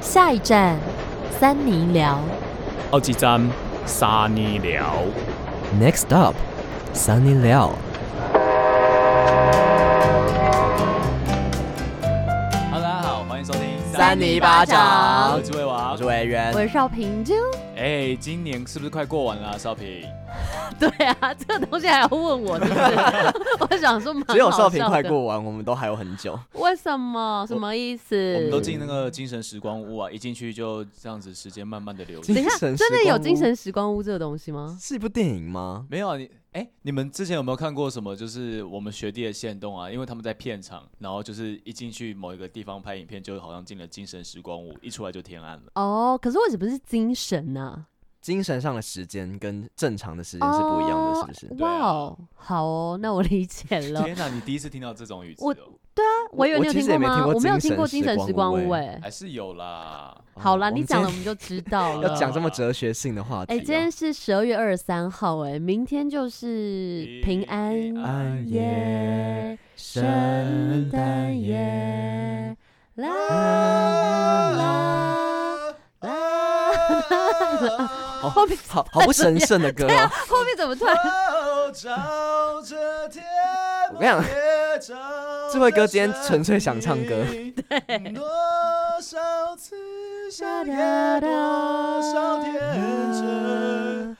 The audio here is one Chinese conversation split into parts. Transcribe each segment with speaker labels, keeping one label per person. Speaker 1: 下一站，三尼寮。
Speaker 2: 好几站沙尼寮，
Speaker 3: Next up, Sunny Liao。
Speaker 2: 哈喽，大家好，欢迎收听
Speaker 1: 三尼巴掌
Speaker 2: 我是魏娃
Speaker 3: 我是。委员
Speaker 1: 我，是少平就。
Speaker 2: 哎，今年是不是快过完了、啊？少平，
Speaker 1: 对啊，这个东西还要问我，是不 是？我想说，
Speaker 3: 只有少平快。过完，我们都还有很久。
Speaker 1: 为什么？什么意思？
Speaker 2: 我们都进那个精神时光屋啊，一进去就这样子，时间慢慢的流逝。
Speaker 1: 等一下，
Speaker 3: 精神时光屋
Speaker 1: 真的有精神时光屋这个东西吗？
Speaker 3: 是一部电影吗？
Speaker 2: 没有啊，你哎，你们之前有没有看过什么？就是我们学弟的线动啊，因为他们在片场，然后就是一进去某一个地方拍影片，就好像进了精神时光屋，一出来就天暗了。
Speaker 1: 哦，可是为什么是精神啊呢？
Speaker 3: 精神上的时间跟正常的时间是不一样的，是不是？
Speaker 2: 对
Speaker 1: 哇
Speaker 2: 啊
Speaker 1: 哦，好哦，那我理解了。
Speaker 2: 天哪，你第一次听到这种语词、
Speaker 1: 我
Speaker 2: 哦，
Speaker 1: 我以为你有
Speaker 3: 我其
Speaker 1: 听
Speaker 3: 实
Speaker 1: 过
Speaker 3: 也没
Speaker 1: 吗？
Speaker 3: 听过
Speaker 1: 我没有听过精
Speaker 3: 精
Speaker 1: 神
Speaker 3: 神
Speaker 1: 时
Speaker 3: 时
Speaker 1: 光
Speaker 3: 光
Speaker 1: 屋
Speaker 3: 屋
Speaker 1: 哎。
Speaker 2: 还是有啦。
Speaker 1: 好啦，
Speaker 3: 哦
Speaker 1: 你讲了我。们就知道
Speaker 3: 我
Speaker 1: 了。
Speaker 3: 们今 天要讲这么哲学性的话题
Speaker 1: 哎、
Speaker 3: 哦，
Speaker 1: 今天是十二月二十三号、哎，明天就是平安
Speaker 2: 平
Speaker 3: 安
Speaker 1: 夜
Speaker 3: 夜、
Speaker 1: 圣诞夜，啦啦 啦！
Speaker 3: 哦
Speaker 1: 后面
Speaker 3: 好好不神圣的歌
Speaker 1: 对啊，
Speaker 3: 哦。
Speaker 1: 后面怎么突然？
Speaker 2: 照着天，
Speaker 3: 我跟你讲
Speaker 2: 讲
Speaker 3: 这位哥今天纯粹想唱歌。
Speaker 2: 对。多少次想念，多少天真。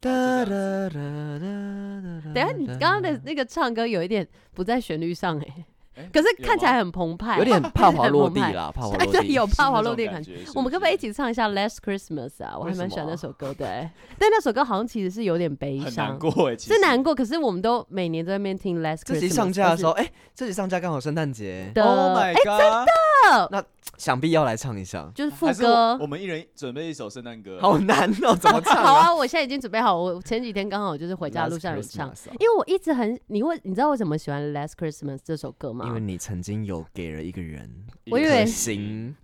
Speaker 3: 哒哒哒
Speaker 1: 啊
Speaker 3: 哒哒。
Speaker 1: 等一下，你刚刚的那个唱歌有一点不在旋律上、哎
Speaker 2: 哎，
Speaker 1: 可是
Speaker 2: 有
Speaker 1: 看起
Speaker 2: 吗
Speaker 1: 来很澎湃，
Speaker 3: 有点怕滑落地
Speaker 1: 看起来
Speaker 3: 啦，怕滑
Speaker 1: 很澎
Speaker 3: 落
Speaker 1: 湃。哎，对，
Speaker 3: 地。
Speaker 1: 有怕
Speaker 2: 是
Speaker 1: 滑
Speaker 2: 那
Speaker 1: 落
Speaker 2: 种
Speaker 1: 地的
Speaker 2: 感
Speaker 1: 感觉。
Speaker 2: 觉是
Speaker 1: 我们
Speaker 2: 不
Speaker 1: 可不可以
Speaker 2: 是
Speaker 1: 一起唱一下《Last Christmas》啊？我还
Speaker 3: 为什
Speaker 1: 蛮
Speaker 3: 么
Speaker 1: 喜欢那
Speaker 3: 啊
Speaker 1: 首歌的、哎但那首歌好像其实是有点悲
Speaker 2: 很
Speaker 1: 伤
Speaker 2: 难，过哎，其
Speaker 1: 是
Speaker 2: 实
Speaker 1: 难过。欸可是我们都每年都在那边听《Last Christmas》，
Speaker 3: 这集上架的时候，哎，这集上架刚好圣诞节，
Speaker 1: 的，
Speaker 2: Oh
Speaker 1: 哎
Speaker 2: my god！
Speaker 3: 想必要来唱一下。
Speaker 1: 就是
Speaker 2: 还
Speaker 1: 副
Speaker 2: 是我
Speaker 1: 歌
Speaker 2: 我。们一人准备一首圣诞歌。
Speaker 3: 好难哦，怎么唱
Speaker 1: 好
Speaker 3: 啊？
Speaker 1: 啊，我现在已经准备好。我前几天刚好就是回家路上有唱
Speaker 3: Last，Christmas 哦
Speaker 1: 因为我一直很，你为你知道为什么喜欢《Last Christmas》这首歌吗
Speaker 3: 因？为你曾经有给了一个人
Speaker 2: 一
Speaker 1: 我以
Speaker 2: 颗
Speaker 1: 为
Speaker 3: 行，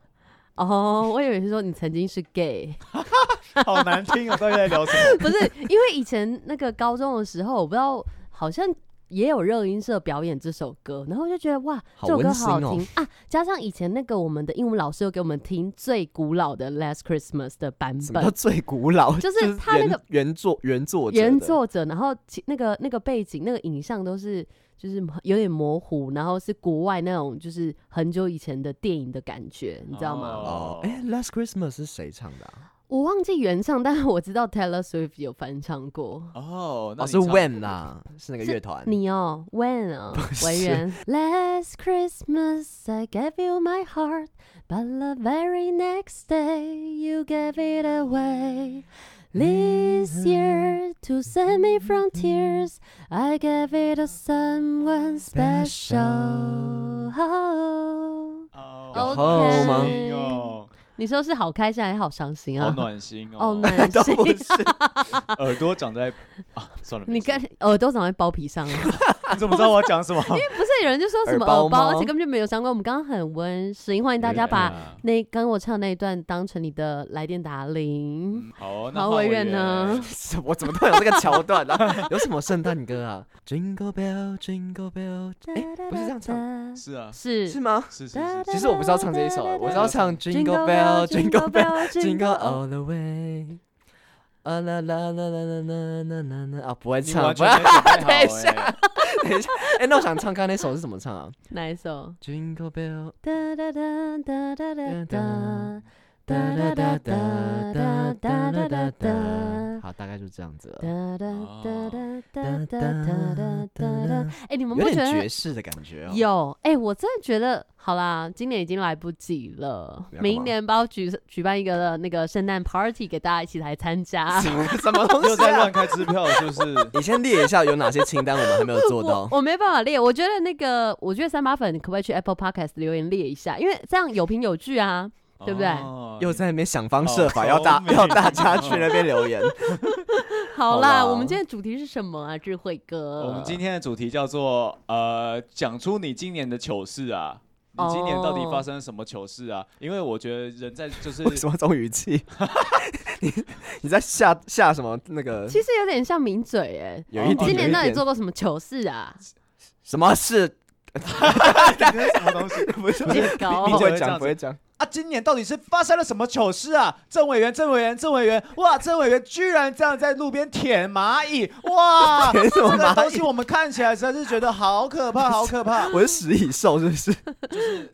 Speaker 1: 哦，我以为是说你曾经是 gay，
Speaker 2: 好难听哦，到底在聊什么？
Speaker 1: 不是？因为以前那个高中的时候，我不知道好像。也有热音社表演这首歌，然后我就觉得哇，
Speaker 3: 好
Speaker 1: 这首歌
Speaker 3: 温馨
Speaker 1: 好
Speaker 3: 哦
Speaker 1: 听、啊！加上以前那个我们的英文老师又给我们听最古老的《Last Christmas》的版
Speaker 3: 什么
Speaker 1: 本
Speaker 3: 叫，最古老？
Speaker 1: 就是
Speaker 3: 是
Speaker 1: 他那
Speaker 3: 原
Speaker 1: 个
Speaker 3: 原作原作者的
Speaker 1: 原作者，然后其那个那个背景、那个影像都是就是有点模糊，然后是国外那种就是很久以前的电影的感觉，你知道吗？
Speaker 3: 哦。哎，《Last Christmas》是谁唱的啊？
Speaker 1: 我忘记原唱，但是我知道 Taylor Swift 有翻唱过。
Speaker 2: 哦，那你
Speaker 3: 哦，是
Speaker 2: 唱
Speaker 3: When 啦，是那个乐团。
Speaker 1: 你哦，When 啊
Speaker 3: 不，是
Speaker 1: 维园。Last Christmas I gave you my heart, but the very next day you gave it away.
Speaker 3: Mm-hmm.
Speaker 1: This year to save me from tears, I gave it to someone special.
Speaker 2: 哦，
Speaker 1: OK
Speaker 3: 好
Speaker 2: 好
Speaker 3: 吗
Speaker 2: 暖心哦，
Speaker 1: 你说是好开心还是好伤心
Speaker 2: 好
Speaker 3: Oh,
Speaker 1: 啊？Oh,
Speaker 2: 暖心
Speaker 1: 哦，
Speaker 2: 哦，
Speaker 1: 暖
Speaker 3: 都不
Speaker 1: 心。
Speaker 3: 是
Speaker 2: 耳朵长在啊，算了，没
Speaker 1: 你
Speaker 2: 事
Speaker 1: 跟耳朵长在包皮上啊？
Speaker 2: 你怎么知道我要 讲什么？
Speaker 1: 不是有人就说什么
Speaker 3: 耳包
Speaker 1: 耳包，
Speaker 3: 吗
Speaker 1: 而且根本就没有相关。我们刚刚很温馨，欢迎大家把
Speaker 2: 啊
Speaker 1: 那刚我唱那一段当成你的来电打铃。
Speaker 2: 嗯好哦，那
Speaker 1: 好，
Speaker 2: 换
Speaker 1: 委
Speaker 2: 我
Speaker 1: 员呢？？
Speaker 3: 什么？怎么都有这个桥段啊？有什么圣诞歌啊？Jingle Bell, Jingle Bell，哎，不是这样唱，
Speaker 1: 唱，
Speaker 2: 是啊，
Speaker 1: 是
Speaker 3: 是吗？
Speaker 2: 是是是，
Speaker 3: 其实我不知道唱这一首，啊我知道唱 Jingle Bell, Jingle Bell。Jingle all the way。啊啦啦啦啦啦啦啦啦啦！啊，不会
Speaker 2: 你
Speaker 3: 唱，
Speaker 2: 完
Speaker 3: 不
Speaker 2: 全
Speaker 3: 要
Speaker 2: 没准备好
Speaker 3: 等一
Speaker 2: 哎，
Speaker 3: 等一下。哎，那我想唱刚刚那首是怎么唱啊
Speaker 1: 哪一首？
Speaker 3: ？Jingle bell，
Speaker 1: 哒哒哒哒哒哒哒
Speaker 3: 哒
Speaker 1: 哒哒
Speaker 3: 哒哒
Speaker 1: 哒哒哒
Speaker 3: 哒哒哒
Speaker 1: 哒哒
Speaker 3: 哒
Speaker 1: 哒
Speaker 3: 哒哒。好，大概就这样子了。
Speaker 1: 哒哒哒哒哒哒
Speaker 3: 哒哒
Speaker 1: 哒
Speaker 3: 哒
Speaker 1: 哒哒
Speaker 3: 哒。
Speaker 1: 哎，你们
Speaker 3: 有
Speaker 1: 不
Speaker 3: 点
Speaker 1: 觉
Speaker 3: 爵
Speaker 1: 得
Speaker 3: 士的感觉哦。
Speaker 1: 有？哎，我真的觉得，好啦，今年已经来不及了，
Speaker 3: 你要干嘛
Speaker 1: 明年帮我举举办一个那个圣诞 party 给大家一起来参加。
Speaker 3: 什么什么 东
Speaker 2: 又
Speaker 3: 西
Speaker 2: 在
Speaker 3: 啊
Speaker 2: 乱？开支票，是不是？
Speaker 3: 你先列一下有哪些清单我们还没有做到
Speaker 1: 我。我没办法列，我觉得那个，我觉得三八粉可不可以去 Apple Podcast 留言列一下，因为这样有凭有据啊。 对不对
Speaker 2: 哦
Speaker 3: 又在那边想方设法
Speaker 2: 好
Speaker 3: 要大
Speaker 2: 聪明
Speaker 3: 要大家去那边 留言。
Speaker 1: 好
Speaker 3: 好
Speaker 1: 啦，
Speaker 3: 啦
Speaker 1: 我们今天主题是什么啊？智慧哥，
Speaker 2: 我们今天的主题叫做呃，讲出你今年的糗事啊。你今年到底发生了什么糗事啊因为我觉得人在就是
Speaker 3: 为什么这种语气？你你在下下什么那个？
Speaker 1: 其实有点像抿嘴哎、
Speaker 3: 有
Speaker 2: 你
Speaker 3: 一
Speaker 1: 你
Speaker 3: 点。
Speaker 1: 今年到
Speaker 3: 有
Speaker 1: 底
Speaker 3: 一点
Speaker 1: 做过什么糗事啊？
Speaker 3: 什么事？
Speaker 2: 这是什么东西
Speaker 3: 不是
Speaker 1: 你搞
Speaker 3: 不
Speaker 2: 你
Speaker 3: 会
Speaker 2: 这样
Speaker 3: 讲，
Speaker 2: 子
Speaker 3: 不会讲。
Speaker 2: 啊？今年到底是发生了什么糗事啊？郑委员，郑委员，郑委员，哇，郑委员居然这样在路边舔蚂蚁，哇，
Speaker 3: 舔什么
Speaker 2: 这个
Speaker 3: 蚂
Speaker 2: 东
Speaker 3: 蚁，
Speaker 2: 西我们看起来实在是觉得好可怕，好可怕
Speaker 3: 我是食蚁兽是不是？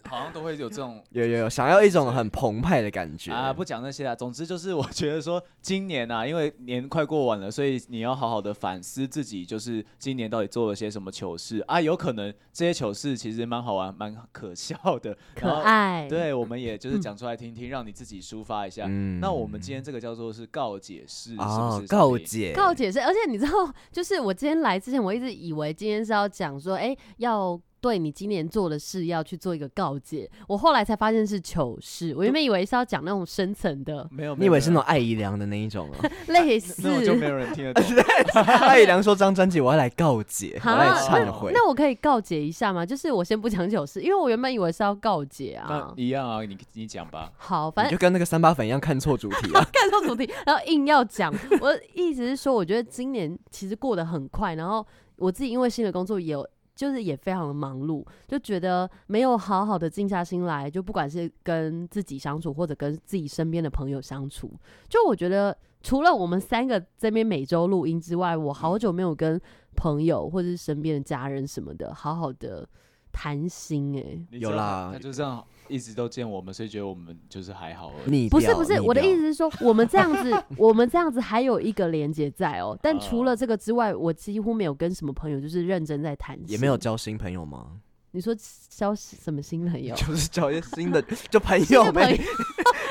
Speaker 2: 好像都会有这种
Speaker 3: 有有有，想要一种很澎湃的感觉
Speaker 2: 啊，不讲那些啊。总之就是，我觉得说今年啊，因为年快过完了，所以你要好好的反思自己，就是今年到底做了些什么糗事啊。有可能这些糗事其实蛮好玩、蛮可笑的，
Speaker 1: 可
Speaker 2: 然后。
Speaker 1: 爱，，
Speaker 2: 对，我们也就是讲出来听听，让你自己抒发一下。
Speaker 3: 嗯
Speaker 2: 那我们今天这个叫做是告解式，是不
Speaker 3: 哦
Speaker 2: 是？，
Speaker 3: 告。解，
Speaker 1: 告解释。而且你知道，就是我今天来之前，我一直以为今天是要讲说，哎、要。对你今年做的事要去做一个告解，我后来才发现是糗事。我原本以为是要讲那种深层的，
Speaker 2: 没有，没
Speaker 3: 你以
Speaker 2: 有
Speaker 3: 为是
Speaker 2: 没
Speaker 3: 那
Speaker 2: 有
Speaker 3: 种艾怡良的那 一种哦？
Speaker 1: 类
Speaker 2: 那我就没
Speaker 1: 似。
Speaker 2: 有人听得 懂。
Speaker 3: 艾怡良说这张专辑我要来告解，我
Speaker 1: 哈
Speaker 3: 要来忏悔。
Speaker 1: 那我可以告解一下吗？就是我先不讲糗事，因为我原本以为是要告解
Speaker 2: 那
Speaker 3: 哦
Speaker 1: 啊。
Speaker 2: 一样啊，你你讲吧。
Speaker 1: 好，反
Speaker 3: 你
Speaker 1: 正
Speaker 3: 就跟那个三八粉一样看错主题啊！
Speaker 1: 看到主题，然后硬要讲。 我的意思是说，我觉得今年其实过得很快，然后我自己因为新的工作也有。就是也非常的忙碌，就觉得没有好好的静下心来，就不管是跟自己相处，或者跟自己身边的朋友相处，就我觉得除了我们三个这边每周录音之外，我好久没有跟朋友或者是身边的家人什么的好好的谈心、欸，
Speaker 2: 你
Speaker 3: 有
Speaker 2: 知道
Speaker 3: 啦
Speaker 2: 他就这样一直都见我们，所以觉得我们就是还好而已。
Speaker 3: 你
Speaker 1: 不是不是，我的意思是说，我们这样子， 我们这样子还有一个连接在哦。但除了这个之外，我几乎没有跟什么朋友就是认真在谈心，
Speaker 3: 也没有。交新朋友吗？
Speaker 1: 你说交什么新 朋友？
Speaker 3: 就是交一些 新的，就朋
Speaker 1: 新的
Speaker 3: 友
Speaker 1: 朋友
Speaker 3: 呗。，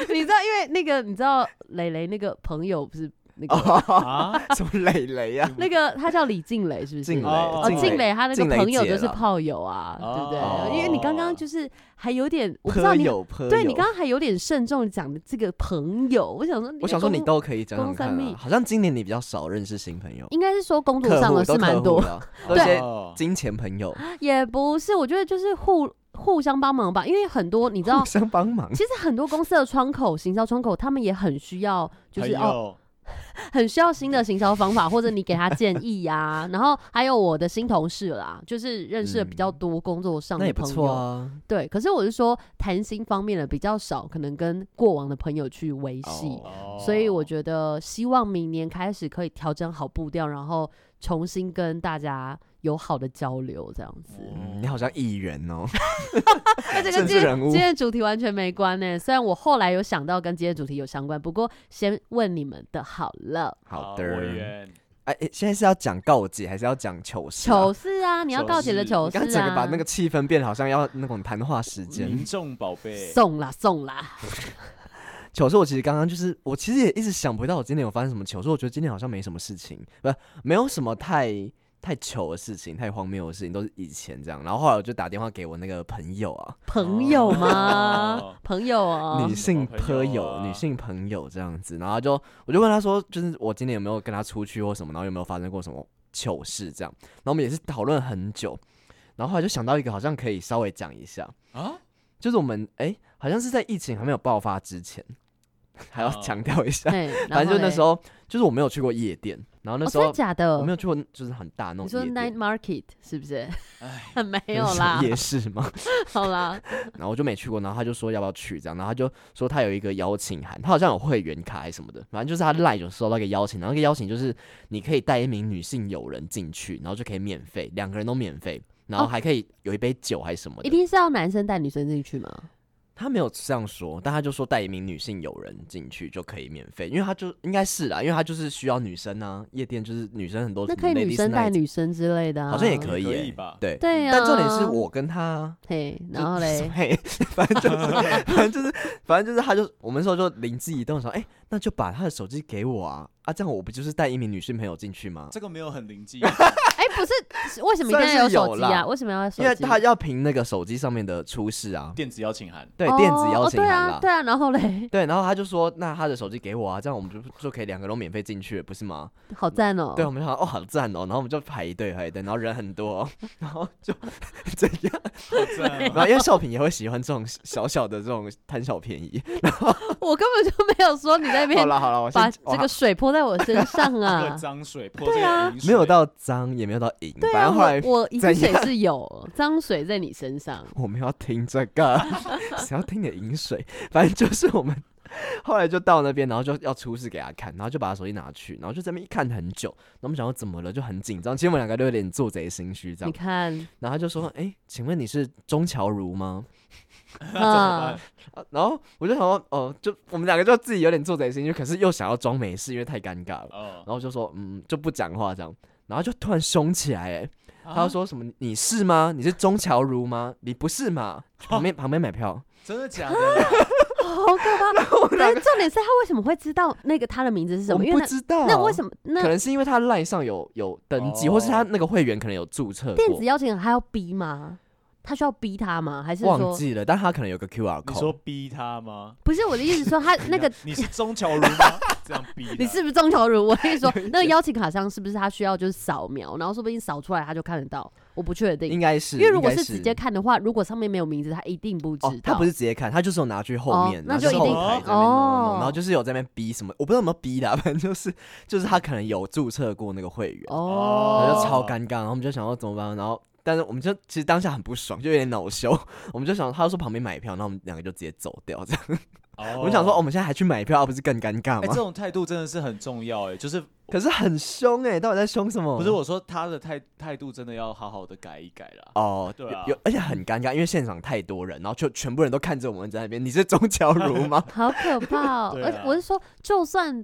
Speaker 1: 你知道，因为那个你知道磊磊那个朋友不是那个、
Speaker 3: 哦
Speaker 2: 啊，
Speaker 3: 什么磊磊 呀？
Speaker 1: 那个他叫李静蕾是不是？
Speaker 3: 静蕾，
Speaker 2: 哦
Speaker 1: 哦，静
Speaker 2: 静
Speaker 1: 蕾，他那个
Speaker 3: 静蕾
Speaker 1: 朋友
Speaker 3: 姐
Speaker 1: 就是
Speaker 3: 啦
Speaker 1: 炮友啊，对不
Speaker 2: 哦
Speaker 1: 对？因为你刚刚就是还有点，我不知道
Speaker 3: 朋
Speaker 1: 你，
Speaker 3: 友朋友。
Speaker 1: 对你刚刚还有点慎重地讲的这个朋友，我想说，
Speaker 3: 我想说你都可以讲
Speaker 1: 公
Speaker 3: 讲
Speaker 1: 三
Speaker 3: 看
Speaker 1: 密
Speaker 3: 啊，好像今年你比较少认识新朋友，
Speaker 1: 应该是说工作
Speaker 3: 客
Speaker 1: 上
Speaker 3: 户
Speaker 1: 的
Speaker 3: 都
Speaker 1: 是蛮
Speaker 3: 客
Speaker 1: 多
Speaker 3: 户，了，都一
Speaker 1: 对
Speaker 3: 些
Speaker 2: 哦
Speaker 3: 金钱朋友，
Speaker 1: 也不是，我觉得就是互互相帮忙吧，因为很多你知道
Speaker 3: 互，相帮忙
Speaker 1: 其。实很多公司的窗口、行销窗口，他们也很需要，就是
Speaker 2: 朋
Speaker 1: 哦，
Speaker 2: 友
Speaker 1: 很需要新的行销方法，或者你给他建议呀、然后还有我的新同事啦，就是认识了比较多工作上
Speaker 3: 嗯那
Speaker 1: 的
Speaker 3: 也不
Speaker 1: 朋
Speaker 3: 错
Speaker 1: 友，
Speaker 3: 啊，
Speaker 1: 对。可是我是说谈心方面的比较少，可能跟过往的朋友去维系。
Speaker 3: 哦
Speaker 1: 所以我觉得，希望明年开始可以调整好步调，然后重新跟大家有好的交流，这样子。
Speaker 3: 嗯，你好像艺人哦，
Speaker 1: 而且
Speaker 3: 政
Speaker 1: 跟今
Speaker 3: 治
Speaker 1: 天
Speaker 3: 人物
Speaker 1: 今天的主题完全没关呢、虽然我后来有想到跟今天的主题有相关，不过先问你们的好了。
Speaker 3: 好
Speaker 2: 我
Speaker 3: 的。
Speaker 2: 愿
Speaker 3: 哎，哎现在是要讲告解还是要讲糗事啊？
Speaker 1: 糗事啊，你要告解的糗
Speaker 3: 我
Speaker 1: 事
Speaker 3: 刚刚整个
Speaker 1: 啊，嗯
Speaker 3: 把那个气氛变得好像要那种谈话时间。
Speaker 2: 民众宝贝，
Speaker 1: 送啦送啦，
Speaker 3: 糗事，我其实刚刚就是，我其实也一直想不到我今天有发生什么糗事。我觉得今天好像没什么事情，不，没有什么太太糗的事情，太荒谬的事情，都是以前这样。然后后来我就打电话给我那个朋友啊，
Speaker 1: 朋友吗
Speaker 2: 哦？
Speaker 1: 朋友啊
Speaker 3: 女，性
Speaker 2: 朋
Speaker 3: 朋
Speaker 2: 友
Speaker 3: 友、
Speaker 2: 啊
Speaker 3: 女性朋友这样子，然后就我就问他说，就是我今年有没有跟他出去或什么，然后有没有发生过什么糗事这样。然后我们也是讨论很久，然后后来就想到一个好像可以稍微讲一下，
Speaker 2: 啊，
Speaker 3: 就是我们哎、好像是在疫情还没有爆发之前， 还要
Speaker 2: 哦
Speaker 3: 强调一 下。
Speaker 1: 嘿
Speaker 3: 反正就那时，
Speaker 1: 然后嘞
Speaker 3: 候，就是我没有去过夜店，然后那
Speaker 1: 哦
Speaker 3: 时候、
Speaker 1: 真的假
Speaker 3: 我没
Speaker 1: 的？
Speaker 3: 有去过，就是很大那
Speaker 1: 你
Speaker 3: 种
Speaker 1: 说
Speaker 3: 夜
Speaker 1: night
Speaker 3: 店，
Speaker 1: market 是不是？
Speaker 2: 哎，
Speaker 1: 没
Speaker 3: 那
Speaker 1: 有
Speaker 3: 是
Speaker 1: 啦，
Speaker 3: 夜市嘛。
Speaker 1: 好啦，
Speaker 3: 然后我就没去过，然后他就说要不要去这样，然后他就说他有一个邀请函，他好像有会员卡还是什么的，反正就是他赖有收到一个邀请，然后那个邀请就是你可以带一名女性友人进去，然后就可以免费，两个人都免费，然后
Speaker 1: 哦
Speaker 3: 还可以有一杯酒还是什么
Speaker 1: 一
Speaker 3: 的。
Speaker 1: 定是要男生带女生进去吗？
Speaker 3: 他没有这样说，但他就说带一名女性友人进去就可以免费，因为他就应该是啦，因为他就是需要女生啊，夜店就是女生很多什
Speaker 1: 那
Speaker 3: 么 ladies night，
Speaker 1: 可以女生带女生之类的啊，
Speaker 3: 好像也可以
Speaker 2: 可
Speaker 3: 耶
Speaker 2: 以吧？
Speaker 3: 对
Speaker 1: 对啊
Speaker 3: 但重点是我跟他啊，
Speaker 1: 嘿，
Speaker 3: 就
Speaker 1: 然后 嘞，
Speaker 3: 嘿，反正就是反正就是反正就是他就我们那时候就灵机一动说，哎、那就把他的手机给我啊啊，这样我不就是带一名女性朋友进去吗？
Speaker 2: 这个没有很灵 机，
Speaker 1: 哎，不是是，为什么一定要有手机
Speaker 3: 虽然是有
Speaker 1: 啊？
Speaker 3: 啦
Speaker 1: 为什么要有手
Speaker 3: 因为
Speaker 1: 机？
Speaker 3: 他要凭那个手机上面的出示啊，
Speaker 2: 电子邀请函。
Speaker 3: 对，
Speaker 1: 哦
Speaker 3: 电子邀请函啦。
Speaker 1: 哦、对啊，对啊，然后嘞，
Speaker 3: 对然后他就说，那他的手机给我啊，这样我们就就可以两个都免费进去了，不是吗？
Speaker 1: 好赞哦。
Speaker 3: 对，我们就想，哦，好赞哦，然后我们就排队排队，然后人很多、哦然后就这样，
Speaker 2: 好赞
Speaker 3: 然后因为少平也会喜欢这种小小的这种贪小便宜。
Speaker 1: 我根本就没有说你在那
Speaker 3: 好
Speaker 1: 边
Speaker 3: 了好了，我
Speaker 1: 把
Speaker 3: 先
Speaker 1: 这个水泼在我 身上
Speaker 2: 哦喝
Speaker 1: 啊。
Speaker 2: 脏水泼这个饮水
Speaker 3: 啊没有到脏，也没有到淫，
Speaker 1: 对
Speaker 3: 反
Speaker 1: 啊，
Speaker 3: 正后来
Speaker 1: 我我饮
Speaker 3: 怎
Speaker 1: 水是有脏水在你身上，
Speaker 3: 我们要听这个，谁要听你的饮水？反正就是我们后来就到那边，然后就要出示给他看，然后就把他手机拿去，然后就在那边一看很久，然后我们想说怎么了，就很紧张。其实我们两个都有点做贼心虚这
Speaker 1: 你
Speaker 3: 样。
Speaker 1: 看，
Speaker 3: 然后他就说：“哎、请问你是钟乔如吗
Speaker 1: 啊，
Speaker 3: 啊？”然后我就想说：“哦，就我们两个就自己有点做贼心虚，可是又想要装没事，因为太尴尬了。”
Speaker 2: 哦
Speaker 3: 然，后就说：“嗯，就不讲话这样。”然后就突然凶起来、哎，他就
Speaker 2: 啊
Speaker 3: 说什么：“你是吗？你是钟乔如吗？你不是嘛？旁 边旁边买票。”
Speaker 2: 真的假 的？
Speaker 1: 好可怕！但是重点是他为什么会知道那个他的名字是什
Speaker 3: 我
Speaker 1: 么？
Speaker 3: 们
Speaker 1: 因为
Speaker 3: 不
Speaker 1: 那
Speaker 3: 知道，
Speaker 1: 那为什么那
Speaker 3: 可能是因为他赖上有有登记，
Speaker 2: 哦
Speaker 3: 或是他那个会员可能有注册
Speaker 1: 电子
Speaker 3: 过，
Speaker 1: 邀请函还要逼吗？他需要逼他吗？还是
Speaker 3: 忘
Speaker 1: 说
Speaker 3: 记了，但他可能有个 QR
Speaker 2: 你说
Speaker 3: code。
Speaker 2: 逼他吗？
Speaker 1: 不是我的意思？ 说他那个
Speaker 2: 你是钟乔如吗？这样逼他
Speaker 1: 你是不是中球如？我跟你 说，那个邀请卡上是不是他需要就是扫描，然后说不定扫出来他就看得到？我不确定
Speaker 3: 应，该是，
Speaker 1: 因为如果
Speaker 3: 应该
Speaker 1: 是
Speaker 3: 是
Speaker 1: 直接看的话，如果上面没有名字，他一定不
Speaker 3: 哦
Speaker 1: 知，
Speaker 3: 他
Speaker 1: 道
Speaker 3: 不。是直接看，他就是有拿去后
Speaker 1: 哦
Speaker 3: 面，
Speaker 1: 那
Speaker 3: 拿去
Speaker 2: 就一
Speaker 3: 后
Speaker 2: 定
Speaker 3: 台在那边弄弄弄然后就是有在那边逼什么，我不知道有没有逼 啦，反正就是就是他可能有注册过那个会员，然后就
Speaker 1: 哦，
Speaker 3: 超尴尬，然后我们就想要怎么办，然后但是我们就其实当下很不爽，就有点恼羞，我们就想他说旁边买票，然后我们两个就直接走掉这样，
Speaker 2: 哦
Speaker 3: 我们想说哦我们现在还去买票，不是更尴尬
Speaker 2: 哎，这
Speaker 3: 吗？
Speaker 2: 种态度真的是很重要哎，就是
Speaker 3: 可是很凶哎，到底在凶什么？
Speaker 2: 不是我说他的态态度真的要好好的改一改啦。
Speaker 3: 哦，
Speaker 2: 对
Speaker 3: 有
Speaker 2: 啊
Speaker 3: 有，而且很尴尬，因为现场太多人，然后就全部人都看着我们在那边。你是钟乔如吗？
Speaker 1: 好可怕哦！
Speaker 2: 对啊
Speaker 1: 而且我是说，就算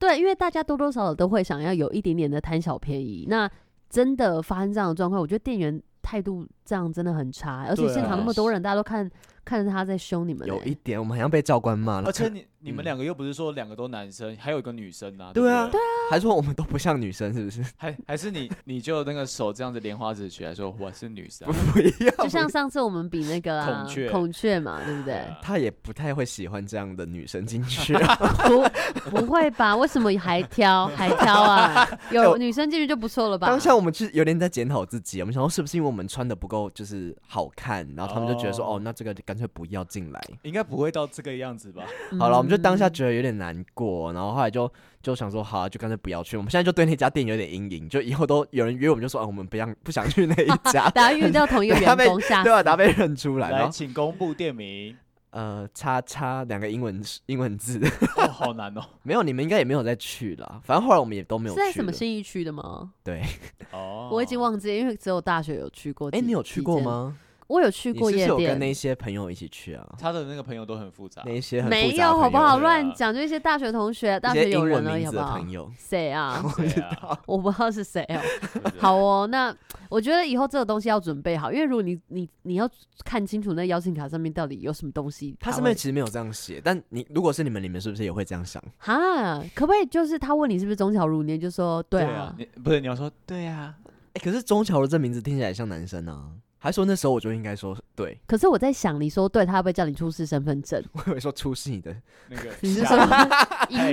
Speaker 1: 对，因为大家多多少少都会想要有一点点的贪小便宜。那真的发生这样的状况，我觉得店员态度这样真的很差，而且
Speaker 2: 对啊
Speaker 1: 现场那么多人，大家都看看着他在凶你们呢、
Speaker 3: 有一点，我们好像被教官骂了，
Speaker 2: 而且你你们
Speaker 3: 嗯
Speaker 2: 两个又不是说两个都男生，还有一个女生啊？
Speaker 3: 对啊
Speaker 2: 不对，
Speaker 3: 还说我们都不像女生，是不 是？
Speaker 2: 还还是你你就那个手这样子莲花指起来说我是女生啊
Speaker 3: 不，不一样，
Speaker 1: 就像上次我们比那个、啊、
Speaker 2: 孔雀
Speaker 1: 嘛，对不
Speaker 2: 对
Speaker 1: 对？
Speaker 2: 啊
Speaker 3: 他也不太会喜欢这样的女生进 去。
Speaker 1: 不不会吧？为什么还挑还挑 啊？有
Speaker 3: 哎我
Speaker 1: 女生进去就不错了吧？
Speaker 3: 当下我们其实有点在检讨自己，我们想说是不是因为我们穿的不够就是好看，然后他们就觉得说
Speaker 2: 哦
Speaker 3: 哦，那这个干脆不要进来。
Speaker 2: 应该不会到这个样子吧？
Speaker 1: 嗯，
Speaker 3: 好了，我们就当下觉得有点难过，然后后来就就想说，好、啊，就干脆不要去。我们现在就对那家店有点阴影，就以后都有人约我们，就说，啊，我们不想不想去那一 家
Speaker 1: 大家遇到同一个 员
Speaker 3: 被
Speaker 1: 工下，
Speaker 3: 对啊，打被认出来，然
Speaker 2: 来，
Speaker 3: 后
Speaker 2: 请公布店 名。
Speaker 3: 呃，叉叉两个英文英文字，
Speaker 2: 哦，好难哦。
Speaker 3: 没有，你们应该也没有再去了，反正后来我们也都没有
Speaker 1: 是
Speaker 3: 去了。
Speaker 1: 在什么信义区的吗？
Speaker 3: 对，
Speaker 2: 哦，
Speaker 1: 我已经忘记了，因为只有大学有去过。
Speaker 3: 哎、你有去过？吗？
Speaker 1: 我有去
Speaker 3: 你
Speaker 1: 过
Speaker 3: 是不是
Speaker 1: 夜
Speaker 3: 有
Speaker 1: 店
Speaker 3: 跟，那些朋友一起去啊？
Speaker 2: 他的那个朋友都很复杂。
Speaker 3: 那些很复杂的
Speaker 1: 没有好不好？
Speaker 2: 对啊
Speaker 1: 乱讲，就一些大学同学、大
Speaker 3: 朋友
Speaker 1: 学
Speaker 3: 一些
Speaker 1: 友
Speaker 3: 英
Speaker 1: 人
Speaker 3: 文
Speaker 1: 而已，
Speaker 3: 名
Speaker 1: 好
Speaker 3: 字
Speaker 1: 不
Speaker 3: 的
Speaker 1: 好
Speaker 3: 朋？友，
Speaker 1: 谁 啊？
Speaker 2: 对啊，
Speaker 1: 我不知道是谁哦。
Speaker 2: 对不对
Speaker 1: 好哦，那我觉得以后这个东西要准备好，因为如果你你你要看清楚那邀请卡上面到底有什么东西，
Speaker 3: 他
Speaker 1: 是
Speaker 3: 上面其实没有这样写，但你如果是你们，你们是不是也会这样想？
Speaker 1: 哈，可不可以就是他问你是不是中小乳，你就说对
Speaker 2: 啊，你不是你要说对 啊，
Speaker 3: 哎、可是钟乔的这名字听起来像男生啊，还说那时候我就应该说对，
Speaker 1: 可是我在想，你说对，他会不会叫你出示身份证？
Speaker 3: 我以为说出示你的，
Speaker 2: 那个
Speaker 1: 你是
Speaker 2: 下
Speaker 1: 说
Speaker 2: 巴 太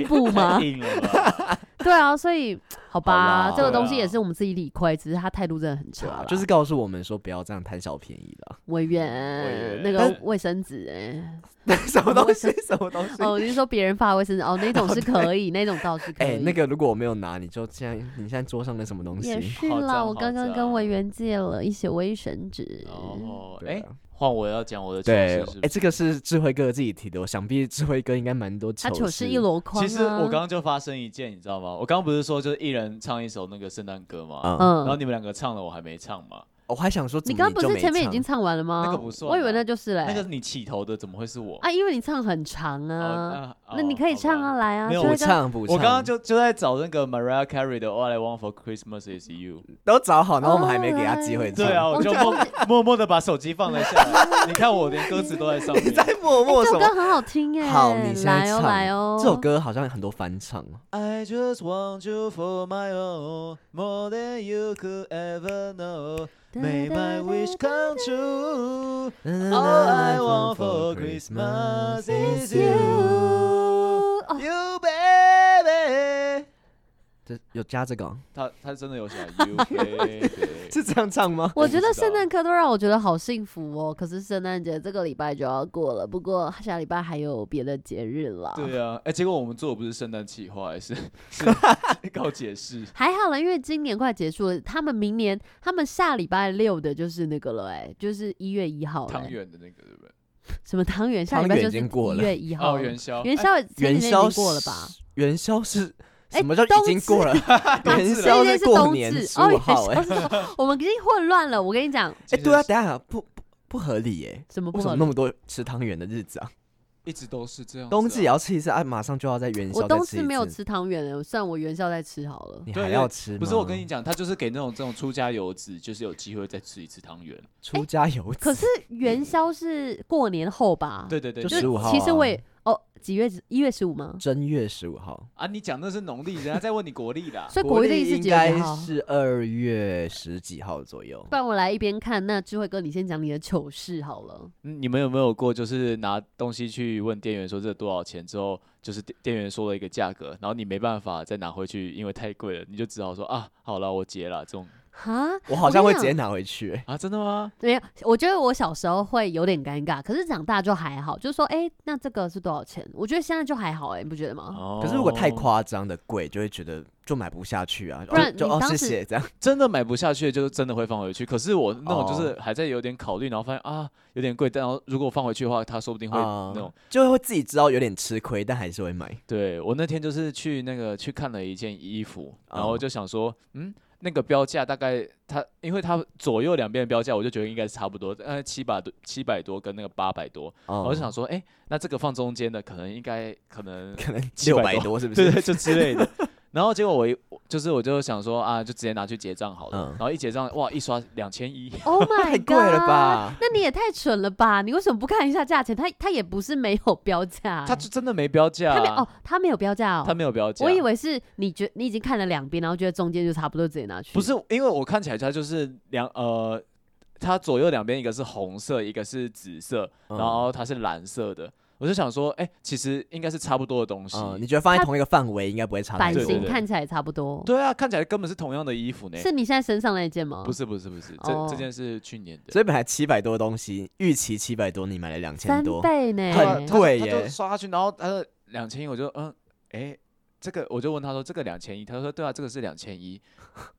Speaker 1: 阴部吗
Speaker 2: 太？硬了 吧？
Speaker 1: 对啊，所 以好吧，
Speaker 3: 好啦
Speaker 1: 这个东西
Speaker 2: 对啊
Speaker 1: 也是我们自己理亏，只是他态度真的很
Speaker 3: 对
Speaker 1: 差
Speaker 3: 啊
Speaker 1: 啦，
Speaker 3: 就是告诉我们说不要这样贪小便宜 了。
Speaker 1: 委员
Speaker 2: 员
Speaker 1: 那
Speaker 2: 但
Speaker 1: 个
Speaker 2: 是
Speaker 1: 卫生纸哎、
Speaker 3: 什 么东西？什么东西？
Speaker 1: 哦，你是说别人发的卫生纸哦，那种是可以，那种倒是可以。
Speaker 3: 哎、那个如果我没有拿，你就现在你现在桌上的什么东西？
Speaker 1: 也是
Speaker 2: 好
Speaker 1: 啦，
Speaker 2: 脏
Speaker 1: 我
Speaker 2: 好
Speaker 1: 刚刚跟
Speaker 2: 脏啊
Speaker 1: 委员借了一些卫生纸。
Speaker 2: 哦，
Speaker 3: 对
Speaker 2: 哎
Speaker 3: 啊，
Speaker 2: 换我要讲我的糗
Speaker 3: 对，
Speaker 2: 事
Speaker 3: 哎
Speaker 2: 是、不是
Speaker 3: 这个是智慧哥自己提的，我想必智慧哥应该蛮多
Speaker 1: 他
Speaker 3: 糗
Speaker 1: 糗
Speaker 3: 事。
Speaker 1: 事一箩筐、啊。
Speaker 2: 其实我刚刚就发生一件，你知道吗？我刚刚不是说就是一人唱一首那个圣诞歌嘛，
Speaker 3: 嗯，
Speaker 2: 然后
Speaker 1: 嗯，
Speaker 2: 你们两个唱了，我还没唱嘛。
Speaker 3: 哦我还想说，
Speaker 1: 你
Speaker 3: 怎么
Speaker 1: 刚刚不
Speaker 3: 就是没
Speaker 1: 前面已
Speaker 3: 唱
Speaker 1: 经唱完了吗？
Speaker 2: 那个不算
Speaker 1: 我以为
Speaker 2: 啊
Speaker 1: 那就是嘞、
Speaker 2: 那个是你起头的，怎么会是我？
Speaker 1: 啊，因为你唱很长啊，
Speaker 2: 哦
Speaker 1: 那你可以唱啊，。
Speaker 2: 哦
Speaker 1: 来啊，
Speaker 2: 没有
Speaker 1: 就
Speaker 3: 补
Speaker 1: 是刚
Speaker 3: 唱补唱，
Speaker 2: 我刚刚就就在找那个 Mariah Carey 的 All I Want for Christmas Is You。
Speaker 3: 都找好，然后我们还没给他
Speaker 1: 哦
Speaker 3: 机会唱。
Speaker 2: 对 啊，我
Speaker 1: 我
Speaker 2: 就
Speaker 1: 真
Speaker 2: 默默默的把手机放了下来。你看我连歌词都在上面。
Speaker 3: 在默默
Speaker 1: 哎这
Speaker 3: 什
Speaker 1: 首
Speaker 3: 么？
Speaker 1: 歌很好听哎、
Speaker 3: 好，你现在
Speaker 1: 来
Speaker 3: 唱
Speaker 1: 哦来哦，
Speaker 3: 这首歌好像很多翻唱哦
Speaker 2: I just want you for my own, more than you could ever know. May my wish come true.
Speaker 1: 哦
Speaker 2: All
Speaker 1: 哎
Speaker 2: I want for Christmas is you.
Speaker 1: you。
Speaker 2: You baby.
Speaker 3: 这有加这个哦、
Speaker 2: 他他真的有写 아, You baby。
Speaker 3: 是这样唱吗？
Speaker 1: 我觉得圣诞歌都让我觉得好幸福哦，可是圣诞节这个礼拜就要过了，不过下礼拜还有别的节日啦。
Speaker 2: 对啊，哎、结果我们做的不是圣诞企划， 是是搞解释。
Speaker 1: 还好了，因为今年快结束了，他们明年他们下礼拜六的就是那个了、哎，就是一月一号了、
Speaker 2: 汤
Speaker 1: 哎
Speaker 2: 圆的那个对不对？
Speaker 1: 什么汤圆，下礼
Speaker 3: 汤
Speaker 1: 拜
Speaker 3: 圆
Speaker 1: 就
Speaker 3: 已
Speaker 1: 是
Speaker 3: 经过
Speaker 1: 一
Speaker 3: 了哎
Speaker 1: 月一号
Speaker 2: 哦，
Speaker 1: 了，
Speaker 2: 元宵，
Speaker 1: 元宵前几天
Speaker 3: 元
Speaker 1: 已经
Speaker 3: 宵
Speaker 1: 过了吧？
Speaker 3: 是？元宵是
Speaker 1: 哎
Speaker 3: 什么叫
Speaker 1: 冬
Speaker 3: 已经过了？ 元
Speaker 1: 啊所以
Speaker 3: 宵
Speaker 1: 那
Speaker 3: 是
Speaker 1: 是
Speaker 3: 过
Speaker 1: 冬
Speaker 3: 年
Speaker 1: 至
Speaker 3: 十
Speaker 1: 哦，
Speaker 3: 五
Speaker 1: 元
Speaker 3: 号哎
Speaker 1: 宵是过我们已经混乱了。我跟你讲，
Speaker 2: 其
Speaker 3: 哎，
Speaker 2: 实
Speaker 3: 对啊，等一下不不不合理耶，
Speaker 1: 怎么不
Speaker 3: 为什
Speaker 1: 合
Speaker 3: 么
Speaker 1: 理
Speaker 3: 那么多吃汤圆的日子啊？
Speaker 2: 一直都是这样子啊。
Speaker 3: 冬至也要吃一次啊，马上就要在元宵
Speaker 1: 我
Speaker 3: 再
Speaker 1: 冬
Speaker 3: 吃一
Speaker 1: 至没有
Speaker 3: 次，
Speaker 1: 吃汤圆了，算我元宵再吃好了。
Speaker 3: 你
Speaker 2: 对
Speaker 3: 还
Speaker 2: 对
Speaker 3: 要吃吗？
Speaker 2: 不是我跟你讲，他就是给那种这种出家游子，就是有机会再吃一次汤圆。
Speaker 3: 出家游子，
Speaker 1: 哎可是元宵是过年后吧？
Speaker 2: 对对对，嗯
Speaker 3: 就
Speaker 2: 就
Speaker 1: 就是是
Speaker 3: 15号
Speaker 1: 其实
Speaker 3: 啊
Speaker 1: 我也哦，几月几一月十五吗？
Speaker 3: 正月十五号，
Speaker 2: 啊，你讲那是农历，人家在问你国历 啦。
Speaker 1: 所以国历的意思
Speaker 3: 应
Speaker 1: 几月
Speaker 3: 该
Speaker 1: 几号？
Speaker 3: 是二月十几号左右。
Speaker 1: 不然我来一边看。那智慧哥，你先讲你的糗事好了。
Speaker 2: 嗯你们有没有过，就是拿东西去问店员说这多少钱之后，就是店店员说了一个价格，然后你没办法再拿回去，因为太贵了，你就只好说啊，好了，我结了这种
Speaker 1: 哈，
Speaker 3: 我好像会
Speaker 1: 我跟你
Speaker 3: 直
Speaker 1: 讲
Speaker 3: 接拿回去、欸
Speaker 2: 啊，真的吗？
Speaker 1: 没有，我觉得我小时候会有点尴尬，可是长大就还好。就说，哎、那这个是多少钱？我觉得现在就还好、哎，你不觉得吗？
Speaker 2: 哦
Speaker 3: 可是如果太，夸张的贵，就会觉得就买不下去啊，
Speaker 1: 不然
Speaker 3: 就就
Speaker 1: 你
Speaker 3: 哦
Speaker 1: 当
Speaker 3: 谢
Speaker 1: 时
Speaker 3: 谢这样。
Speaker 2: 真的买不下去，就是真的会放回去。可是我那种就
Speaker 3: 哦
Speaker 2: 是还在有点考虑，然后发现啊有点贵，但然后如果放回去的话，他说不定会
Speaker 3: 啊
Speaker 2: 那种。
Speaker 3: 就会自己知道有点吃亏，但还是会买。
Speaker 2: 对我那天就是去那个去看了一件衣服，然后
Speaker 3: 哦
Speaker 2: 就想说，嗯，那个标价大概它，因为它左右两边的标价，我就觉得应该是差不多，呃，七百多七百多跟那个八百多，
Speaker 3: 哦
Speaker 2: 我就想说，哎、那这个放中间的可能应该可 能
Speaker 3: 可能
Speaker 2: 700
Speaker 3: 六百
Speaker 2: 多
Speaker 3: 多是不
Speaker 2: 对
Speaker 3: 是？
Speaker 2: 对，就之类的。 然后结果我一我就是我就想说啊，就直接拿去结账好了。
Speaker 3: 嗯
Speaker 2: 然后一结账，哇，一刷两千一，
Speaker 1: Oh my
Speaker 3: 哦 太
Speaker 1: god！
Speaker 3: 贵了
Speaker 2: 啊
Speaker 3: 吧？
Speaker 1: 那你也太蠢了吧！你为什么不看一下价钱？他他也不是没有标价、
Speaker 2: 他就真的没标价、
Speaker 1: 他
Speaker 2: 啊，
Speaker 1: 没哦，他没有标价哦，
Speaker 2: 他没有标价。
Speaker 1: 我以为是你觉你已经看了两遍，然后觉得中间就差不多直接拿去。
Speaker 2: 不是，因为我看起来它就是两呃，它左右两边一个是红色，一个是紫色，
Speaker 3: 嗯
Speaker 2: 然后它是蓝色的。我就想说，哎、其实应该是差不多的东西。
Speaker 3: 嗯，你觉得放在同一个范围应该不会差
Speaker 1: 版
Speaker 3: 太
Speaker 2: 对对
Speaker 1: 型
Speaker 2: 对
Speaker 3: 多？
Speaker 1: 看起来差不多。
Speaker 2: 对啊，看起来根本是同样的衣服呢。
Speaker 1: 是你现在身上那一件吗？
Speaker 2: 不，是不是不是，这、
Speaker 1: 哦
Speaker 2: 这件是去年的。
Speaker 3: 所以本来七百多的东西，预期七百多，你买了两千
Speaker 1: 三
Speaker 3: 多，
Speaker 1: 倍呢，
Speaker 2: 对啊
Speaker 3: 很
Speaker 2: 他就
Speaker 3: 贵
Speaker 2: 他
Speaker 3: 耶
Speaker 2: 就刷下去，然后他说两千一，我就嗯，哎、这个我就问他说这个两千一，他说对啊，这个是两千一，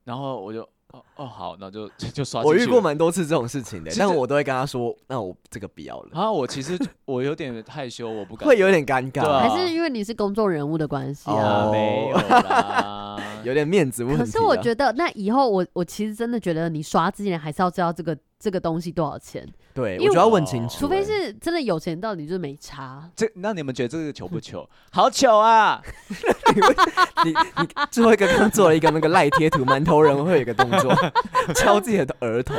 Speaker 2: 然后我就哦哦好，那就就就刷进
Speaker 3: 我
Speaker 2: 去了。
Speaker 3: 遇过蛮多次这种事情的，
Speaker 2: 其实
Speaker 3: 但我都会跟他说，那我这个不要了，
Speaker 2: 啊，我其实我有点害羞，我不敢。
Speaker 3: 会有点尴
Speaker 2: 对啊
Speaker 3: 尬，
Speaker 1: 还是因为你是公众人物的关系啊？
Speaker 2: 啊，
Speaker 3: 哦。
Speaker 2: 没有啦
Speaker 3: 有点面子问题
Speaker 1: 可
Speaker 3: 啊。
Speaker 1: 是我觉得，那以后我我其实真的觉得，你刷之前还是要知道这个这个东西多少钱，
Speaker 2: 哦
Speaker 3: 对，我
Speaker 1: 因为
Speaker 3: 觉得要问
Speaker 2: 我
Speaker 3: 清楚欸，
Speaker 1: 除非是真的有钱到你就是没差。
Speaker 2: 这那你们觉得这个球不球？ 好糗啊！
Speaker 3: 你你最后一个刚做了一个那个赖贴图， 馒头人会有一个动 作，敲自己的额头。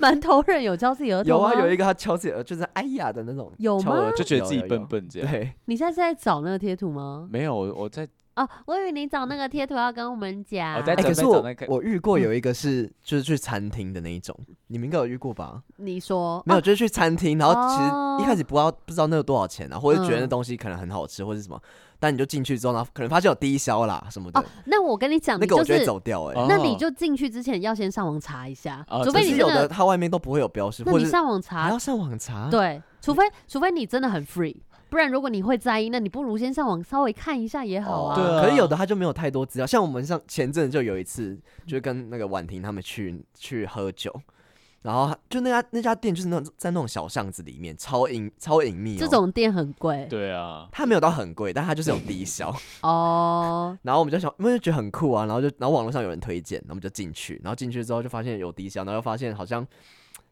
Speaker 1: 馒头人有教自己儿
Speaker 3: 有
Speaker 1: 童
Speaker 3: 啊，
Speaker 1: 吗？
Speaker 3: 有一个他敲自己的额，就是哎呀的那种，
Speaker 1: 有
Speaker 3: 敲额
Speaker 1: 吗
Speaker 3: 头
Speaker 2: 就觉得自己笨。
Speaker 3: 有有
Speaker 2: 笨这
Speaker 3: 有
Speaker 2: 样。
Speaker 3: 对，
Speaker 1: 你现在是在找那个贴图吗？
Speaker 2: 没有，我我在
Speaker 1: 哦，我以为你找那个贴图要跟我们讲。
Speaker 2: 我在
Speaker 3: 哎，
Speaker 2: 准
Speaker 3: 可
Speaker 2: 备
Speaker 3: 是
Speaker 2: 找
Speaker 3: 我
Speaker 2: 那个
Speaker 3: 我遇过有一个是就是去餐厅的那一种，你们应该有遇过吧？
Speaker 1: 你说
Speaker 3: 没有，就是去餐厅，然后其
Speaker 1: 哦
Speaker 3: 实一开始不知道不知道那个多少钱啊，或者觉得那
Speaker 1: 嗯
Speaker 3: 东西可能很好吃或者什么，但你就进去之后，然后可能发现有低消啦什么的
Speaker 1: 哦，那我跟你讲，
Speaker 3: 那
Speaker 1: 你
Speaker 3: 个我
Speaker 1: 就
Speaker 3: 就会
Speaker 1: 是
Speaker 3: 走掉哎。
Speaker 2: 哦
Speaker 1: 那你就进去之前要先上网查一下，
Speaker 2: 哦
Speaker 1: 除
Speaker 3: 可
Speaker 1: 非
Speaker 3: 是
Speaker 1: 你
Speaker 3: 有
Speaker 1: 真
Speaker 3: 的，它外面都不会有标识，
Speaker 1: 那
Speaker 3: 或啊
Speaker 1: 你
Speaker 3: 者
Speaker 1: 上网
Speaker 3: 还
Speaker 1: 查
Speaker 3: 要，上网查。
Speaker 1: 对，除非除非你真的很 free，不然如果你会在意，那你不如先上网稍微看一下也好啊。
Speaker 2: 对啊
Speaker 3: 可是有的他就没有太多资料，像我们上前阵子就有一次，就是跟那个婉婷他们去去喝酒，然后他就那家那家店就是那种在那种小巷子里面，超隐超隐秘、哦。
Speaker 1: 这种店很贵
Speaker 2: 对啊，
Speaker 3: 它没有到很贵，但它就是有低消。
Speaker 1: 哦，
Speaker 3: 然后我们就想，我们就觉得很酷啊，然后就然后网络上有人推荐，然后我们就进去，然后进去之后就发现有低消，然后又发现好像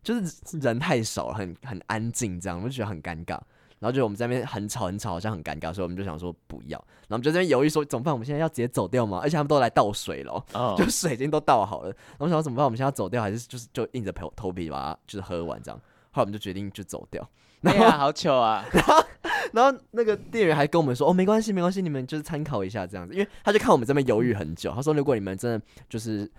Speaker 3: 就是人太少了，很很安静这样，我们就觉得很尴尬。然后就我们在那边很吵很吵，好像很尴尬，所以我们就想说不要，然后我们就在那边犹豫说怎么办？我们现在要直接走掉吗？而且他们都来倒水了哦，
Speaker 2: 哦
Speaker 3: 就水已经都倒好了，然后我想说怎么办？我们现在要走掉还是就是就硬着头头皮把它就是喝完这样？后来我们就决定就走掉。
Speaker 2: 对啊，好糗 啊！
Speaker 3: 然后那个店员还跟我们说：“哦，没关系，没关系，你们就是参考一下这样子。”因为他就看我们这边犹豫很久，他说：“如果你们真的就是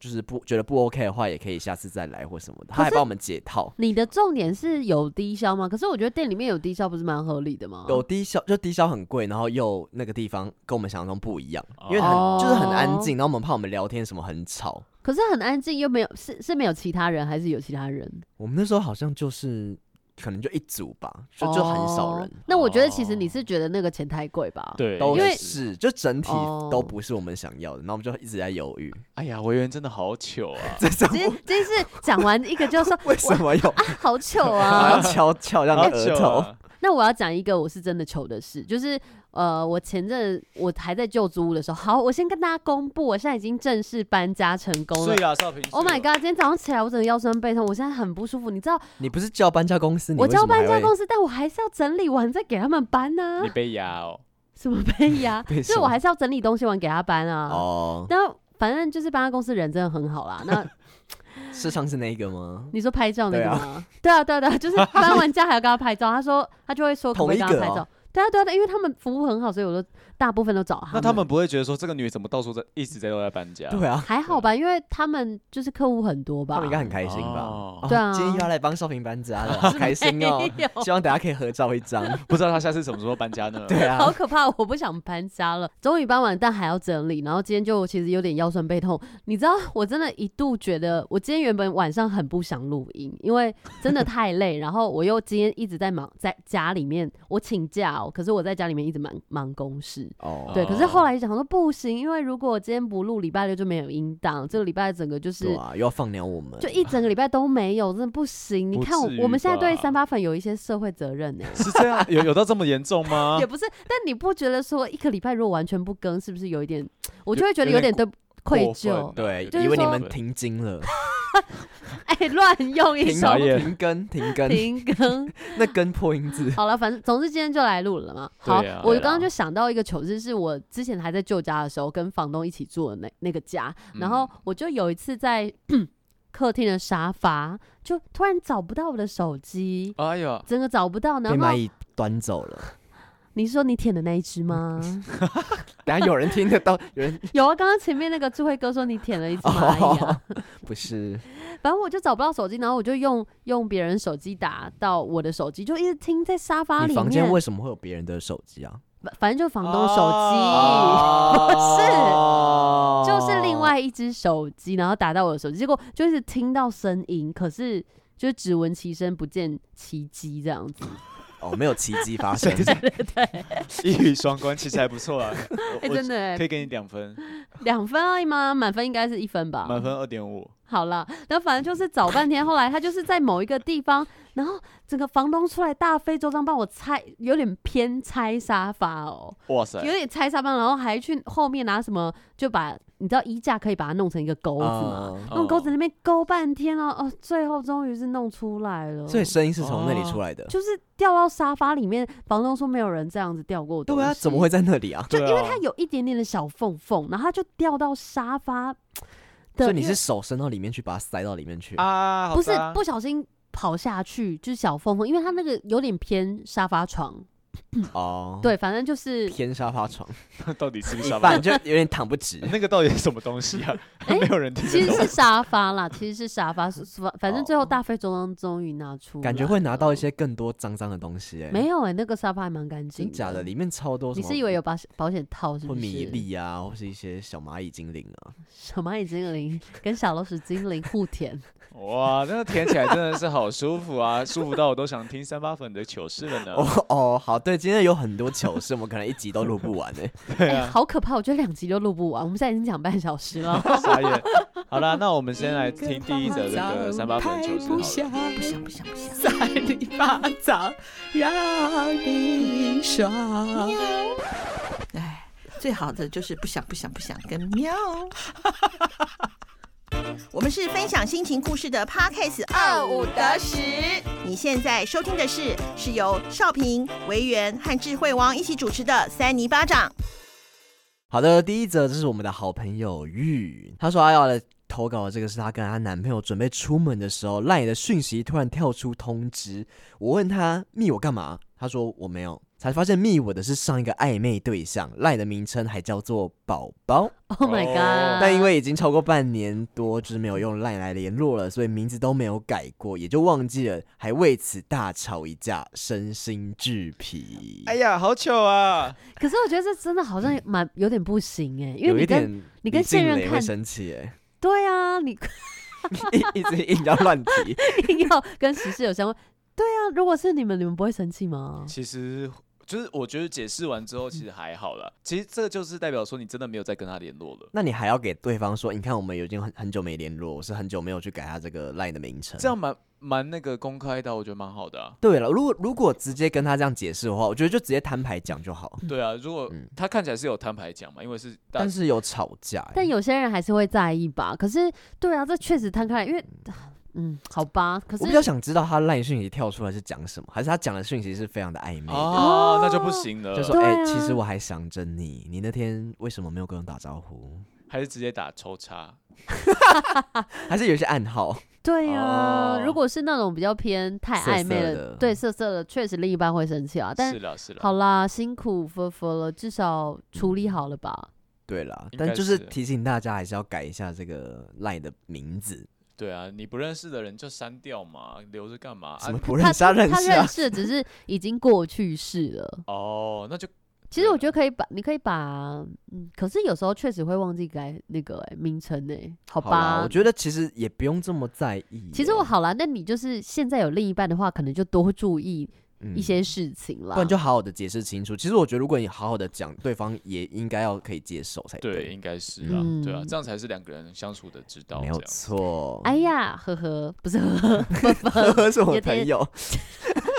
Speaker 3: 就是不觉得不 OK 的话，也可以下次再来或什么的。”他还帮我们解套，
Speaker 1: 你的重点是有低消吗？可是我觉得店里面有低消不是蛮合理的吗？
Speaker 3: 有低消就低消很贵，然后又那个地方跟我们想象中不一样，因为很、
Speaker 1: 哦
Speaker 3: 就是很安静，然后我们怕我们聊天什么很吵。
Speaker 1: 可是很安静，又没有是是没有其他人，还是有其他人？
Speaker 3: 我们那时候好像就是可能就一组吧，就就很少人
Speaker 1: 哦。那我觉得其实你是觉得那个钱太贵吧？，
Speaker 4: 对，
Speaker 3: 都
Speaker 1: 哦因为
Speaker 3: 是，就整体
Speaker 1: 哦
Speaker 3: 都不是我们想要的，那我们就一直在犹豫，
Speaker 2: 哎呀，维园真的好糗啊！
Speaker 3: 这种
Speaker 1: 其实真是讲完一个就说
Speaker 3: 为什么有
Speaker 1: 啊，好糗
Speaker 3: 还
Speaker 1: 啊
Speaker 3: 要！敲敲让
Speaker 2: 好
Speaker 3: 额
Speaker 2: 糗
Speaker 3: 头？
Speaker 2: 啊！
Speaker 1: 那我要讲一个我是真的糗的事，就是呃，我前阵我还在旧租屋的时候，好，我先跟大家公布，我现在已经正式搬家成功了
Speaker 2: 所以。啊，少平
Speaker 1: Oh my god！今天早上起来我整个腰酸背痛，我现在很不舒服。你知道
Speaker 3: 你不是叫搬家公司？你
Speaker 1: 我
Speaker 3: 为什
Speaker 1: 交
Speaker 3: 么
Speaker 1: 搬家
Speaker 3: 还会？
Speaker 1: 公司，但我还是要整理完再给他们搬呢、
Speaker 2: 你被压哦，
Speaker 1: 什么搬呀
Speaker 3: 被
Speaker 1: 就
Speaker 3: 什
Speaker 1: 我
Speaker 3: 么
Speaker 1: 还是要整理东西完给他搬啊。
Speaker 3: 哦，
Speaker 1: 但反正就是搬家公司人真的很好啦。那
Speaker 3: 是上次那一个吗？
Speaker 1: 你说拍照那
Speaker 3: 对
Speaker 1: 个
Speaker 3: 啊
Speaker 1: 吗？ 对啊，对啊，对啊， 就是搬完家还要跟他拍照。他说他就会说可不可以跟
Speaker 3: 同一
Speaker 1: 他
Speaker 3: 个
Speaker 1: 拍
Speaker 3: 哦
Speaker 1: 照。对啊，对啊，对啊因为他们服务很好，所以我都大部分都找他们。
Speaker 2: 那他们不会觉得说这个女怎么到处在一直在都在搬家？
Speaker 3: 对啊，
Speaker 1: 还好吧？因为他们就是客户很多吧。
Speaker 3: 他们应该很开心
Speaker 2: 哦
Speaker 3: 吧？哦
Speaker 1: 对啊
Speaker 3: 今天又要来帮少平搬家 了，好开心哦！
Speaker 1: 没有
Speaker 3: 希望大家可以合照一张。
Speaker 2: 不知道她下次什么时候搬家呢？
Speaker 3: 对
Speaker 1: 好
Speaker 3: 啊，
Speaker 1: 可怕！我不想搬家了。终于搬完，但还要整理。然后今天就其实有点腰酸背痛。你知道，我真的一度觉得，我今天原本晚上很不想录音，因为真的太累。然后我又今天一直在忙，在家里面我请假哦，可是我在家里面一直忙忙公事。
Speaker 3: 哦，
Speaker 1: 对，可是后来想说不行，因为如果我今天不录，礼拜六就没有音档，这个礼拜整个就是
Speaker 3: 对啊，又要放鸟我们，
Speaker 1: 就一整个礼拜都没有，真的不行。你
Speaker 2: 不
Speaker 1: 看我
Speaker 2: 至，于
Speaker 1: 我们现在对
Speaker 2: 吧
Speaker 1: 三八粉有一些社会责任呢、
Speaker 2: 是这样，有有到这么严重吗
Speaker 1: 也？不是。但你不觉得说一个礼拜如果完全不更，是不是有一点？我就
Speaker 2: 有
Speaker 1: 会觉得
Speaker 2: 有
Speaker 1: 有
Speaker 2: 点
Speaker 1: 点对愧
Speaker 2: 过分
Speaker 1: 疚
Speaker 2: 啊，
Speaker 3: 对，
Speaker 1: 就是
Speaker 3: 以为你
Speaker 1: 说
Speaker 3: 们停经了，
Speaker 1: 哎，乱用 一
Speaker 3: 停
Speaker 1: 首
Speaker 2: 啥耶
Speaker 3: 停更停更，
Speaker 1: 停哦更。
Speaker 3: 那更破音 字。
Speaker 1: 好了，反正总之今天就来录了嘛。好，
Speaker 2: 对啊
Speaker 1: 我
Speaker 2: 对
Speaker 1: 刚刚
Speaker 2: 啊
Speaker 1: 就想到一个糗事，是我之前还在旧家的时候跟房东一起住的那那个家，
Speaker 2: 嗯
Speaker 1: 然后我就有一次在 客厅的沙发，就突然找不到我的手机。
Speaker 2: 哎呀，
Speaker 1: 整个找不到，
Speaker 3: 被
Speaker 1: 然
Speaker 3: 蚂
Speaker 1: 后
Speaker 3: 蚁端走了，
Speaker 1: 你是说你舔的那一只 吗？
Speaker 3: 等下有人听得到，有人
Speaker 1: 有啊，刚刚前面那个智慧哥说你舔了一只蚂
Speaker 3: 哦
Speaker 1: 蚁啊。
Speaker 3: 不是
Speaker 1: 反正我就找不到手机，然后我就用用别人手机打到我的手机，就一直听在沙发
Speaker 3: 你
Speaker 1: 里
Speaker 3: 房间
Speaker 1: 面。
Speaker 3: 为什么会有别人的手机啊？
Speaker 1: 反反正就房东手机，
Speaker 3: 哦
Speaker 1: 就是另外一只手机，然后打到我的手机，结果就是听到声音，可是就是只闻其声不见其迹这样子。
Speaker 3: 哦，没有奇迹发生。
Speaker 2: 一语双关，其实还不错啊。
Speaker 1: 哎、
Speaker 2: 我我
Speaker 1: 真的哎、
Speaker 2: 可以给你两分，
Speaker 1: 两分而已吗？满分应该是一分吧。
Speaker 2: 满分二点五。
Speaker 1: 好了，那反正就是找半天，后来他就是在某一个地方，然后整个房东出来大费周章帮我拆，有点偏拆沙发哦。
Speaker 2: 哇塞，
Speaker 1: 有点拆沙发，然后还去后面拿什么，就把你知道衣架可以把它弄成一个钩子嘛，
Speaker 3: 嗯
Speaker 1: 弄钩子
Speaker 2: 哦
Speaker 1: 那边勾半天哦，哦，最后终于是弄出来了。
Speaker 3: 所以声音是从那里出来的。
Speaker 1: 就是掉到沙发里面，房东说没有人这样子掉过东西
Speaker 3: 对啊，怎么？会在那里啊？
Speaker 1: 就
Speaker 2: 对啊
Speaker 1: 因为它有一点点的小缝缝，然后它就掉到沙发的，
Speaker 3: 所以你是手伸到里面去，把它塞到里面去。
Speaker 2: 啊，好
Speaker 1: 不是
Speaker 2: 脏
Speaker 1: 不小心跑下去就是小缝缝，因为它那个有点偏沙发床，
Speaker 3: 哦，，
Speaker 1: 对，反正就是
Speaker 3: 偏沙发床，
Speaker 2: 到底是不是
Speaker 3: 一
Speaker 2: 沙发
Speaker 3: 半？就有点躺 不直。
Speaker 2: 那个到底是什么东西啊？
Speaker 1: 哎
Speaker 2: 没有人听
Speaker 1: 其
Speaker 2: 得
Speaker 1: 实
Speaker 2: 懂。
Speaker 1: 是沙发 啦，其实是沙发，是是反正最后大费周章终于拿出来了，
Speaker 3: 哦感觉会拿到一些更多脏脏的东西、哎，
Speaker 1: 没有哎、那个沙发还蛮干净的，
Speaker 3: 真假的，里面超多什
Speaker 1: 你
Speaker 3: 么？
Speaker 1: 是以为有保险保险套是不
Speaker 3: 或
Speaker 1: 是？
Speaker 3: 米粒啊，或是一些小蚂蚁精灵啊？
Speaker 1: 小蚂蚁精灵跟小老鼠精灵互舔，
Speaker 2: 哇，那个舔起来真的是好舒服啊，舒服到我都想听三八粉的糗事了呢。
Speaker 3: 哦哦，好，对，今天有很多糗事，我们可能一集都录不完哎、
Speaker 2: 对
Speaker 1: 哎、
Speaker 2: 啊，
Speaker 1: 好可怕！我觉得两集都录不完，我们现在已经讲半小时 了。
Speaker 2: 傻眼。好啦，那我们先来听第一则这个三八粉的糗事好了。
Speaker 1: 不想不想不想！
Speaker 5: 塞里巴掌让你爽。哎，最好的就是不想不想不想跟喵。
Speaker 6: 我们是分享心情故事的 Podcast 二五得十。你现在收听的是是由少平、维园和智慧王一起主持的《三尼巴掌》。
Speaker 3: 好的，第一则这是我们的好朋友玉，她说她啊要来投稿的这个是她跟她男朋友准备出门的时候，赖的讯息突然跳出通知，我问她密我干嘛，她说我没有，才发现密我的是上一个暧昧对象，赖的名称还叫做宝宝，
Speaker 1: Oh my
Speaker 2: 哦
Speaker 1: god！、
Speaker 3: 但因为已经超过半年多，就是没有用赖来联络了，所以名字都没有改过，也就忘记了，还为此大吵一架，身心俱疲。
Speaker 2: 哎呀，好糗啊！
Speaker 1: 可是我觉得这真的好像蛮有点不行哎、因
Speaker 3: 嗯有
Speaker 1: 为
Speaker 3: 一
Speaker 1: 你跟
Speaker 3: 点
Speaker 1: 你跟
Speaker 3: 李静
Speaker 1: 现任
Speaker 3: 蕾会
Speaker 1: 看
Speaker 3: 生气哎。
Speaker 1: 对啊，你
Speaker 3: 一一直硬要乱提，
Speaker 1: 硬要跟时事有相关。那如果是你们，你们不会生气吗？
Speaker 2: 其实就是我觉得解释完之后，其实还好啦。其实这就是代表说你真的没有再跟他联络了。
Speaker 3: 那你还要给对方说，你看我们已经很很久没联络，我是很久没有去改他这个 line 的名称。
Speaker 2: 这样蛮蛮那个公开的，我觉得蛮好的啊。
Speaker 3: 对了，如果如果直接跟他这样解释的话，我觉得就直接摊牌讲就好。
Speaker 2: 对啊，如果
Speaker 3: 嗯
Speaker 2: 他看起来是有摊牌讲嘛，因为是大
Speaker 3: 但是有吵架欸，
Speaker 1: 但有些人还是会在意吧。可是，对啊，这确实摊开来，因为，嗯，好吧。可
Speaker 3: 我比较
Speaker 1: 是
Speaker 3: 想知道他 line 讯息跳出来是讲什么，还是他讲的讯息是非常的暧昧的
Speaker 2: 啊，那就不行了，
Speaker 3: 哦就说
Speaker 1: 对
Speaker 3: 哎、
Speaker 1: 啊
Speaker 3: 其实我还想着你，你那天为什么没有跟我打招呼？
Speaker 2: 还是直接打抽查。
Speaker 3: 还是有一些暗号，
Speaker 1: 对啊，
Speaker 2: 哦
Speaker 1: 如果是那种比较偏太
Speaker 3: 色
Speaker 1: 暧昧
Speaker 3: 色
Speaker 1: 了，
Speaker 3: 的
Speaker 1: 对色色的，确实另一半会生气啊。但
Speaker 2: 是啦是啦，
Speaker 1: 好啦，辛苦佛佛了，至少处理好了吧？
Speaker 3: 对啦，
Speaker 2: 应
Speaker 3: 但
Speaker 2: 该
Speaker 3: 就是
Speaker 2: 是
Speaker 3: 提醒大家还是要改一下这个 line 的名字，
Speaker 2: 对啊，你不认识的人就删掉嘛，留着干嘛？啊
Speaker 3: 什么不
Speaker 1: 他
Speaker 3: 认识啊认
Speaker 1: 他
Speaker 3: 识
Speaker 1: 认
Speaker 3: 啊，
Speaker 1: 识的只是已经过去式了。
Speaker 2: 哦，那就
Speaker 1: 其实我
Speaker 3: 啊
Speaker 1: 觉得可以把，你可以把，嗯，可是有时候确实会忘记改那个、欸、名称呢、好
Speaker 3: 好啦
Speaker 1: 吧？
Speaker 3: 我觉得其实也不用这么在意耶。
Speaker 1: 其实我好啦，那你就是现在有另一半的话，可能就多注意
Speaker 3: 嗯
Speaker 1: 一些事情啦。
Speaker 3: 不然就好好的解释清楚。其实我觉得，如果你好好的讲，对方也应该要可以接受才
Speaker 2: 对，
Speaker 3: 对，
Speaker 2: 应该是啦，
Speaker 1: 嗯
Speaker 2: 对啊，这样才是两个人相处的之道。
Speaker 3: 没
Speaker 2: 这
Speaker 3: 有
Speaker 2: 样
Speaker 3: 错。
Speaker 1: 哎呀，呵呵，不是呵呵，呵
Speaker 3: 呵
Speaker 1: 呵
Speaker 3: 呵，是我
Speaker 1: 有
Speaker 3: 朋
Speaker 1: 点
Speaker 3: 友，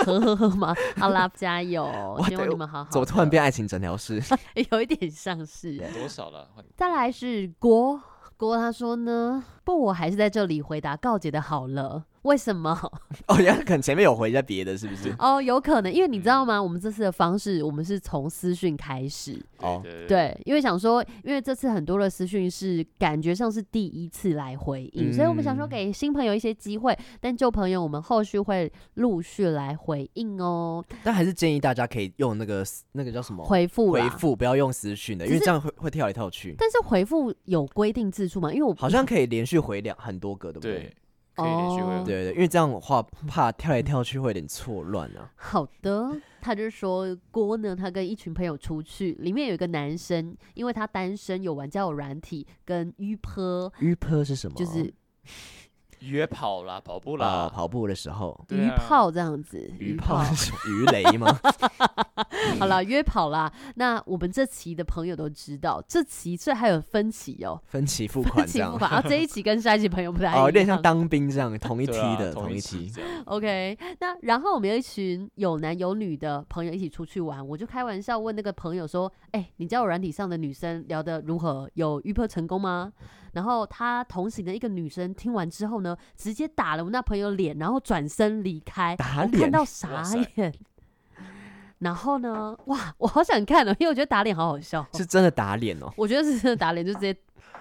Speaker 1: 呵呵呵吗？好啦，加油！希望
Speaker 3: 对
Speaker 1: 你们好好的。
Speaker 3: 怎么突然变爱情诊 疗室？
Speaker 1: 有一点像是。欸
Speaker 2: 多少了？换
Speaker 1: 再来是郭郭，他说呢，不，我还是在这里回答告解的好了。为什么？
Speaker 3: 哦，原来可能前面有回一下别的，是不是？
Speaker 1: 哦，有可能，因为你知
Speaker 3: 嗯
Speaker 1: 道吗？我们这次的方式，我们是从私讯开始，
Speaker 3: 哦
Speaker 2: 对
Speaker 1: 对，因为想说，因为这次很多的私讯是感觉上是第一次来回应，所以我们想说
Speaker 3: 嗯
Speaker 1: 给新朋友一些机会，但旧朋友我们后续会陆续来回应哦，
Speaker 3: 但还是建议大家可以用那个那个叫什么
Speaker 1: 回复
Speaker 3: 哦回
Speaker 1: 啦。
Speaker 3: 复，不要用私讯的，因为
Speaker 1: 只是
Speaker 3: 这样会会跳来跳去。
Speaker 1: 但是回复有规定字数嘛？因为我
Speaker 3: 好像可以连续回两很多个，对不对？
Speaker 2: 对，可以连续
Speaker 1: 哦
Speaker 2: 会
Speaker 3: 对对，因为这样的话，怕跳来跳去会有点错乱啊。
Speaker 1: 好的，他就说郭呢，他跟一群朋友出去，里面有一个男生，因为他单身，有玩交友软体跟约坡，
Speaker 3: 约炮是什么？
Speaker 1: 啊就是
Speaker 2: 约跑啦，跑步
Speaker 3: 啊，
Speaker 2: 啦，
Speaker 3: 跑步的时候，
Speaker 2: 对
Speaker 1: 鱼
Speaker 2: 啊
Speaker 1: 炮这样子，
Speaker 3: 鱼
Speaker 1: 鱼
Speaker 3: 炮 是什么？鱼雷 吗？
Speaker 1: 好了，约跑啦。那我们这期的朋友都知道，这期这还有分歧 哦，
Speaker 3: 分期付
Speaker 1: 分
Speaker 3: 款这
Speaker 1: 歧
Speaker 3: 样
Speaker 1: 不。法。啊，这一期跟下一期朋友不太一样。
Speaker 3: 哦，有点像当兵这样，同一梯
Speaker 2: 对啊
Speaker 3: 的，
Speaker 2: 同
Speaker 3: 一
Speaker 2: 期
Speaker 3: 梯。
Speaker 2: 这样。
Speaker 1: OK，那然后我们有一群有男有女的朋友一起出去玩，我就开玩笑问那个朋友说：“哎、你交友软体上的女生聊得如何？有预破成功吗？”然后他同行的一个女生听完之后呢，直接打了我那朋友脸，然后转身离开，
Speaker 3: 打
Speaker 1: 我
Speaker 3: 脸
Speaker 1: 看到傻
Speaker 2: 塞
Speaker 1: 眼。然后呢，哇，我好想看哦，因为我觉得打脸好好笑哦。
Speaker 3: 是真的打脸哦。
Speaker 1: 我觉得是真的打脸，就直接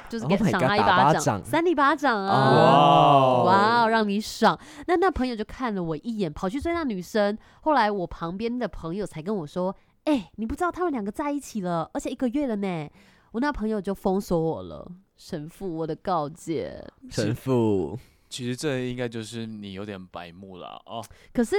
Speaker 1: 就是给
Speaker 3: Oh my
Speaker 1: 赏
Speaker 3: God，
Speaker 1: 他一
Speaker 3: 打巴
Speaker 1: 巴
Speaker 3: 掌
Speaker 1: 扇你巴掌啊！
Speaker 3: 哦
Speaker 1: 哇，让你爽！那那朋友就看了我一眼，跑去追那女生。后来我旁边的朋友才跟我说：“哎、你不知道他们两个在一起了，而且一个月了呢。”我那朋友就封锁我了，神父，我的告诫。
Speaker 3: 神父，
Speaker 2: 其实这应该就是你有点白目啦哦，
Speaker 1: 可是，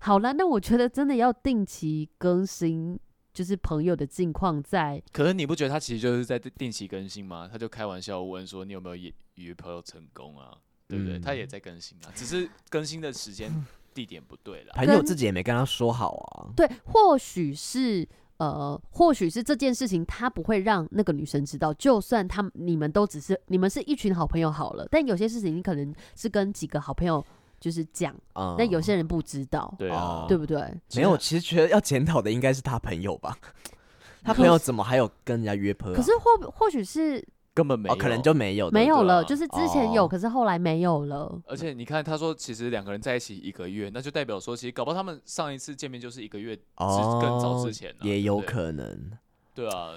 Speaker 1: 好了，那我觉得真的要定期更新，就是朋友的近况在。
Speaker 2: 可是你不觉得他其实就是在定定期更新吗？他就开玩笑问说你有没有约约朋友成功啊？对不对？
Speaker 3: 嗯
Speaker 2: 他也在更新啊，只是更新的时间地点不对啦。
Speaker 3: 朋友
Speaker 1: 跟
Speaker 3: 自己也没跟他说好啊。
Speaker 1: 对，或许是呃，或许是这件事情他不会让那个女生知道，就算他们你们都只是你们是一群好朋友好了，但有些事情你可能是跟几个好朋友就是讲，
Speaker 3: 啊，
Speaker 1: 那有些人不知道，
Speaker 2: 对啊，
Speaker 3: 哦
Speaker 1: 对不对？
Speaker 2: 其
Speaker 3: 没
Speaker 2: 实
Speaker 3: 有，其实觉得要检讨的应该是他朋友吧。他朋友怎么还有跟人家约炮啊？
Speaker 1: 可是或或许是
Speaker 2: 根本没有，
Speaker 3: 哦，可能就没有，
Speaker 1: 没
Speaker 3: 对不
Speaker 1: 有
Speaker 2: 对
Speaker 1: 了，
Speaker 2: 啊
Speaker 1: 就是之前有，
Speaker 3: 哦
Speaker 1: 可是后来没有了。
Speaker 2: 而且你看，他说其实两个人在一起一个月，那就代表说，其实搞不好他们上一次见面就是一个月之
Speaker 3: 对哦，
Speaker 2: 更早之前啊
Speaker 3: 也有
Speaker 2: 对不对
Speaker 3: 可能。
Speaker 2: 对啊，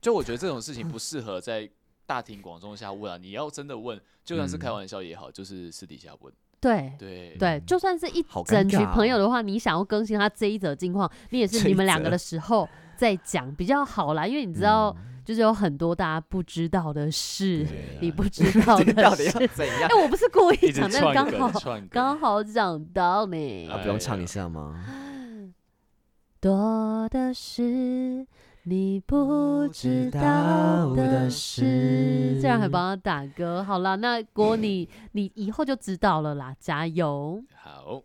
Speaker 2: 就我觉得这种事情不适合在大庭广众下问啊。你要真的问，就算是开
Speaker 3: 嗯
Speaker 2: 玩笑也好，就是私底下问。
Speaker 1: 对
Speaker 2: 对
Speaker 1: 对，就算是一
Speaker 3: 好尴
Speaker 1: 整群
Speaker 3: 尬
Speaker 1: 朋友
Speaker 3: 哦
Speaker 1: 的话，你想要更新他这一则近况，你也是
Speaker 3: 这
Speaker 1: 你
Speaker 3: 一
Speaker 1: 们两个
Speaker 3: 则
Speaker 1: 的时候再讲比较好啦，因为你知道，
Speaker 3: 嗯
Speaker 1: 就是有很多大家不知道的事。
Speaker 3: 对啊
Speaker 1: 你不知道
Speaker 3: 这到
Speaker 1: 的
Speaker 3: 底
Speaker 1: 事。
Speaker 3: 要怎样
Speaker 1: 哎、？我不是故
Speaker 2: 一
Speaker 1: 意
Speaker 2: 直
Speaker 1: 讲，但
Speaker 2: 串
Speaker 1: 刚
Speaker 2: 梗
Speaker 1: 好
Speaker 2: 串梗，
Speaker 1: 刚好讲到你
Speaker 3: 啊，
Speaker 2: 哎，
Speaker 3: 不用唱一下吗？
Speaker 1: 多的是你不知道的事。这样还帮他打歌，好啦，那郭你你以后就知道了啦，加油！
Speaker 2: 好，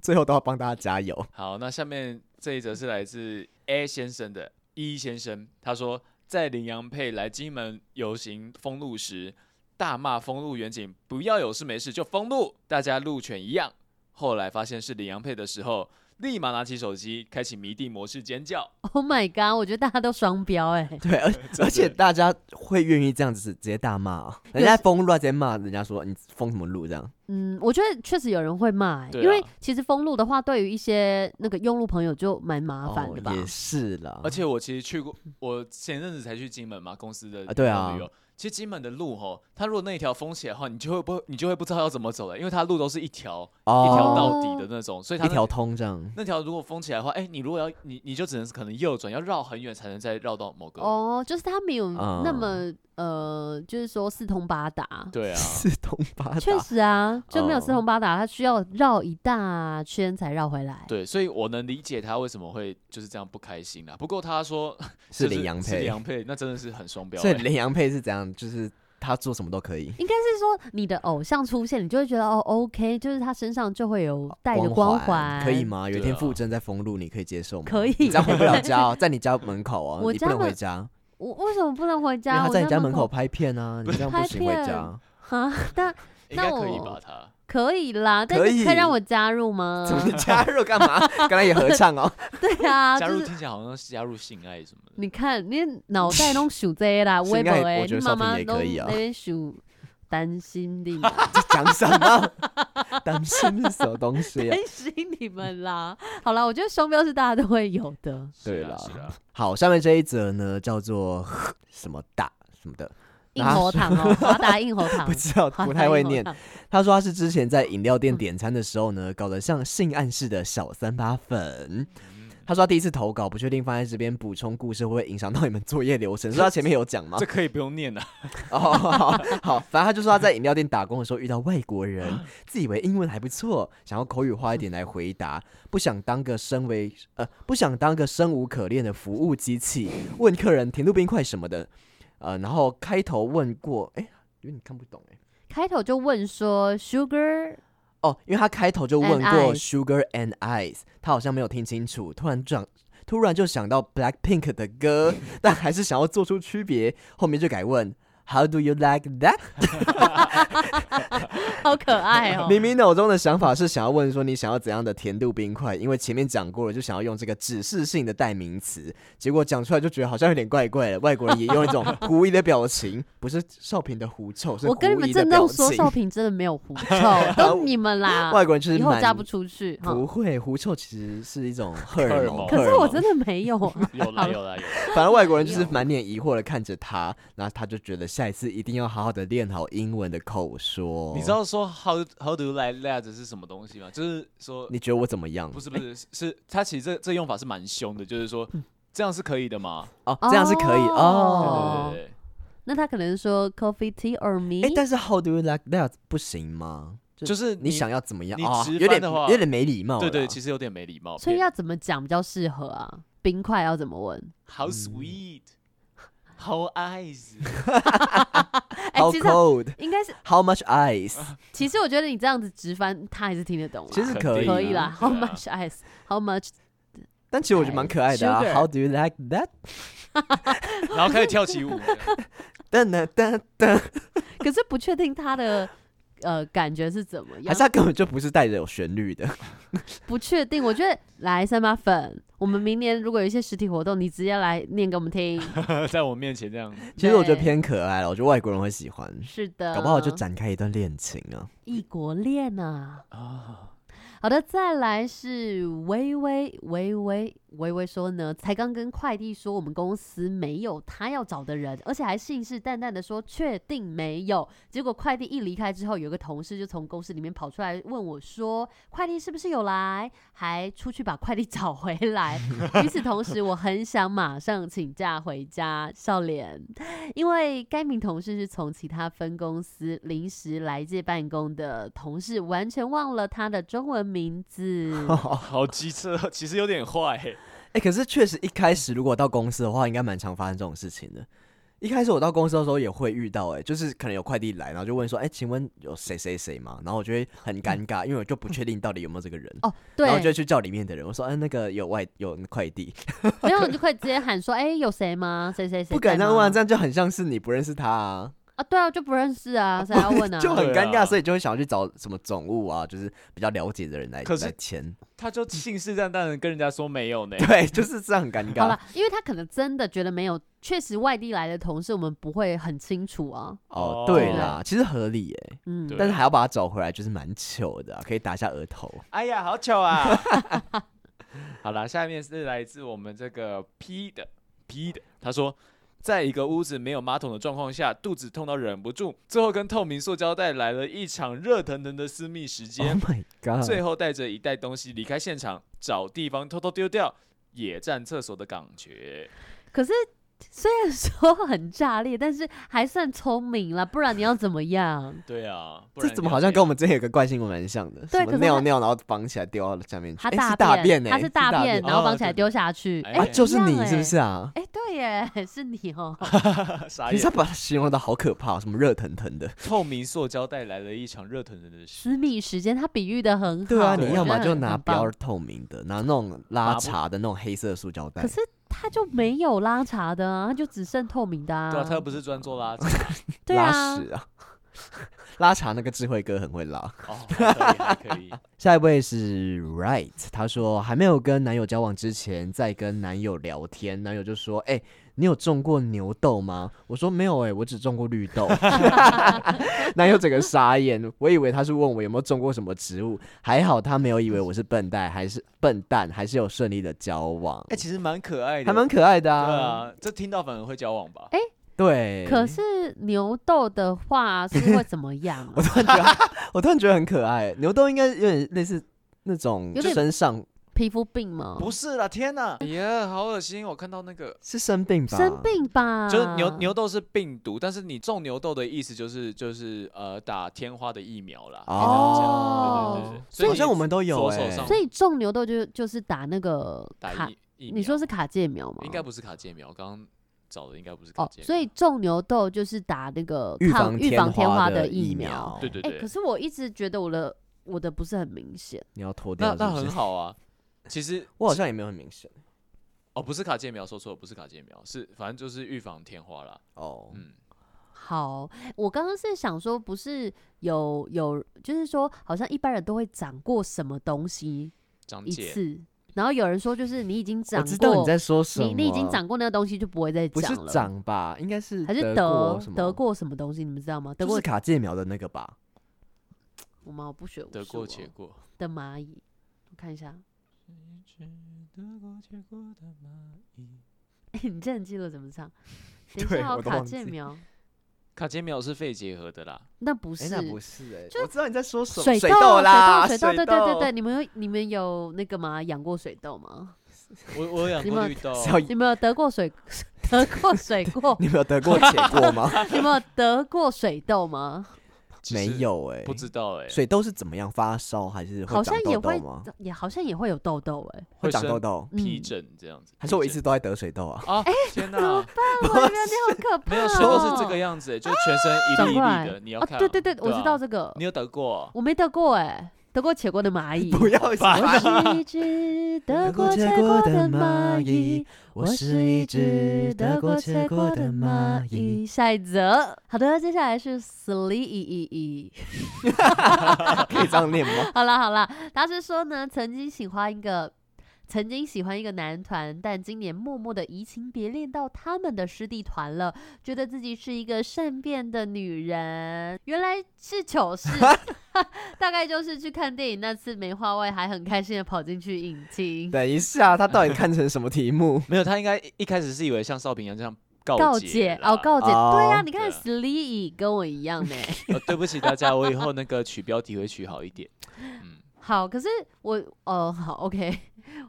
Speaker 3: 最后都要帮大家加油。
Speaker 2: 好，那下面这一则是来自 A 先生的 E 先生，他说在羚羊配来金门游行封路时，大骂封路远景不要有事没事就封路，大家路权一样。后来发现是羚羊配的时候，立马拿起手机开启迷弟模式尖叫。
Speaker 1: Oh my god！我觉得大家都双标哎、
Speaker 3: 对，而
Speaker 2: 的
Speaker 3: 而且大家会愿意这样子直接大骂、哦，人家在封路啊，直接骂人家说你封什么路这样。
Speaker 1: 嗯，我觉得确实有人会骂、欸，
Speaker 2: 对啊
Speaker 1: 因为其实封路的话，对于一些那个用路朋友就蛮
Speaker 3: 哦
Speaker 1: 麻烦的吧。
Speaker 3: 也是啦，
Speaker 2: 而且我其实去过，我前阵子才去金门嘛，公司的
Speaker 3: 啊对啊
Speaker 2: 旅游。其实金门的路吼，它如果那一条封起来的话，你就会不你就会不知道要怎么走了，因为它路都是一条、
Speaker 3: 哦
Speaker 2: 一条到底的那种，所以它
Speaker 3: 一
Speaker 2: 那
Speaker 3: 条通这样。
Speaker 2: 那条如果封起来的话，哎、你如果要你你就只能可能右转，要绕很远才能再绕到某个。
Speaker 1: 哦，就是他没有
Speaker 3: 嗯
Speaker 1: 那么、呃，就是说四通八达。
Speaker 2: 对啊，
Speaker 3: 四通八达，
Speaker 1: 确实啊，就没有四
Speaker 3: 哦
Speaker 1: 通八达，他需要绕一大圈才绕回来。
Speaker 2: 对，所以我能理解他为什么会就是这样不开心啦。不过他说
Speaker 3: 是
Speaker 2: 就是
Speaker 3: 羚羊
Speaker 2: 是
Speaker 3: 配
Speaker 2: 羚，羊配那真的是很双标、
Speaker 3: 所以
Speaker 2: 哎
Speaker 3: 羚羊配是怎样？就是他做什么都可以，
Speaker 1: 应该是说你的偶像出现，你就会觉得哦，OK，就是他身上就会有带着
Speaker 3: 哦光
Speaker 1: 环，
Speaker 3: 可以？吗？有一天
Speaker 2: 对啊
Speaker 3: 傅征在封路，你可以接受吗？
Speaker 1: 可以
Speaker 3: 你这样回不了 家哦，在你家门口哦，
Speaker 1: 我
Speaker 3: 你
Speaker 1: 家
Speaker 3: 不能
Speaker 1: 门
Speaker 3: 回家，
Speaker 1: 我为什么不能回
Speaker 3: 因
Speaker 1: 家？
Speaker 3: 为他
Speaker 1: 我
Speaker 3: 在你家门口
Speaker 1: 口
Speaker 3: 拍片啊，你这样不
Speaker 1: 拍
Speaker 3: 行回
Speaker 1: 片
Speaker 3: 家。
Speaker 1: 哈，但
Speaker 2: 应该
Speaker 1: 那
Speaker 2: 可以
Speaker 1: 我
Speaker 2: 吧？他
Speaker 1: 可以啦，但是
Speaker 3: 可以
Speaker 1: 可以让我加入吗
Speaker 3: 怎？么加入干嘛？ 刚才也合唱哦，
Speaker 1: 对 啊，
Speaker 2: 加
Speaker 1: 就
Speaker 2: 入
Speaker 1: 是
Speaker 2: 听起来好像是加入性爱什么的。
Speaker 1: 你看，你脑袋弄数这个 啦，
Speaker 3: 是
Speaker 1: 微博
Speaker 3: 应该
Speaker 1: 哎
Speaker 3: 我，觉
Speaker 1: 你
Speaker 3: 得
Speaker 1: 妈
Speaker 3: 少平
Speaker 1: 妈
Speaker 3: 也
Speaker 1: 都
Speaker 3: 可以啊
Speaker 1: 那边数担心 你们，
Speaker 3: 这讲什么？ 担心是什么东西啊
Speaker 1: 担？心你们啦。好啦，我觉得双标是大家都会有 的。
Speaker 3: 对
Speaker 2: 啦，
Speaker 3: 啦
Speaker 2: 是啊 啦，
Speaker 3: 好，下面这一则呢叫做 什么大什么的，
Speaker 1: 硬
Speaker 3: 拿
Speaker 1: 喉糖 哦，华达硬喉糖
Speaker 3: 不，知道
Speaker 1: 华
Speaker 3: 不
Speaker 1: 达
Speaker 3: 太会
Speaker 1: 硬喉
Speaker 3: 念
Speaker 1: 糖。。
Speaker 3: 他说他是之前在饮料店点餐的时候呢，搞得像性暗示的小三八粉。他说他第一次投稿，不确定放在这边补充故事会不会影响到你们作业流程，所以他前面有讲吗
Speaker 2: 这？可以不用念的。
Speaker 3: 哦，好，好，反正他就说他在饮料店打工的时候遇到外国 人，自以为英文还不错，想要口语化一点来回答，不想当个身为呃不想当个生无可恋的服务机器，问客人甜度冰块什么的，呃，然后开头问过，哎、因为你看不懂哎、
Speaker 1: 开头就问说 sugar，
Speaker 3: 哦，因为他开头就问
Speaker 1: And
Speaker 3: 过
Speaker 1: ice
Speaker 3: Sugar and Ice，他好像没有听清楚，突然转。突然就想到 Blackpink 的歌， 但还是想要做出区别，后面就改问 How do you like that？、
Speaker 1: 好可爱 哦。
Speaker 3: 明明脑中的想法是想要问说你想要怎样的甜度冰块，因为前面讲过了，就想要用这个指示性的代名词，结果讲出来就觉得好像有点怪怪的，外国人也用一种狐疑的表情，不是少平的狐臭，是
Speaker 1: 我跟你
Speaker 3: 狐
Speaker 1: 们
Speaker 3: 疑的
Speaker 1: 真的
Speaker 3: 表
Speaker 1: 说，
Speaker 3: 情
Speaker 1: 少平真的没有狐臭， 都你们啦。
Speaker 3: 外国人就是
Speaker 1: 以后
Speaker 3: 蛮
Speaker 1: 嫁不出去哈。
Speaker 3: 不会，狐哦臭其实是一种荷
Speaker 2: 荷尔
Speaker 3: 尔蒙
Speaker 2: 蒙。。
Speaker 1: 可
Speaker 3: 荷
Speaker 1: 是
Speaker 3: 尔
Speaker 1: 我
Speaker 3: 蒙
Speaker 1: 真的没有啊
Speaker 2: 有啦，有啦，有啦。
Speaker 3: 反正外国人就是满脸疑惑的看着他，然后他就觉得下一次一定要好好的练好英文的口说。
Speaker 2: 你知？道说 how how do you like that 是什么东西吗？就是说
Speaker 3: 你觉得我怎么样？
Speaker 2: 不是不是，是是他其实这这用法是蛮凶的，就是说
Speaker 3: 嗯
Speaker 2: 这样是可以的嘛。
Speaker 3: 哦，这样是可以
Speaker 1: 哦
Speaker 3: 哦。
Speaker 2: 对对对
Speaker 1: 那他可能说 coffee tea or
Speaker 3: 哎
Speaker 1: me，，
Speaker 3: 但是 How do you like that 不行吗？就
Speaker 2: 对，就是
Speaker 3: 你想要怎么样
Speaker 2: 你
Speaker 3: 啊？哦
Speaker 2: 直
Speaker 3: 有
Speaker 2: 翻
Speaker 3: 点
Speaker 2: 的话
Speaker 3: 有点没礼貌啦。
Speaker 2: 对对，其实有点没礼貌。
Speaker 1: 所以
Speaker 2: 偏
Speaker 1: 要怎么讲比较适合啊？冰块要怎么问？
Speaker 3: 嗯
Speaker 2: How sweet, how eyes，
Speaker 1: 哎，
Speaker 3: How
Speaker 1: 其实他
Speaker 3: cold?
Speaker 1: 应该是，
Speaker 3: How much ice?
Speaker 2: 哎
Speaker 1: 其实我觉得你这样子直翻，他还是听得懂啦。
Speaker 3: 其实
Speaker 2: 肯
Speaker 3: 可以
Speaker 2: 定
Speaker 1: 可以啦
Speaker 2: 啊
Speaker 1: ，How
Speaker 2: 对啊
Speaker 1: much ice？How much？
Speaker 3: 但其实我觉得蛮可爱的啊。
Speaker 2: 哎
Speaker 1: Sugar
Speaker 3: How do you like that?
Speaker 2: 然后开始跳起舞。
Speaker 3: 噔噔噔噔，
Speaker 1: 可是不确定他的呃感觉是怎么
Speaker 3: 还
Speaker 1: 样
Speaker 3: 是，他根本就不是带着有旋律的。
Speaker 1: 不确定。我觉得来三八粉，我们明年如果有一些实体活动，你直接来念给我们 听。
Speaker 2: 在我面前这样，
Speaker 3: 其实我觉得
Speaker 1: 对
Speaker 3: 偏可爱了，我觉得外国人会喜欢，
Speaker 1: 是的，
Speaker 3: 搞不好
Speaker 2: 嗯
Speaker 3: 就展开一段恋情啊。
Speaker 1: 异国恋啊。好的，再来是微微微微微微说呢，才刚跟快递说我们公司没有他要找的人，而且还信誓旦旦的说确定没有。结果快递一离开之后，有个同事就从公司里面跑出来问我说，快递是不是有来？还出去把快递找回 来。与此同时，我很想马上请假回家，笑脸。因为该名同事是从其他分公司临时来借办公的同事，完全忘了他的中文名 字。
Speaker 2: 好机车，其实有点坏欸。
Speaker 3: 哎、可是确实一开始如果到公司的话，应该蛮常发生这种事情的。一开始我到公司的时候也会遇到、哎，就是可能有快递来，然后就问说，哎、请问有谁谁谁吗？然后我就会很尴尬，因为我就不确定到底有没有这个人。
Speaker 1: 哦，嗯 对
Speaker 3: 然，后就会去叫里面的人，我说，哎、那个有外有快递，
Speaker 1: 没有你就可以直接喊说，哎，有谁吗？谁谁谁
Speaker 3: 不敢
Speaker 1: 在
Speaker 3: 这样
Speaker 1: 吗
Speaker 3: 问，这样就很像是你不认识他啊，
Speaker 1: 啊？对啊，就不认识啊，谁要 问啊？
Speaker 3: 就很
Speaker 2: 对
Speaker 3: 尴
Speaker 2: 啊
Speaker 3: 尬，所以就会想要去找什么总务啊，就是比较了解的人来
Speaker 2: 可是
Speaker 3: 来签。
Speaker 2: 他就信誓旦旦的跟人家说没有呢。
Speaker 3: 对，就是这样很尴
Speaker 1: 好
Speaker 3: 尬
Speaker 1: 了。，因为他可能真的觉得没有，确实外地来的同事我们不会很清楚啊。
Speaker 3: 哦
Speaker 2: 哦，
Speaker 3: 对啦，其实合理耶、
Speaker 1: 嗯，
Speaker 2: 对
Speaker 3: 但是还要把它找回来，就是蛮糗的啊、可以打一下额头。
Speaker 2: 哎呀，好糗啊！ 好啦，下面是来自我们这个 P 的 P 的，他说，在一个屋子没有马桶的状况下，肚子痛到忍不住，最后跟透明塑胶袋来了一场热腾腾的私密时
Speaker 3: Oh
Speaker 2: 间，
Speaker 3: my god！
Speaker 2: 最后带着一袋东西离开现场，找地方偷偷丢掉。野战厕所的感觉，
Speaker 1: 可是虽然说很炸裂，但是还算聪明啦，不然你要怎么样？
Speaker 2: 对啊，不
Speaker 3: 这
Speaker 2: 然
Speaker 3: 怎么
Speaker 2: 你
Speaker 3: 好
Speaker 2: 要
Speaker 3: 像
Speaker 2: 怎
Speaker 3: 跟我们之前有个惯性我蛮像的？
Speaker 1: 对
Speaker 3: 什么
Speaker 1: 可是
Speaker 3: 尿
Speaker 1: 他
Speaker 3: 尿然后绑起来丢到下面去，
Speaker 1: 他
Speaker 3: 诶
Speaker 1: 大
Speaker 3: 哎是大
Speaker 1: 便，
Speaker 3: 呢、
Speaker 1: 他是大便，
Speaker 2: 便
Speaker 1: 然后
Speaker 2: 哦
Speaker 1: 绑起来
Speaker 2: 对对
Speaker 1: 丢下去。
Speaker 2: 哎
Speaker 1: 哎、
Speaker 3: 啊，就是
Speaker 1: 一样
Speaker 3: 你是
Speaker 1: 欸
Speaker 3: 不是啊？
Speaker 1: 哎、对耶，是你哦、
Speaker 2: 样傻
Speaker 3: 可
Speaker 2: 眼
Speaker 3: 是他把它形容的好可怕哦，什么热腾 腾的。
Speaker 2: 透明塑胶袋来了一场热腾腾的事，
Speaker 1: 私密时间，他比喻的很好。
Speaker 3: 对啊，
Speaker 1: 我
Speaker 3: 你
Speaker 1: 觉
Speaker 3: 要么
Speaker 1: 得
Speaker 3: 就
Speaker 1: 很
Speaker 3: 拿
Speaker 1: 很
Speaker 3: 比较
Speaker 1: 棒
Speaker 3: 透明的，拿那种拉
Speaker 2: 麻布
Speaker 3: 碴的那种黑色的塑胶袋
Speaker 1: 可。是他就没有拉茶的啊，他就只剩透明的啊。
Speaker 2: 对啊，他又不是专做垃圾
Speaker 1: 对
Speaker 3: 拉
Speaker 1: 啊
Speaker 3: 屎啊！ 拉茶那个智慧哥很会拉。
Speaker 2: 哦，还可以，还可以，
Speaker 3: 下一位是 Right，他说还没有跟男友交往之前，在跟男友聊天，男友就说：“哎、你有种过牛痘吗？”我说：“没有哎、我只种过绿豆。” 男友整个傻眼，我以为他是问我有没有种过什么植物，还好他没有以为我是笨蛋，还是笨蛋，还是有顺利的交往
Speaker 2: 哎、，其实蛮可爱的，
Speaker 3: 还蛮可爱的
Speaker 2: 对
Speaker 3: 啊。
Speaker 2: 啊，这听到反而会交往吧？
Speaker 3: 对，
Speaker 1: 可是牛痘的话是会怎么样、啊
Speaker 3: 我？突然觉得，我突然觉得很可爱。牛痘应该有点类似那种
Speaker 1: 有点
Speaker 3: 身上
Speaker 1: 皮肤病吗？
Speaker 2: 不是啦，天哪！耶，好恶心！我看到那个，
Speaker 3: 是生病吧？
Speaker 1: 生病吧？
Speaker 2: 就是牛牛痘是病毒，但是你种牛痘的意思就是就是呃打天花的疫苗啦。
Speaker 1: 哦
Speaker 2: 对对对对对
Speaker 1: 所以
Speaker 3: 好像我们都有
Speaker 2: 左手
Speaker 3: 欸
Speaker 2: 上
Speaker 1: 所以种牛痘就就是打那个
Speaker 2: 打
Speaker 1: 卡，
Speaker 2: 疫疫苗，
Speaker 1: 你说是卡介苗吗？
Speaker 2: 应该不是卡介苗，刚刚找的应该不是卡
Speaker 1: 哦
Speaker 2: 介，苗。
Speaker 1: 所以种牛痘就是打那个
Speaker 3: 预
Speaker 1: 抗
Speaker 3: 防
Speaker 1: 预防天花
Speaker 3: 的
Speaker 1: 疫
Speaker 3: 苗。
Speaker 2: 对对
Speaker 1: 哎、
Speaker 2: 对，
Speaker 1: 可是我一直觉得我的我的不是很明显，
Speaker 3: 你要脱
Speaker 2: 那
Speaker 3: 掉
Speaker 2: 那
Speaker 3: 是不
Speaker 2: 很
Speaker 3: 是
Speaker 2: 好啊。其实
Speaker 3: 我好像也没有很明显欸
Speaker 2: 哦，不是卡介苗，说错了，不是卡介苗，是反正就是预防天花啦。
Speaker 3: 哦。
Speaker 2: 嗯，
Speaker 1: 好，我刚刚是想说，不是有有，就是说，好像一般人都会长过什么东西
Speaker 2: 张
Speaker 1: 一
Speaker 2: 姐，
Speaker 1: 次，然后有人说就是你已经长
Speaker 3: 我
Speaker 1: 过，
Speaker 3: 知道你在说什么，
Speaker 1: 你你已经长过那个东西，就不会再
Speaker 3: 不是
Speaker 1: 了。
Speaker 3: 长吧？应该是
Speaker 1: 还是
Speaker 3: 德
Speaker 1: 得
Speaker 3: 什么
Speaker 1: 得过什么东西？你们知道吗？得
Speaker 3: 就是
Speaker 1: 过
Speaker 3: 卡介苗的那个吧？
Speaker 1: 我吗？我不学无
Speaker 2: 得
Speaker 1: 术
Speaker 2: 过且
Speaker 1: 哦
Speaker 2: 过。
Speaker 1: 的蚂蚁，我看一下。 哎、你真的记得怎么 唱？等一
Speaker 3: 对
Speaker 1: 下哦，
Speaker 3: 我都
Speaker 1: 卡
Speaker 3: 忘
Speaker 1: 介
Speaker 3: 记
Speaker 1: 苗，
Speaker 2: 卡介苗是肺结核的啦，
Speaker 1: 那不
Speaker 3: 哎，
Speaker 1: 是，
Speaker 3: 那不是哎
Speaker 1: 就，
Speaker 3: 我知道你在说什么，
Speaker 1: 水
Speaker 3: 水
Speaker 1: 豆
Speaker 3: 啦，
Speaker 1: 水
Speaker 3: 水
Speaker 1: 豆，对对对对，
Speaker 3: 对，
Speaker 1: 你们有你们有那个吗？养过水痘 吗？
Speaker 2: 我我有养
Speaker 1: 你
Speaker 2: 过
Speaker 1: 们
Speaker 2: 绿豆，啊
Speaker 3: 是要
Speaker 1: 你们有得过水 得过 水过？
Speaker 3: 你没有得过且过吗？
Speaker 1: 你们有得过水痘吗？
Speaker 2: 其
Speaker 3: 没
Speaker 2: 实
Speaker 3: 有哎，
Speaker 2: 不知道哎、
Speaker 3: 水痘是怎么样发烧还是
Speaker 1: 好
Speaker 3: 会
Speaker 1: 像
Speaker 3: 长
Speaker 1: 也
Speaker 3: 痘痘
Speaker 1: 会
Speaker 3: 吗？，
Speaker 1: 也好像也会有痘痘 哎、
Speaker 3: 会长
Speaker 2: 生
Speaker 3: 痘痘，
Speaker 2: 皮
Speaker 1: 嗯
Speaker 2: 疹这样子。
Speaker 3: 还是我一
Speaker 2: 皮
Speaker 3: 直都在得水痘啊？
Speaker 2: 疹啊？天哪，
Speaker 1: 啊我觉得你好哎可怕、哦。
Speaker 2: 没有水痘是这个样子 欸，就全身一
Speaker 1: 转
Speaker 2: 粒一
Speaker 1: 过来
Speaker 2: 粒的，你要
Speaker 1: 哦，
Speaker 2: 看啊。
Speaker 1: 对对对，我
Speaker 2: 啊
Speaker 1: 知道这个，
Speaker 2: 你有得过？哦
Speaker 1: 我没得过哎、得过且过的蚂 蚁。
Speaker 3: 不要一直发烧，
Speaker 1: 我是一只得过且过的蚂蚁，我是一只得过且过的蚂蚁。下一则，好的，接下来是 Slee 一一一。
Speaker 3: 可以这样念吗？
Speaker 1: 好了好了，他是说呢，曾经喜欢一个。曾经喜欢一个男团，但今年默默的移情别恋到他们的师弟团了，觉得自己是一个善变的女人，原来是糗事， 大概就是去看电影那次没话外，还很开心的跑进去影厅。
Speaker 3: 等一下，他到底看成什么题目？
Speaker 2: 没有，他应该一一开始是以为像少平一样这样告
Speaker 1: 告
Speaker 2: 解
Speaker 1: 解
Speaker 2: 啦
Speaker 1: 哦，告解，
Speaker 3: 哦
Speaker 1: 对啊，你看
Speaker 2: 对啊
Speaker 1: Slee 跟我一样呢。
Speaker 2: 呃对不起大家，我以后那个取标题会取好一点。嗯，
Speaker 1: 好，可是我哦，好，OK，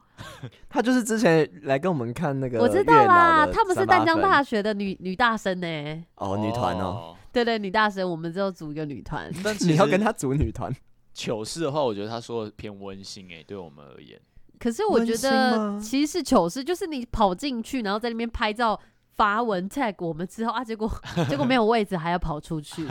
Speaker 3: 他就是之前来跟我们看那个
Speaker 1: 我知
Speaker 3: 月
Speaker 1: 道
Speaker 3: 老
Speaker 1: 啦，
Speaker 3: 的
Speaker 1: 他们是
Speaker 3: 三八
Speaker 1: 淡江
Speaker 3: 分
Speaker 1: 大学的女女大生呢。
Speaker 3: 哦女团哦，，
Speaker 1: 对对，女大生，我们就组一个女团。
Speaker 2: 但其
Speaker 3: 你要跟
Speaker 2: 实
Speaker 3: 他组女团，
Speaker 2: 糗事的话，我觉得他说的偏温馨哎，对我们而言，
Speaker 1: 可是我觉
Speaker 3: 温馨
Speaker 1: 得
Speaker 3: 吗
Speaker 1: 其实是糗事，就是你跑进去，然后在那边拍照发文 tag 我们之后啊，结 果结果没有位置，还要跑出去。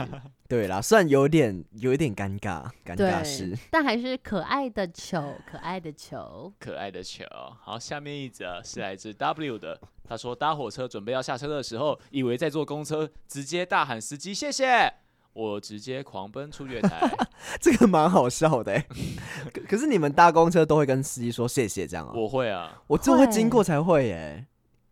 Speaker 3: 对啦，虽然有点有一点尴尬，尴尬是
Speaker 1: 对，但还是可爱的球，可爱的球。
Speaker 2: 可爱的球。好，下面一则是来自 W 的，他说搭火车准备要下车的时候，以为在坐公车，直接大喊司机谢谢，我直接狂奔出月台。
Speaker 3: 这个蛮好笑的、欸。可可是你们搭公车都会跟司机说谢谢这样啊？
Speaker 2: 我会啊，
Speaker 3: 我只有会
Speaker 1: 会
Speaker 3: 经过才会耶、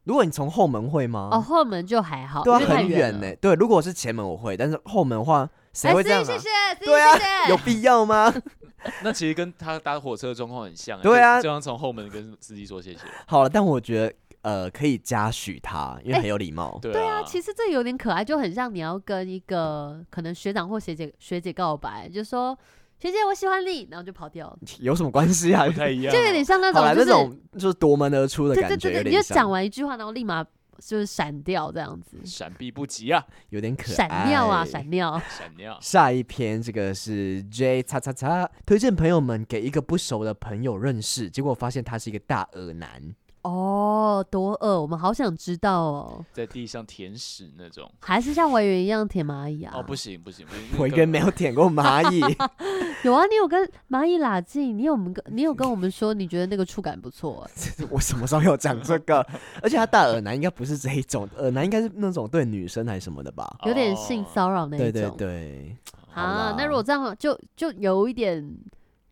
Speaker 3: 如果你从后门会吗？
Speaker 1: 哦，后门就还好，
Speaker 3: 对啊，
Speaker 1: 因为太
Speaker 3: 很远
Speaker 1: 了
Speaker 3: 呢、对，如果我是前门我会，但是后门的话谁
Speaker 1: 哎，
Speaker 3: 会
Speaker 1: 司
Speaker 3: 这样
Speaker 1: 机
Speaker 3: 啊？
Speaker 1: 谢谢，司机
Speaker 3: 对啊
Speaker 1: 谢谢，
Speaker 3: 有必要吗？
Speaker 2: 那其实跟他搭火车的状况很像、欸
Speaker 3: 对啊
Speaker 2: 就像从后门跟司机说谢谢。
Speaker 3: 好了，但我觉得呃可以嘉许他，因为
Speaker 1: 哎
Speaker 3: 很有礼貌。
Speaker 2: 对啊，
Speaker 1: 对啊，其实这有点可爱，就很像你要跟一个可能学长或学姐学姐告白，就说学姐我喜欢你，然后就跑掉了，
Speaker 3: 有什么关系啊？
Speaker 2: 不太一样
Speaker 1: 就有
Speaker 2: 啊。
Speaker 1: 点像那
Speaker 3: 好了，
Speaker 1: 种就
Speaker 3: 那
Speaker 1: 是
Speaker 3: 种就是夺门而出的
Speaker 1: 对对
Speaker 3: 感觉，
Speaker 1: 对
Speaker 3: 有
Speaker 1: 对，你就
Speaker 3: 点
Speaker 1: 讲
Speaker 3: 像，
Speaker 1: 完一句话，然后立马就是闪掉这样子，
Speaker 2: 闪避不及啊，
Speaker 3: 有点可爱。
Speaker 1: 闪尿啊闪 尿，
Speaker 2: 闪尿。
Speaker 3: 下一篇这个是 J 叉叉叉推荐朋友们给一个不熟的朋友认识，结果发现他是一个大恶男。
Speaker 1: 哦，多饿，我们好想知道哦，
Speaker 2: 在地上舔屎那种。
Speaker 1: 还是像维园一样舔蚂蚁啊？
Speaker 2: 哦，不行不行不行，那
Speaker 3: 我
Speaker 2: 个
Speaker 3: 跟没有舔过蚂蚁，
Speaker 1: 有啊，你有跟蚂蚁拉近，你有我们跟你有跟我们说，你觉得那个触感不错、欸，
Speaker 3: 我什么时候有讲这 个？而且他大耳男应该不是这一种，耳男应该是那种对女生还是什么的吧？
Speaker 1: 有点性
Speaker 2: 哦
Speaker 1: 骚扰那一种。
Speaker 3: 对对对，好
Speaker 1: 啊
Speaker 3: 啦，
Speaker 1: 那如果这样就就有一点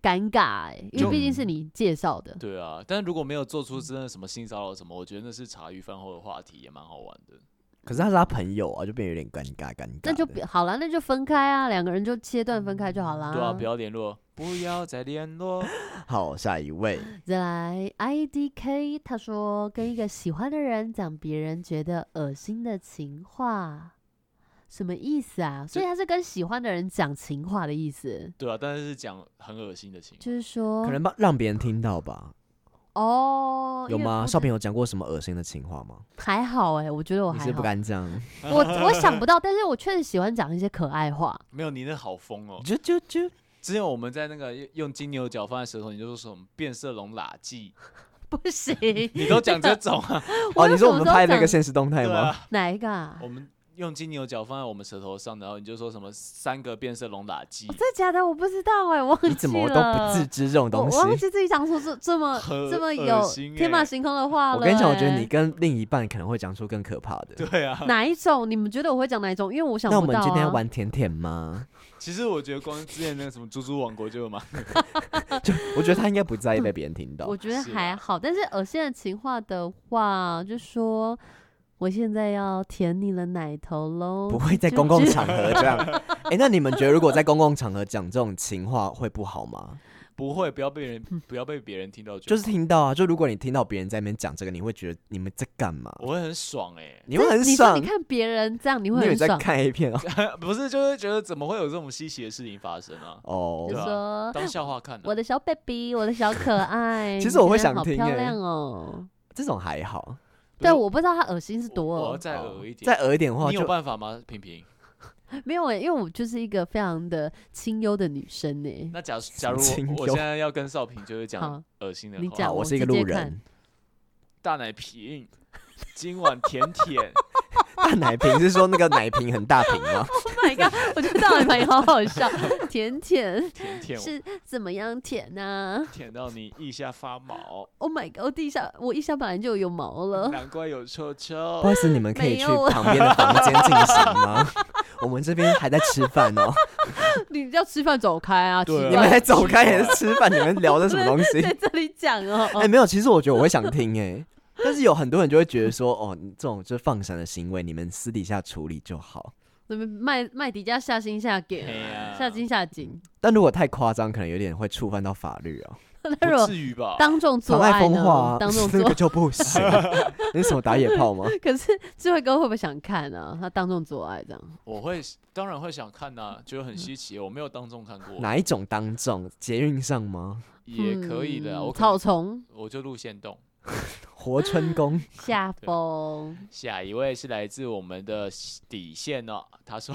Speaker 1: 尴尬、欸，因
Speaker 2: 就
Speaker 1: 为毕竟是你介绍的。
Speaker 2: 对啊，但如果没有做
Speaker 1: 嗯
Speaker 2: 出真的什么性骚扰什么，我觉得那是茶余饭后的话题，也蛮好玩的。
Speaker 3: 可是他是他朋友啊，就变得有点尴尬尴尬的。
Speaker 1: 那就别好了，那就分开啊，两个人就切断分开就好啦。
Speaker 2: 对啊，不要联络，不要再联络。
Speaker 3: 好，下一位，
Speaker 1: 再来，I D K，他说跟一个喜欢的人讲别人觉得恶心的情话，什么意思啊？所以他是跟喜欢的人讲情话的意思，
Speaker 2: 对啊，但是是讲很恶心的情况，
Speaker 1: 就是说
Speaker 3: 可能帮让别人听到吧？
Speaker 1: 哦，
Speaker 3: 有
Speaker 1: 因为
Speaker 3: 吗？
Speaker 1: 不
Speaker 3: 少平有讲过什么恶心的情话吗？
Speaker 1: 还好哎、我觉得我
Speaker 3: 你
Speaker 1: 还
Speaker 3: 是
Speaker 1: 好，
Speaker 3: 不敢讲，
Speaker 1: 我我想不到，但是我确实喜欢讲一些可爱话。
Speaker 2: 没有你那好疯哦。
Speaker 3: 就就 就
Speaker 2: 之前我们在那个用用金牛角放在舌头，你就说什么变色龙垃圾，
Speaker 1: 不 行，
Speaker 2: 你都讲这种啊？
Speaker 3: 哦，你
Speaker 1: 有
Speaker 3: 说我
Speaker 1: 什么
Speaker 3: 们
Speaker 1: 时候
Speaker 3: 拍那
Speaker 1: 讲
Speaker 3: 个现实动态
Speaker 2: 对
Speaker 3: 吗？
Speaker 2: 啊，
Speaker 1: 哪一个啊？
Speaker 2: 我们用金牛角放在我们舌头上，然后你就说什么三个变色龙垃圾，
Speaker 1: 真的假的？我不知道哎、我忘记
Speaker 3: 你
Speaker 1: 了。
Speaker 3: 怎么都不自知这种东西
Speaker 1: 我？忘记自己讲出这这么
Speaker 2: 很
Speaker 1: 这么
Speaker 2: 恶
Speaker 1: 有
Speaker 2: 心欸
Speaker 1: 天马行空的话了、欸
Speaker 3: 我跟你讲，我觉得你。跟另一半可能会讲出更可怕的。
Speaker 2: 对啊。
Speaker 1: 哪一种？你们觉得我会讲哪一种？因为我想不
Speaker 3: 那
Speaker 1: 到、
Speaker 3: 我
Speaker 1: 啊。
Speaker 3: 们今天玩甜甜吗？
Speaker 2: 其实我觉得光之前那个什么猪猪王国就有嘛，
Speaker 3: 就我觉得他应该不在意被别人听到
Speaker 1: 我。觉得
Speaker 2: 是
Speaker 1: 还
Speaker 2: 啊
Speaker 1: 好，但是恶心的情话的话，就说我现在要舔你的奶头喽。
Speaker 3: 不会在
Speaker 1: 就
Speaker 3: 公共
Speaker 1: 就
Speaker 3: 场合这样。 哎、那你们觉得如果在公共场合讲这种情话会不好吗？
Speaker 2: 不会，不要被人 不要被别人听到 就好，
Speaker 3: 就是听到啊，就如果你听到别人在那边讲这个，你会觉得你们在干嘛？
Speaker 2: 我会很爽哎、
Speaker 3: 你会很
Speaker 1: 你说
Speaker 3: 爽
Speaker 1: 你，看别人这样，你
Speaker 3: 你
Speaker 1: 会
Speaker 3: 以为
Speaker 1: 很
Speaker 3: 在
Speaker 1: 爽。
Speaker 3: 看 A 片哦。
Speaker 2: 不是，就是觉得怎么会有这种稀奇的事情发生啊？
Speaker 1: 就
Speaker 3: 哦，
Speaker 2: 对啊
Speaker 1: 说
Speaker 2: 当笑话看、啊。
Speaker 1: 我的小 baby，我的小可爱。
Speaker 3: 其
Speaker 1: 你
Speaker 3: 实我
Speaker 1: 今
Speaker 3: 会
Speaker 1: 天
Speaker 3: 想
Speaker 1: 好
Speaker 3: 听
Speaker 1: 漂
Speaker 3: 欸
Speaker 1: 亮哦。
Speaker 3: 这种还好。
Speaker 2: 不
Speaker 1: 对，
Speaker 2: 是
Speaker 1: 我不知道他恶心是
Speaker 2: 我
Speaker 1: 多
Speaker 2: 我要
Speaker 1: 恶，
Speaker 2: 再
Speaker 3: 哦
Speaker 2: 恶一点，
Speaker 3: 再恶一点的话
Speaker 2: 你有
Speaker 3: 就
Speaker 2: 办法吗？平平，
Speaker 1: 没有欸，因为我就是一个非常的清幽的女生呢。
Speaker 2: 那假如假
Speaker 3: 么
Speaker 2: 如
Speaker 3: 清
Speaker 2: 我我
Speaker 3: 幽
Speaker 2: 现在要跟少平就是
Speaker 1: 好
Speaker 2: 讲恶心的
Speaker 1: 你
Speaker 2: 话，
Speaker 1: 讲
Speaker 3: 好，我
Speaker 1: 我
Speaker 3: 是一个
Speaker 1: 直接
Speaker 3: 路
Speaker 1: 看
Speaker 3: 人。
Speaker 2: 大奶瓶，今晚舔 舔，
Speaker 3: 大奶瓶是说那个奶瓶很大瓶吗？
Speaker 1: Oh my god！我觉得大碗盘也好好 笑，甜甜
Speaker 2: 舔舔我，
Speaker 1: 是怎么样啊甜呢、
Speaker 2: 舔到你腋下发毛，
Speaker 1: o h Oh my god！我地下我一下本来就有毛 了，
Speaker 2: 难怪有臭
Speaker 3: 不
Speaker 2: 臭。
Speaker 3: 好意思，你们可以去
Speaker 1: 没有啊
Speaker 3: 旁边的房间进行吗？ 我们这边还在吃饭哦，
Speaker 1: 你要吃饭走开啊！
Speaker 2: 对啊
Speaker 1: 奇
Speaker 3: 你们
Speaker 1: 怪
Speaker 3: 还走开也是吃饭，你们聊的 什么东西？
Speaker 1: 在这里讲哦。
Speaker 3: 哎、没有，其实我觉得我会想听哎、但是有很多人就会觉得说，哦，你这种就是放闪的行为，你们私底下处理就好。
Speaker 1: 你们麦麦迪加下心下给啊
Speaker 2: 哎呀
Speaker 1: 下心下井，
Speaker 3: 但如果太夸张，可能有点会触犯到法律哦，
Speaker 1: 那如
Speaker 2: 不
Speaker 1: 果
Speaker 2: 至于吧？
Speaker 1: 当众做
Speaker 3: 妨碍
Speaker 1: 爱
Speaker 3: 风
Speaker 1: 呢？
Speaker 3: 化、啊，
Speaker 1: 当众
Speaker 3: 那
Speaker 1: 做
Speaker 3: 个就 不行。你是什么打野炮吗？
Speaker 1: 可是智慧哥会不会想看啊？他当众做爱这样，
Speaker 2: 我会当然会想看呐、
Speaker 1: 嗯
Speaker 2: 觉得很稀奇，我没有当众看过，
Speaker 3: 哪一种当众？捷运上吗？
Speaker 2: 也可以的啊。
Speaker 1: 嗯
Speaker 2: 我可
Speaker 1: 草
Speaker 2: 能
Speaker 1: 丛
Speaker 2: 我就路线动，
Speaker 3: 活春宫，
Speaker 1: 下风。
Speaker 2: 下一位是来自我们的底线哦，他说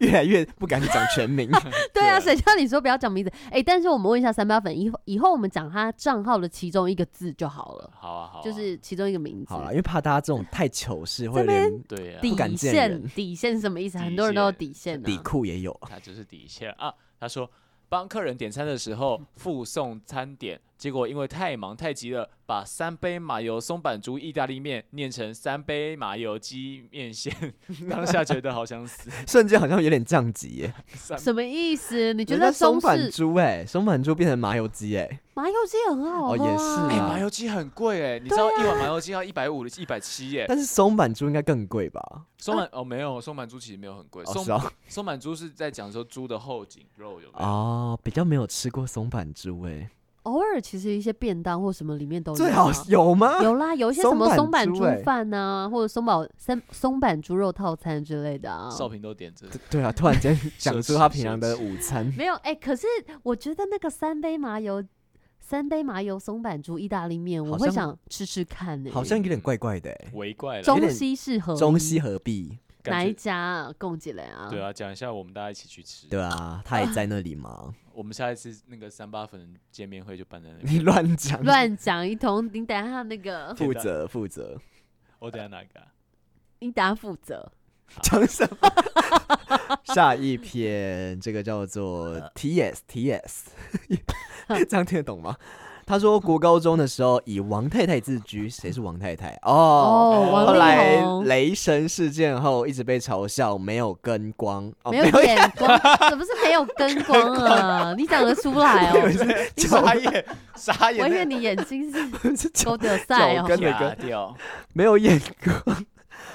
Speaker 3: 越来越不敢讲全名。
Speaker 1: 对啊，
Speaker 2: 对
Speaker 1: 谁叫你说不要讲名字？哎、但是我们问一下三八粉，以后以后我们讲他账号的其中一个字就好了，
Speaker 2: 好啊好啊，
Speaker 1: 就是其中一个名字。
Speaker 3: 好了，因为怕大家这种太糗事会
Speaker 1: 这
Speaker 3: 有
Speaker 1: 边
Speaker 3: 点
Speaker 2: 对啊，
Speaker 1: 底
Speaker 3: 不敢见
Speaker 1: 线，
Speaker 3: 人
Speaker 1: 底线是什么意思？
Speaker 2: 底
Speaker 1: 很多人都有
Speaker 2: 线
Speaker 1: 底线、啊。
Speaker 3: 底裤也有，
Speaker 2: 他只是底线啊。他说帮客人点餐的时候附送餐点，结果因为太忙太急了，把三杯麻油松板猪意大利面念成三杯麻油鸡面线， 当下觉得好想 死。
Speaker 3: 瞬间好像有点降级耶。
Speaker 2: 三
Speaker 1: 什么意思？你觉
Speaker 3: 人
Speaker 1: 得
Speaker 3: 家松
Speaker 1: 中
Speaker 3: 板
Speaker 1: 式
Speaker 3: 猪哎，松板猪变成麻油鸡哎，
Speaker 1: 麻油鸡很好喝、啊
Speaker 3: 哦也是
Speaker 2: 哎、
Speaker 3: 啊
Speaker 2: 麻油鸡很贵哎、你知
Speaker 1: 啊
Speaker 2: 道一碗麻油鸡要一百五、一百七耶。
Speaker 3: 但是松板猪应该更贵吧？
Speaker 2: 松板哦没有，松板猪其实没有很贵，
Speaker 3: 哦
Speaker 2: 松
Speaker 3: 是哦，
Speaker 2: 松板猪是在讲说猪的后颈肉有没有？
Speaker 3: 哦，比较没有吃过松板猪哎，
Speaker 1: 偶尔其实一些便当或什么里面都有、啊。
Speaker 3: 最好有吗？
Speaker 1: 有啦，有一些什么松
Speaker 3: 松板
Speaker 1: 板
Speaker 3: 猪
Speaker 1: 猪
Speaker 3: 欸
Speaker 1: 饭呐、或者松板松松板猪肉套餐之类的啊。
Speaker 2: 少平都点这个，
Speaker 3: 对啊，突然间讲出他
Speaker 2: 奢侈
Speaker 3: 平常
Speaker 2: 奢
Speaker 3: 的
Speaker 2: 侈
Speaker 3: 午餐，
Speaker 1: 没有哎、可是我觉得那个三杯麻油，三杯麻油松板猪意大利面，我
Speaker 3: 好
Speaker 1: 会
Speaker 3: 像
Speaker 1: 想吃吃看呢、
Speaker 3: 好像有点怪怪的哎。
Speaker 2: 围怪了，
Speaker 3: 有
Speaker 1: 中
Speaker 3: 点
Speaker 1: 西适合
Speaker 3: 中西合璧，
Speaker 1: 哪
Speaker 2: 感
Speaker 1: 一
Speaker 2: 觉
Speaker 1: 家啊供起来啊？
Speaker 2: 对，啊，讲一下我们大家一起去吃。
Speaker 3: 对啊，他也在那里嘛，
Speaker 2: 我们下一次那个三八粉见面会就办在那
Speaker 3: 你
Speaker 2: 边。
Speaker 3: 乱讲，
Speaker 1: 乱讲一通，你等下那个，
Speaker 3: 负责负责，
Speaker 2: 我等下哪个啊、
Speaker 1: 你等下负责。
Speaker 3: 讲什么？下一篇这个叫做 T S T S，这 样听得懂吗？他说国高中的时候以王太太自居，谁是王太太？哦。
Speaker 1: 哦，
Speaker 3: 后
Speaker 1: 王
Speaker 3: 来
Speaker 1: 力宏
Speaker 3: 雷神事件后一直被嘲笑没有跟光，哦、
Speaker 1: 没有眼 光，怎么是没有跟光啊？你讲得出 来 哦？
Speaker 2: 你傻眼，傻
Speaker 1: 我以为
Speaker 2: 眼，
Speaker 1: 你眼睛是
Speaker 3: 是
Speaker 1: 勾得赛哦
Speaker 3: 脚。跟
Speaker 2: 假
Speaker 3: 那个
Speaker 2: 掉。
Speaker 3: 没有眼光。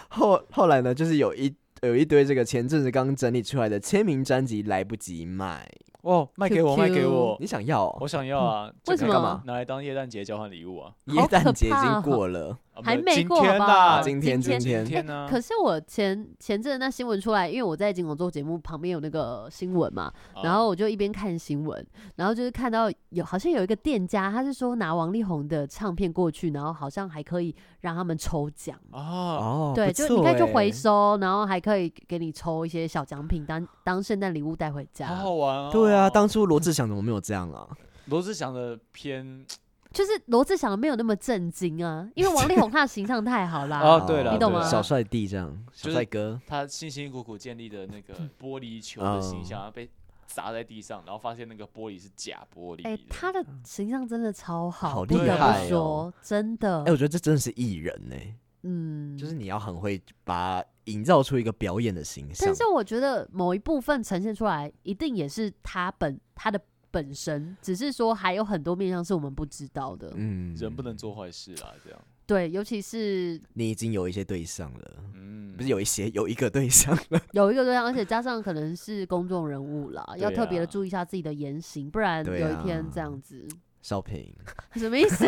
Speaker 3: 后后来呢，就是有一有一堆这个前阵子刚整理出来的签名专辑来不及卖，
Speaker 2: 哦，卖给我，
Speaker 1: Q Q
Speaker 2: 卖给我
Speaker 3: 你，想要、
Speaker 2: 我
Speaker 3: 哦？
Speaker 2: 想要啊。
Speaker 1: 为什
Speaker 2: 这个
Speaker 1: 么
Speaker 3: 干嘛？
Speaker 2: 拿来当耶诞节交换礼物啊？
Speaker 3: 耶
Speaker 1: 好可啊
Speaker 3: 诞节已
Speaker 1: 怕哦
Speaker 3: 经过了，啊
Speaker 2: 啊
Speaker 1: 还
Speaker 2: 有
Speaker 1: 没
Speaker 2: 今
Speaker 1: 过
Speaker 2: 天
Speaker 1: 吧
Speaker 2: 呐，
Speaker 3: 今天
Speaker 1: 今
Speaker 3: 天啊
Speaker 2: 今天呢？
Speaker 1: 可是我前前阵子那新闻出来，因为我在金广做节目，旁边有那个新闻嘛，
Speaker 2: 啊
Speaker 3: 哦
Speaker 1: 然后我就一边看新闻，然后就是看到有好像有一个店家，他是说拿王力宏的唱片过去，然后好像还可以让他们抽奖，
Speaker 2: 啊，
Speaker 3: 哦，
Speaker 1: 对，
Speaker 3: 不
Speaker 1: 就
Speaker 3: 错
Speaker 1: 你可以去
Speaker 3: 欸
Speaker 1: 回收，然后还可以给你抽一些小奖品当当圣诞礼物带回家
Speaker 2: 好，好玩哦。
Speaker 3: 对啊，当初罗志祥怎么没有这样啊？
Speaker 2: 罗志祥的偏
Speaker 1: 就是罗志祥没有那么震惊 啊，因为王力宏他的形象太好啦，
Speaker 2: 哦，对
Speaker 3: 哦
Speaker 2: 了，
Speaker 1: 你懂
Speaker 2: 对
Speaker 1: 吗
Speaker 2: 了
Speaker 3: 小帅弟这样，小
Speaker 2: 就是
Speaker 3: 帅哥，
Speaker 2: 他辛辛苦苦建立的那
Speaker 1: 嗯
Speaker 2: 个玻璃球的形象，然后被砸在地上，然后发现那个玻璃是假玻璃的。
Speaker 1: 哎、他的形象真的超好，
Speaker 3: 好
Speaker 1: 不
Speaker 2: 厉
Speaker 1: 得
Speaker 2: 害
Speaker 1: 不
Speaker 2: 哦
Speaker 1: 说，真的
Speaker 3: 哎，，我觉得这真的是艺人欸呢，
Speaker 1: 嗯，
Speaker 3: 就是你要很会把营造出一个表演的形象
Speaker 1: 但。是我觉得某一部分呈现出来，一定也是他本他的本身，只是说还有很多面向是我们不知道的。
Speaker 3: 嗯
Speaker 2: 人不能做坏事啦，这样。
Speaker 1: 对，尤其是
Speaker 3: 你已经有一些对象了，
Speaker 2: 嗯，
Speaker 3: 不是有一些，有一个对象。
Speaker 1: 有一个对象，而且加上可能是公众人物啦，
Speaker 2: 对
Speaker 1: 要特别的
Speaker 2: 啊
Speaker 1: 注意一下自己的言行，不然
Speaker 3: 对
Speaker 1: 有一
Speaker 3: 啊
Speaker 1: 天这样子，
Speaker 3: 少平，
Speaker 1: 什么意 思？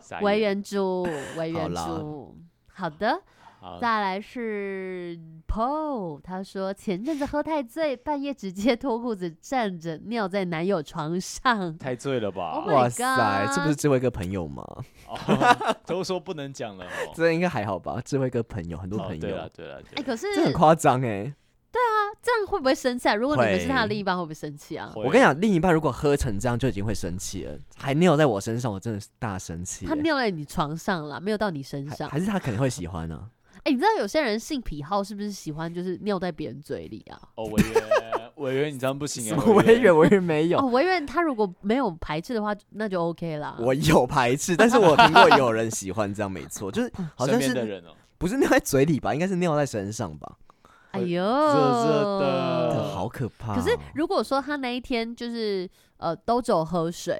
Speaker 2: 傻眼
Speaker 1: 为原猪，为
Speaker 3: 好
Speaker 1: 原
Speaker 3: 啦
Speaker 1: 猪。好的，
Speaker 2: 好
Speaker 1: 再来是 Paul，他说前阵子喝太醉，半夜直接脱裤子站着尿在男友床上。
Speaker 2: 太醉了吧
Speaker 1: Oh my
Speaker 3: 哇塞，这不
Speaker 1: God
Speaker 3: 是智慧哥朋友吗？
Speaker 2: 哦 都说不能讲了哦。
Speaker 3: 这应该还好吧？智慧哥朋友很多
Speaker 2: 哦
Speaker 3: 朋
Speaker 2: 对
Speaker 3: 友，
Speaker 2: 了对了，
Speaker 1: 哎、可是
Speaker 3: 这很夸张哎！
Speaker 1: 这样会不会生气啊？如果你们是他的
Speaker 3: 会
Speaker 1: 另一半，会不会生气啊？
Speaker 2: 我
Speaker 3: 我跟你，讲，另一半如果喝成这样就已经会生气了，还尿在我身上，我真的是大生气
Speaker 1: 他
Speaker 3: 欸。
Speaker 1: 尿在你床上啦，没有到你身
Speaker 3: 还
Speaker 1: 上。
Speaker 3: 还是他肯定会喜欢呢、
Speaker 1: 哎、你知道有些人性癖好是不是喜欢就是尿在别人嘴里啊？
Speaker 2: 哦，委员， 委员，你这样不行
Speaker 3: 什
Speaker 2: 啊！
Speaker 3: 么 我也我也没有，
Speaker 1: 哦，我以为他如果没有排斥的话，那就 OK 啦。
Speaker 3: 我有排斥，但是我听过有人喜欢这样，没 错，就是好
Speaker 2: 身
Speaker 3: 像
Speaker 2: 边的
Speaker 3: 是
Speaker 2: 人哦，
Speaker 3: 不是尿在嘴里吧，应该是尿在身上吧，
Speaker 1: 哎呦，
Speaker 2: 热热
Speaker 3: 这
Speaker 2: 的呃
Speaker 3: 好可怕哦、
Speaker 1: 可是如果说他那一天就是呃都只有喝水，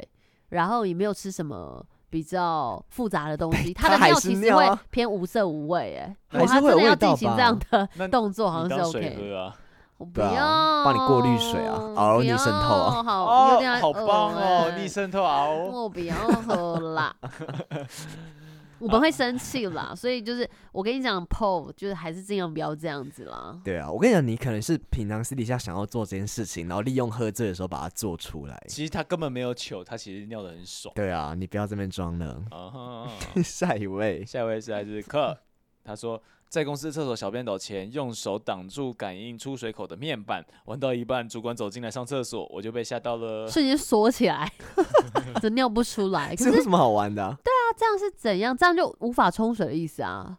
Speaker 1: 然后也没有吃什么比较复杂的东 西，
Speaker 3: 他
Speaker 1: 的
Speaker 3: 还
Speaker 1: 尿
Speaker 3: 是
Speaker 1: 其实
Speaker 3: 尿
Speaker 1: 会
Speaker 3: 啊
Speaker 1: 偏无色无味、哎，
Speaker 3: 还
Speaker 1: 哇
Speaker 3: 是
Speaker 1: 他
Speaker 3: 会
Speaker 1: 真的
Speaker 3: 有
Speaker 1: 要
Speaker 3: 味
Speaker 1: 进
Speaker 3: 道
Speaker 1: 行这
Speaker 3: 吧
Speaker 1: 样的
Speaker 2: 那
Speaker 1: 动作，哦好
Speaker 2: 你
Speaker 1: 像
Speaker 2: 当
Speaker 1: 是
Speaker 2: 水
Speaker 1: OK。
Speaker 2: 喝啊！
Speaker 1: 我不
Speaker 3: 对
Speaker 1: 要、
Speaker 3: 啊帮你过滤水啊熬
Speaker 1: 不
Speaker 3: 逆渗透啊
Speaker 1: 要哦好，有点
Speaker 2: 哦哦，好棒哦，
Speaker 1: 呃
Speaker 2: 逆渗透啊！哦
Speaker 1: 我不要喝啦。我们会生气啦，所以就是我跟你讲，PO 就是还是尽量不要这样子啦。
Speaker 3: 对啊，我跟你讲，你可能是平常私底下想要做这件事情，然后利用喝醉的时候把它做出来。
Speaker 2: 其实他根本没有糗，他其实尿的很爽。
Speaker 3: 对啊，你不要这边装了。
Speaker 2: 啊哈，
Speaker 3: 下一位，
Speaker 2: 下一位是来自克，他说在公司厕所小便斗前用手挡住感应出水口的面板，玩到一半，主管走进来上厕所，我就被吓到了。
Speaker 1: 瞬间缩起 来，就尿不出来。可
Speaker 3: 这
Speaker 1: 是
Speaker 3: 有什么好玩的啊、
Speaker 1: 那这样是怎样？这样就无法冲水的意思 啊？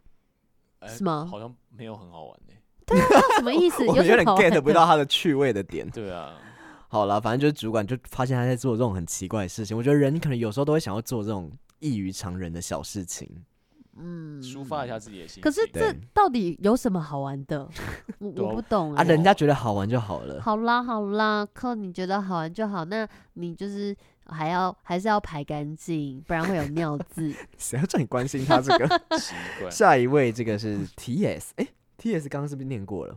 Speaker 2: 哎
Speaker 1: 是吗
Speaker 2: 好像没有很好玩欸呢、
Speaker 1: 什么意思？
Speaker 3: 我有
Speaker 1: 什
Speaker 3: 点
Speaker 1: 么好玩
Speaker 3: get 不
Speaker 1: 的
Speaker 3: 到他的趣味的点。
Speaker 2: 对啊，
Speaker 3: 好了，反正就是主管就发现他在做这种很奇怪的事情。我觉得人可能有时候都会想要做这种异于常人的小事情。
Speaker 1: 嗯
Speaker 2: 抒发一下自己的心情。
Speaker 1: 可是这
Speaker 3: 对
Speaker 1: 到底有什么好玩的？我
Speaker 2: 对啊
Speaker 1: 我不懂
Speaker 3: 啊，
Speaker 1: 哎、
Speaker 3: 人家觉得好玩就好了。
Speaker 1: 好啦好啦，靠你觉得好玩就好，那你就是还要还是要排干净，不然会有尿 渍。
Speaker 3: 谁要叫你关心他这个？
Speaker 2: 奇怪，
Speaker 3: 下一位这个是 T S，哎、t S 刚刚是不是念过了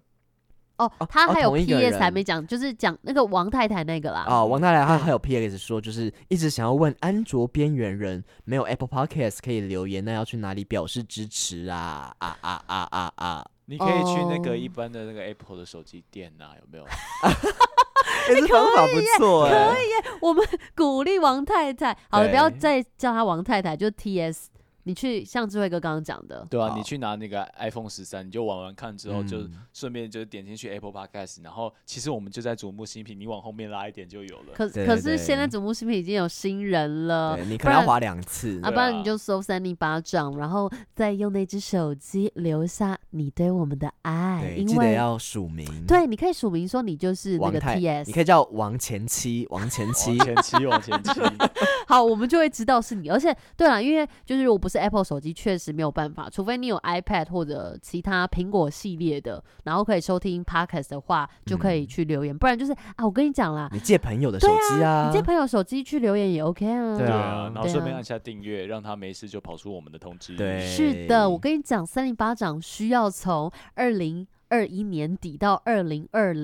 Speaker 1: 哦
Speaker 3: 哦，
Speaker 1: 他
Speaker 3: 哦
Speaker 1: 还有
Speaker 3: 同一个
Speaker 1: PS 还
Speaker 3: 人
Speaker 1: 没讲，就是讲那个王太太那个啦。
Speaker 3: 啊？王太太她还有 P S 说，就是一直想要问安卓边缘人没有 Apple Podcast 可以留言，那要去哪里表示支持啊？啊啊啊啊啊！
Speaker 2: 你可以去那
Speaker 1: 哦
Speaker 2: 个一般的那个 Apple 的手机店呐、有啊没有？
Speaker 3: 哎、这方法不错哎、
Speaker 1: 可以耶，啊我们鼓励王太太。好了，不要
Speaker 2: 对
Speaker 1: 再叫她王太太，就 TS。你去像智慧哥刚刚讲的，
Speaker 2: 对啊，
Speaker 3: 好
Speaker 2: 你去拿那个 iPhone 十三，你就玩玩看之后，就
Speaker 3: 嗯
Speaker 2: 顺便就点进去 Apple Podcast，然后其实我们就在瞩目新品，你往后面拉一点就有了。
Speaker 1: 可
Speaker 3: 对
Speaker 1: 可
Speaker 3: 对
Speaker 1: 是现在
Speaker 3: 对
Speaker 1: 瞩目新品已经有新人了
Speaker 3: 对，你
Speaker 1: 呃不
Speaker 3: 可能
Speaker 1: 然
Speaker 3: 要划两次
Speaker 1: 啊，
Speaker 2: 对
Speaker 1: 不然你
Speaker 2: 啊
Speaker 1: 就搜三零巴掌，然后再用那只手机留下你对我们的爱，
Speaker 3: 对，
Speaker 1: 因
Speaker 3: 记得
Speaker 1: 为
Speaker 3: 要署名。，
Speaker 1: 对，你可以署名说你就是那
Speaker 3: 王
Speaker 1: 个
Speaker 3: 太，你
Speaker 1: TS，
Speaker 3: 可以叫王前妻，王前
Speaker 2: 往
Speaker 3: 妻。
Speaker 2: 前期，往前期，
Speaker 1: 啊好，我们就会知道是你。而且，对了，因为就是如果不是 Apple 手机，确实没有办法，除非你有 iPad 或者其他苹果系列的，然后可以收听 Podcast 的话，就可以
Speaker 3: 嗯
Speaker 1: 去留言。不然就是啊，我跟你讲啦，
Speaker 3: 你借朋友的手机啊，
Speaker 1: 你借朋友手机去留言也 OK 啊。
Speaker 3: 对
Speaker 2: 对
Speaker 3: 啊
Speaker 2: 啊，然后
Speaker 1: 对
Speaker 2: 顺便
Speaker 1: 啊
Speaker 2: 按下订阅，让他没事就跑出我们的通知。
Speaker 3: 对
Speaker 1: 是的，我跟你讲，三零八掌需要从二零二一年底到二零二，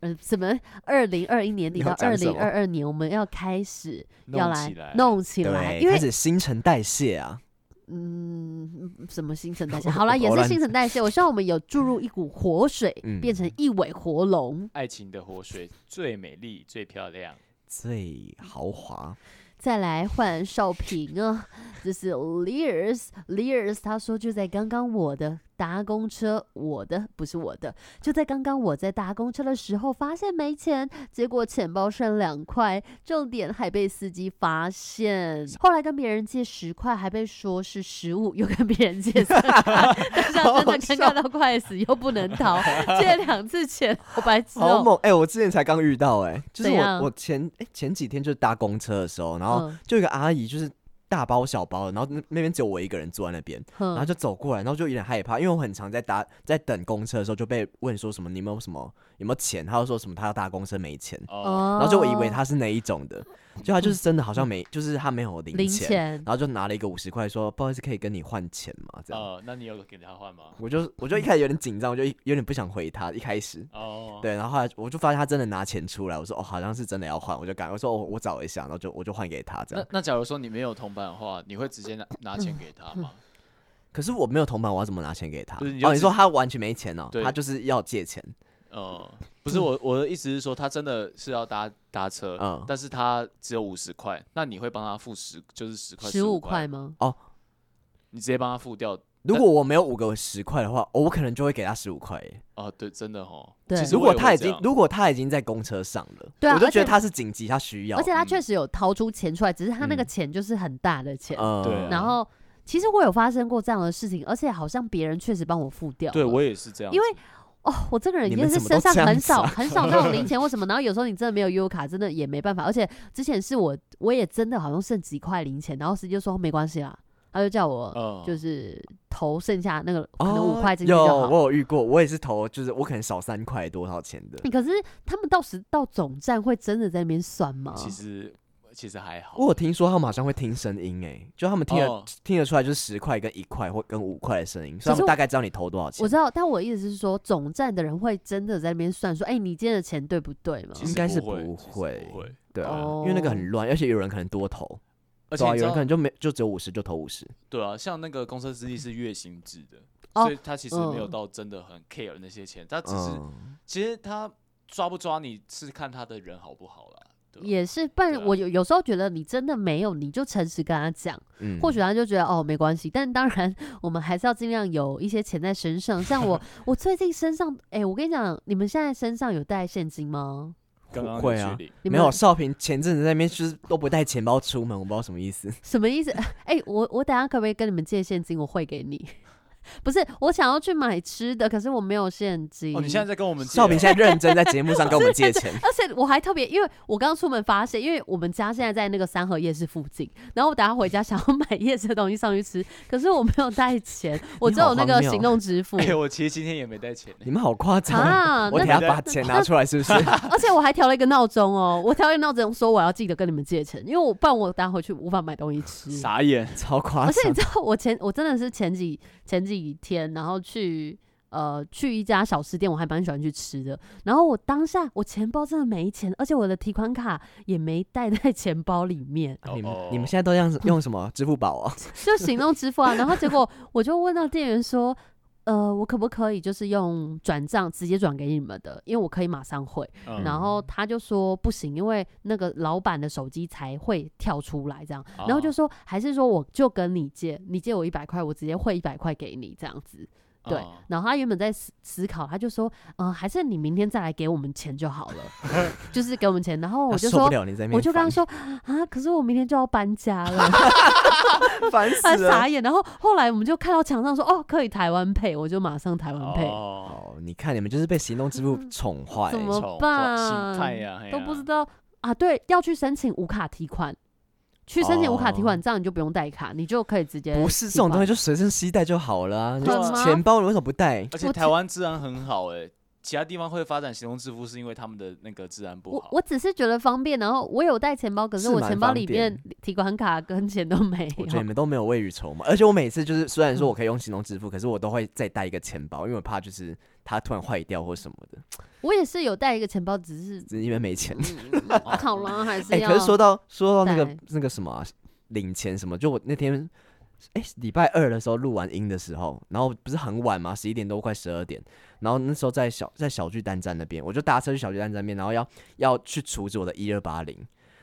Speaker 1: 呃，什么？二零二一年底
Speaker 3: 你
Speaker 1: 到
Speaker 3: 要
Speaker 1: 二
Speaker 3: 讲什
Speaker 1: 零
Speaker 3: 么
Speaker 1: 二二年，我们要开始要
Speaker 2: 弄
Speaker 1: 来
Speaker 2: 起来，
Speaker 1: 弄起来，
Speaker 3: 对，
Speaker 1: 因为
Speaker 3: 开始新陈代谢啊，
Speaker 1: 嗯，什么新陈代谢？好啦，
Speaker 3: 我
Speaker 1: 也是
Speaker 3: 乱
Speaker 1: 新陈代谢。我希望我们有注入一股活水，
Speaker 3: 嗯
Speaker 1: 变成一尾活龙，
Speaker 2: 爱情的活水最美丽、最漂亮。
Speaker 3: 最豪华。
Speaker 1: 再来换少平啊。 这是 Lears Lears，他说就在刚刚我的搭公车，我的不是我的，就在刚刚我在搭公车的时候发现没钱，结果钱包剩两块，重点还被司机发现。 后来跟别人借十块，还被说是食物，又跟别人借三块，但是他真的尴尬到快死，又不能 逃，借两次钱，我白痴哦、
Speaker 3: 好猛！哎、我之前才刚遇到、哎，就是
Speaker 1: 怎
Speaker 3: 我
Speaker 1: 样
Speaker 3: 我前、哎前几天就是搭公车的时候，然后
Speaker 1: 嗯
Speaker 3: 就有一个阿姨就是大包小包的，然后那那边只有我一个人坐在那边，
Speaker 2: 嗯
Speaker 3: 然后
Speaker 1: 哼，
Speaker 3: 就走过来，然后就有点害怕，因为我很常在搭在等公车的时候就被问说什么你有没有什么有没有钱，他就说什么他要搭公车没钱，
Speaker 2: 哦，
Speaker 1: 然
Speaker 3: 然后就我以为他是哪一种的，就他就是真的好像
Speaker 2: 嗯
Speaker 3: 没，就是他没有零
Speaker 1: 哦零
Speaker 3: 钱，
Speaker 1: 钱
Speaker 3: 然，后就拿了一个五十块说不好意思可以跟你换钱嘛这样，
Speaker 2: 哦，那你有给他换吗？
Speaker 3: 我就我就一开始有点紧张，我就一有点不想回他一开始。
Speaker 2: 哦，
Speaker 3: 对，然后后来我就发现他真的拿钱出来，我说哦，好像是真的要换，我就赶快说哦，我找一下，然后就我就换给他这
Speaker 2: 那
Speaker 3: 样。
Speaker 2: 那假如说你没有铜板的话，你会直接拿拿钱给他 吗？
Speaker 3: 可是我没有铜板，我要怎么拿钱给他？
Speaker 2: 不是你就
Speaker 3: 哦，你
Speaker 2: 直
Speaker 3: 说他完全没钱哦，
Speaker 2: 对
Speaker 3: 他就是要借钱。
Speaker 2: 呃，不是我我的意思是说，他真的是要搭搭车，
Speaker 3: 嗯
Speaker 2: 但是他只有五十块，那你会帮他付十，就是十块
Speaker 1: 十五
Speaker 2: 五
Speaker 1: 块，吗？
Speaker 2: 你直接帮他付掉。
Speaker 3: 如果我没有五个十块的话，哦我可能就会给他十五块耶。
Speaker 2: 哦，对，真的哦。
Speaker 1: 对
Speaker 2: 其实
Speaker 3: 如
Speaker 2: 我
Speaker 3: 果
Speaker 2: 也
Speaker 3: 他
Speaker 2: 会
Speaker 3: 已
Speaker 2: 这
Speaker 3: 经
Speaker 2: 样
Speaker 3: 如果他已经在公车上了，
Speaker 1: 对啊
Speaker 3: 我就
Speaker 1: 而
Speaker 3: 觉得
Speaker 1: 且
Speaker 3: 他是紧急，他需要。
Speaker 1: 而且他确
Speaker 2: 嗯
Speaker 1: 实有掏出钱出来，只是他那个钱就是很大的钱。
Speaker 3: 嗯
Speaker 2: 对啊
Speaker 1: 然后其实我有发生过这样的事情，而且好像别人确实帮我付掉了。
Speaker 2: 对我也是这样子，
Speaker 1: 因为哦，我这个人
Speaker 3: 你
Speaker 1: 也
Speaker 3: 们
Speaker 1: 是
Speaker 3: 怎么
Speaker 1: 身
Speaker 3: 都
Speaker 1: 上
Speaker 3: 这样
Speaker 1: 很
Speaker 3: 子
Speaker 1: 少
Speaker 3: 啊
Speaker 1: 很少那种 零钱或什么，然后有时候你真的没有 U 卡，真的也没办法。而且之前是我我也真的好像剩几块零钱，然后司机就说没关系啦，他就叫我
Speaker 2: 嗯，
Speaker 1: 就是投剩下那个可
Speaker 3: 哦
Speaker 1: 能五块进去
Speaker 3: 有
Speaker 1: 就好。
Speaker 3: 我有遇过，我也是投，就是我可能少三块多少钱的。
Speaker 1: 可是他们到时到总站会真的在那边算吗？
Speaker 2: 其实其实还好。
Speaker 3: 我有听说他马上会听声音，哎，就他们听得、
Speaker 2: 哦
Speaker 3: 听得出来，就是十块跟一块或跟五块的声音，
Speaker 1: 可
Speaker 3: 所以他
Speaker 1: 是
Speaker 3: 们大概知道你投多少钱
Speaker 1: 我。知道，但我意思是说，总站的人会真的在那边算说，哎、你今天的钱对不对吗？
Speaker 2: 其实
Speaker 3: 应该是
Speaker 2: 不
Speaker 3: 不
Speaker 2: 会，其实
Speaker 3: 会
Speaker 2: 不会。
Speaker 3: 对啊，
Speaker 1: 哦
Speaker 3: 因为那个很乱，而且有人可能多投，
Speaker 2: 而且
Speaker 3: 对啊，
Speaker 2: 你知
Speaker 3: 有人可
Speaker 2: 道
Speaker 3: 能就没就只有五十就投五十，
Speaker 2: 对啊，像那个公车司机是月薪制的，
Speaker 1: 哦
Speaker 2: 所以他其实没有
Speaker 1: 嗯
Speaker 2: 到真的很 care 那些钱，他只是
Speaker 3: 嗯，
Speaker 2: 其实他抓不抓你是看他的人好不好啦。对吧
Speaker 1: 也是，不然
Speaker 2: 对啊
Speaker 1: 我有有时候觉得你真的没有，你就诚实跟他讲，
Speaker 3: 嗯
Speaker 1: 或许他就觉得哦没关系。但当然，我们还是要尽量有一些钱在身上。像 我，我最近身上，哎、我跟你讲，你们现在身上有带现金吗？
Speaker 2: 刚刚
Speaker 3: 会
Speaker 2: 的
Speaker 3: 啊
Speaker 2: 距离
Speaker 1: 你
Speaker 3: 没
Speaker 1: 们
Speaker 3: 有。少平前阵子在那边就是都不带钱包出门，我不知道什么意思。
Speaker 1: 什么意思？ 哎、我我等下可不可以跟你们借现金？我汇给你。 不是，我想要去买吃的，可是我没有现金。
Speaker 2: 哦，你现在在跟我们借
Speaker 1: 啊
Speaker 3: 少平
Speaker 2: 哦
Speaker 3: 现在认真在节目上跟我们借
Speaker 1: ，
Speaker 3: 钱
Speaker 1: 而且我还特别，因为我刚出门发现，因为我们家现在在那个三合夜市附近，然后我等下回家想要买夜市的东西上去吃，可是我没有带钱，我只有那个行动支付。
Speaker 2: 哎、我其实今天也没带钱、
Speaker 3: 你
Speaker 2: 欸。
Speaker 3: 们好夸张
Speaker 1: 啊
Speaker 3: 啊！我
Speaker 1: 那
Speaker 3: 等下把钱拿出来是 不是？
Speaker 1: 而且我还调了一个闹钟哦，我调了一个闹钟说我要记得跟你们借钱，因为我不然我等下回去无法买东西吃。
Speaker 2: 傻眼，
Speaker 3: 超夸
Speaker 1: 而且
Speaker 3: 张
Speaker 1: 你！知道，我前我真的是前几前几天，然后去呃去一家小吃店，我还蛮喜欢去吃的。然后我当下我钱包真的没钱，而且我的提款卡也没带在钱包里面，
Speaker 3: 你们
Speaker 2: 哦
Speaker 3: 你们现在都用用什么支付宝啊？
Speaker 1: 就行动支付啊。然后结果我就问到店员说。呃，我可不可以就是用转账直接转给你们的？因为我可以马上汇。
Speaker 2: 嗯
Speaker 1: 然后他就说不行，因为那个老板的手机才会跳出来这样。然后就
Speaker 2: 哦
Speaker 1: 说还是说我就跟你借，你借我一百块，我直接汇一百块给你这样子。对，
Speaker 2: 哦
Speaker 1: 然后他原本在思思考，他就说，嗯、还是你明天再来给我们钱就好了， 就是给我们钱。然哦后我
Speaker 3: 他
Speaker 1: 就
Speaker 3: 受不
Speaker 1: 说，
Speaker 3: 了你在那边烦，
Speaker 1: 我就跟他说 啊，可是我明天就要搬家了，
Speaker 3: 烦
Speaker 1: 他
Speaker 3: 死了
Speaker 1: 傻。眼。然后后来我们就看到墙上说，哦，可以台湾配，我就马上台湾配，
Speaker 2: 哦，
Speaker 3: 哦，你看你们就是被行动支付宠坏
Speaker 1: 怎，
Speaker 2: 丑
Speaker 1: 么
Speaker 2: 化
Speaker 1: 办
Speaker 2: 心态呀、嘿
Speaker 1: 都
Speaker 2: 呀
Speaker 1: 不知道啊。对，要去申请无卡提款，去申请无卡提
Speaker 3: 哦
Speaker 1: 款，这样你就不用带卡，你就可以直接
Speaker 3: 不是
Speaker 1: 提
Speaker 3: 这种
Speaker 1: 款
Speaker 3: 东西就随身携带就好了啊。你
Speaker 1: 对吗
Speaker 3: 钱包你为什么不带？
Speaker 2: 而且
Speaker 1: 我
Speaker 2: 台湾治安很好哎、其他地方会发展行动支付是因为他们的那个治安不
Speaker 1: 我
Speaker 2: 好。
Speaker 1: 我只是觉得方便，然后我有带钱包，可是
Speaker 3: 是
Speaker 1: 我
Speaker 3: 蛮
Speaker 1: 钱包
Speaker 3: 方
Speaker 1: 里
Speaker 3: 便
Speaker 1: 面提款卡跟钱都没
Speaker 3: 我觉得你
Speaker 1: 有。
Speaker 3: 们都没有未雨绸缪，而且我每次就是虽然说我可以用行动支付，可是我都会再带一个钱包，因为我怕就是它突然坏掉或什么的，
Speaker 1: 我也是有带一个钱包，只 是
Speaker 3: 只是因为没钱。
Speaker 1: 考拉还是
Speaker 3: 哎、
Speaker 1: 要。
Speaker 3: 可是说到说到那
Speaker 1: 带
Speaker 3: 个那个什么啊、领钱什么，就我那天哎礼、拜二的时候录完音的时候，然后不是很晚嘛，十一点多快十二点，然后那时候在小在小巨蛋站那边，我就搭车去小巨蛋站那边，然后要要去处置我的一二八零。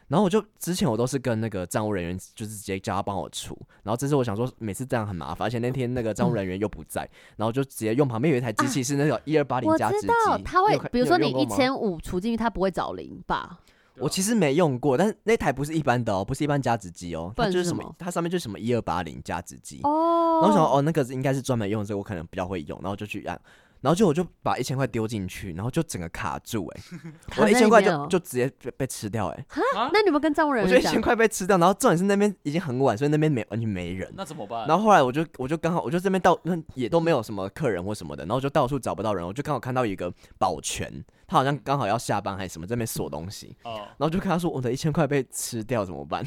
Speaker 3: 然后我就之前我都是跟那个站务人员，就是直接叫他帮我出。然后这次我想说，每次这样很麻烦，而且那天那个站务人员又不在，然后就直接用旁边有一台机器是那种一二八零
Speaker 1: 啊我
Speaker 3: 加值
Speaker 1: 知
Speaker 3: 机，
Speaker 1: 道他会
Speaker 3: 有看，
Speaker 1: 比如说
Speaker 3: 有
Speaker 1: 你
Speaker 3: 用过
Speaker 1: 一
Speaker 3: 吗
Speaker 1: 千五除进去，他不会找零吧？
Speaker 2: 对
Speaker 3: 我
Speaker 2: 啊
Speaker 3: 其实没用过，但是那台不是一般的哦，不是一般加值机哦，
Speaker 1: 不
Speaker 3: 它
Speaker 1: 然
Speaker 3: 就是是什
Speaker 1: 什么
Speaker 3: 么，它上面就是什么一二八零加值机。
Speaker 1: 哦
Speaker 3: 然后我想说哦，那个应该是专门用这个，我可能比较会用，然后就去按，然后就我就把一千块丢进去，然后就整个卡住哎、
Speaker 1: 卡
Speaker 3: 我一
Speaker 1: 在
Speaker 3: 千
Speaker 1: 里
Speaker 3: 块
Speaker 1: 面
Speaker 3: 就
Speaker 1: 哦
Speaker 3: 就直接被被吃掉哎、
Speaker 2: 啊
Speaker 1: 那你们跟账务人
Speaker 3: 我觉得
Speaker 1: 员
Speaker 3: 一
Speaker 1: 讲
Speaker 3: 千，块被吃掉，然后重点是那边已经很晚，所以那边没完全没人。
Speaker 2: 那怎么办？
Speaker 3: 然后后来我就我就刚好我就这边到那也都没有什么客人或什么的，然后我就到处找不到人，我就刚好看到一个保全，他好像刚好要下班还是什么，在那边锁东西，
Speaker 2: 哦，
Speaker 3: 然后就跟他说我的一千块被吃掉怎么办？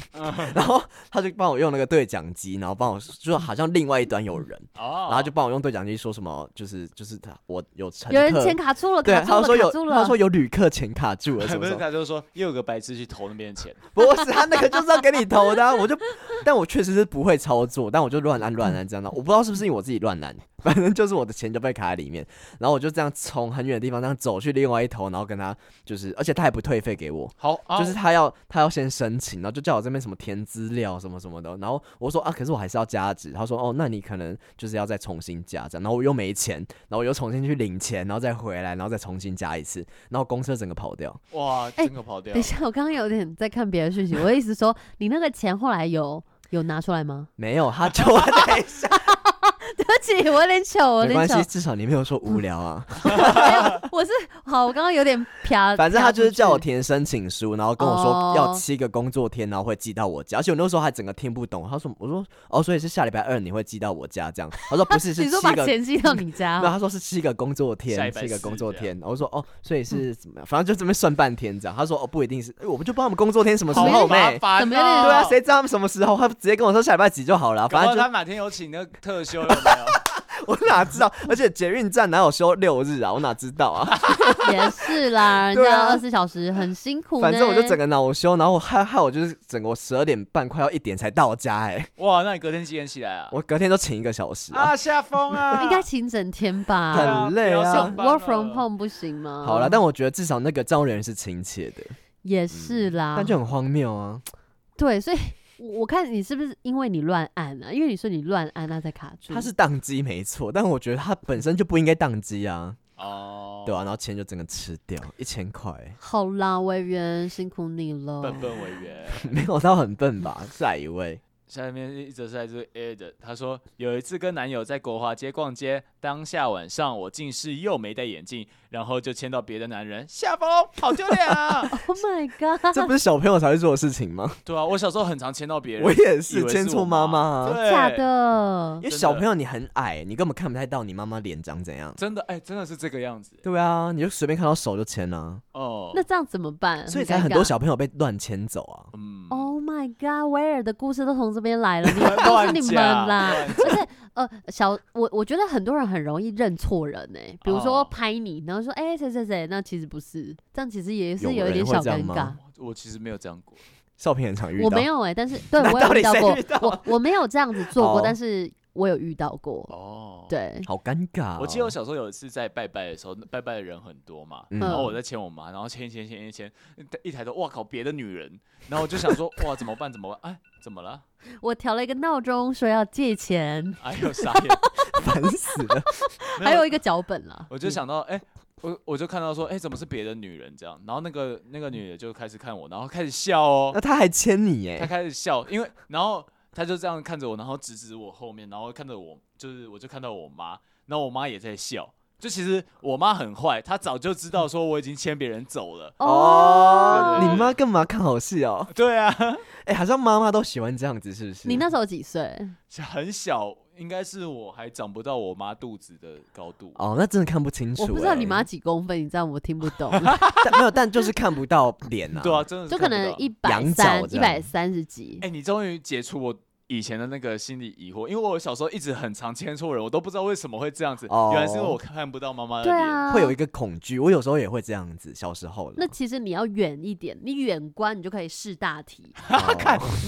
Speaker 3: 然后他就帮我用那个对讲机，然后帮我就好像另外一端有人，
Speaker 2: 哦，
Speaker 3: 然后就帮我用对讲机说什么，就是就是他我有乘客
Speaker 1: 有人钱卡住了，
Speaker 3: 对，
Speaker 1: 卡住
Speaker 3: 他
Speaker 1: 了，
Speaker 3: 说
Speaker 1: 卡
Speaker 3: 有
Speaker 1: 住
Speaker 3: 他
Speaker 1: 了
Speaker 3: 说。有旅客钱卡住了什
Speaker 2: 不
Speaker 3: 么
Speaker 2: 是
Speaker 3: 什么，
Speaker 2: 他就说又有个白痴去投那边的钱，
Speaker 3: 不是他那个就是要给你投的啊、我就但我确实是不会操作，但我就乱按乱按这样的，我不知道是不是因为我自己乱按， 反正就是我的钱就被卡在里面，然后我就这样从很远的地方这样走去另外一头，然后跟他就是，而且他还不退费给我，
Speaker 2: 好，啊
Speaker 3: 就是他要他要先申请，然后就叫我这边什么填资料什么什么的，然后我说啊，可是我还是要加值，他说哦，那你可能就是要再重新加这样，然后我又没钱，然后我又重新去领钱，然后再回来，然后再重新加一次，然后公车整个跑掉，
Speaker 2: 哇，
Speaker 1: 哎
Speaker 2: 真的跑掉
Speaker 1: 等一，下，我刚刚有点在看别的讯息。我的意思说，你那个钱后来有有拿出来吗？
Speaker 3: 没有，他就等一下，
Speaker 1: 对不起，我有点糗，我有
Speaker 3: 没
Speaker 1: 点
Speaker 3: 关
Speaker 1: 糗
Speaker 3: 系，。至少你没有说无聊啊，
Speaker 1: 嗯没有我是好，我刚刚有点啪。
Speaker 3: 反正
Speaker 1: 啪
Speaker 3: 他就是
Speaker 1: 出
Speaker 3: 叫我
Speaker 1: 去
Speaker 3: 填申请书，然后跟我
Speaker 1: 哦
Speaker 3: 说要七个工作天，然后会寄到我家，而且我那时候还整个听不懂，他说我说哦，所以是下礼拜二你会寄到我家这样，他说不 是是
Speaker 1: 你
Speaker 3: 七
Speaker 1: 说把
Speaker 3: 个
Speaker 1: 钱寄到你 家
Speaker 3: 没有，
Speaker 1: 哦，
Speaker 3: 他说是七个工作
Speaker 2: 啊下一
Speaker 3: 天，
Speaker 2: 百
Speaker 3: 七个
Speaker 2: 四
Speaker 3: 工作
Speaker 2: 这样
Speaker 3: 天。然后我说哦，所以是怎么样？反正就这边算半天这样。他说哦，不一定是，哎我们就不知道我们工作天什么时
Speaker 2: 好麻
Speaker 3: 候呗。
Speaker 2: 烦哦，
Speaker 1: 怎么有点
Speaker 3: 对啊，谁知道他们什么时候？他直接跟我说下礼拜几就好了啊。
Speaker 2: 搞
Speaker 3: 反
Speaker 2: 不好
Speaker 3: 正就
Speaker 2: 他哪天有请那个特休有没有？
Speaker 3: 我 哪知道？而且捷运站哪有休六日啊？我哪知道啊？
Speaker 1: 也是啦，人
Speaker 3: 对
Speaker 1: 家
Speaker 3: 啊
Speaker 1: 二十四小时很辛苦呢。，
Speaker 3: 反正我就整个恼羞，然后我害害我就是整个我十二点半快要一点才到家、哎，
Speaker 2: 哇，那你隔天几点起来啊？
Speaker 3: 我隔天都请一个小时啊。
Speaker 2: 啊，下风 啊
Speaker 1: 应该请整天
Speaker 2: 对
Speaker 1: 吧
Speaker 3: 很累啊
Speaker 2: 不要上班了
Speaker 1: ？Work from home 不行吗？
Speaker 2: 啊
Speaker 3: 好了，但我觉得至少那个照顾人员是亲切的，
Speaker 1: 也是啦，
Speaker 3: 嗯但就很荒谬啊。
Speaker 1: 对，所以我我看你是不是因为你乱按啊？因为你说你乱按，那才卡住。
Speaker 3: 他是宕机没错，但我觉得他本身就不应该宕机啊，
Speaker 2: 哦，
Speaker 3: 对啊，然后钱就整个吃掉一千块，
Speaker 1: 好啦，委员辛苦你了。
Speaker 2: 笨笨委员。
Speaker 3: 没有到很笨吧？下一位，
Speaker 2: 下面一则是来自 Ed，他说有一次跟男友在国华街逛街，当下晚上我近视又没戴眼镜，然后就牵到别的男人，下风，好丢脸 啊！
Speaker 1: Oh my god！
Speaker 3: 这不是小朋友才会做的事情吗？
Speaker 2: 对啊，我小时候很常牵到 别人，
Speaker 3: 我也
Speaker 2: 以
Speaker 3: 是
Speaker 2: 为
Speaker 3: 牵
Speaker 2: 我
Speaker 3: 错妈妈啊，
Speaker 2: 对，
Speaker 1: 假的
Speaker 3: 因为
Speaker 2: 真
Speaker 3: 小
Speaker 2: 的
Speaker 3: 朋友你很矮，你根本看不太到你妈妈脸长怎样。
Speaker 2: 真的哎、真的是这个样子
Speaker 3: 对啊，你就随便看到手就牵啊，
Speaker 2: 哦。
Speaker 1: 那这样怎么办？
Speaker 3: 所以
Speaker 1: 尴
Speaker 3: 才很多
Speaker 1: 尬。
Speaker 3: 小朋友被乱牵走啊。
Speaker 2: 嗯，
Speaker 1: Oh my god！威尔的故事都从这边来了， 你
Speaker 2: 乱
Speaker 1: 都是你们
Speaker 2: 讲
Speaker 1: 啦。
Speaker 2: 乱
Speaker 1: 而且呃，小我我觉得很多人很容易认错人哎、比如说
Speaker 2: 哦
Speaker 1: 拍你，然后说哎谁谁谁，那其实不是，这样其实也是
Speaker 3: 有
Speaker 1: 有一点
Speaker 3: 人会
Speaker 1: 小
Speaker 3: 这样
Speaker 1: 尴
Speaker 3: 吗
Speaker 1: 尬。
Speaker 2: 我其实没有这样过，
Speaker 3: 少平很常遇到，
Speaker 1: 我没有哎、 但是对
Speaker 3: 那
Speaker 1: 我有
Speaker 3: 到底
Speaker 1: 遇到
Speaker 3: 谁
Speaker 1: 过
Speaker 3: 遇到，
Speaker 1: 我我没有这样子做过，
Speaker 3: 哦
Speaker 1: 但是我有遇到过，
Speaker 2: 哦，，
Speaker 1: 对，
Speaker 3: 好尴尬哦、
Speaker 2: 我记得我小时候有一次在拜拜的时候，拜拜的人很多嘛，
Speaker 3: 嗯
Speaker 2: 然后我在牵我妈，然后牵一牵牵一牵，一抬头，哇靠，别的女人，然后我就想说，哇，怎么办？怎么办？哎，怎么了？
Speaker 1: 我调了一个闹钟说要借钱，
Speaker 2: 哎呦，傻 眼，
Speaker 3: 烦死了，
Speaker 2: 没
Speaker 1: 还有一个脚本啦，
Speaker 2: 我就想到，哎、我我就看到说，哎、怎么是别的女人这样？然后那个那个女的就开始看我，然后开始笑
Speaker 3: 那
Speaker 2: 哦，
Speaker 3: 他还牵你
Speaker 2: 她
Speaker 3: 耶，
Speaker 2: 开始笑，因为然后她就这样看着我，然后指指我后面，然后看着我，就是我就看到我妈，然后我妈也在笑。就其实我妈很坏，她早就知道说我已经牵别人走了。
Speaker 1: 哦，
Speaker 3: 你妈干嘛看好戏哦？
Speaker 2: 对啊，
Speaker 3: 哎、好像妈妈都喜欢这样子，是不是？
Speaker 1: 你那时候几岁？
Speaker 2: 很小，应该是我还长不到我妈肚子的高度。
Speaker 3: 哦，那真的看不清楚、
Speaker 1: 我不知道
Speaker 3: 哎
Speaker 1: 你妈几公分，你这样我听不 懂，
Speaker 3: 但没有，但就是看不到脸啊。
Speaker 2: 对啊，，真的是
Speaker 1: 就可
Speaker 2: 看不
Speaker 1: 能
Speaker 2: 到
Speaker 1: 一百
Speaker 3: 羊
Speaker 1: 三
Speaker 3: 角、
Speaker 1: 一
Speaker 3: 这
Speaker 1: 百
Speaker 3: 样
Speaker 1: 三十几
Speaker 2: 哎、。你终于解除我以前的那个心理疑惑，因为我小时候一直很常牵错人，我都不知道为什么会这样子。
Speaker 3: 哦
Speaker 2: 原来是因为我看不到妈妈的
Speaker 1: 对
Speaker 2: 脸。
Speaker 1: 啊，
Speaker 3: 会有一个恐惧。我有时候也会这样子，小时候了。
Speaker 1: 那其实你要远一点，你远观你就可以试大题，
Speaker 3: 哦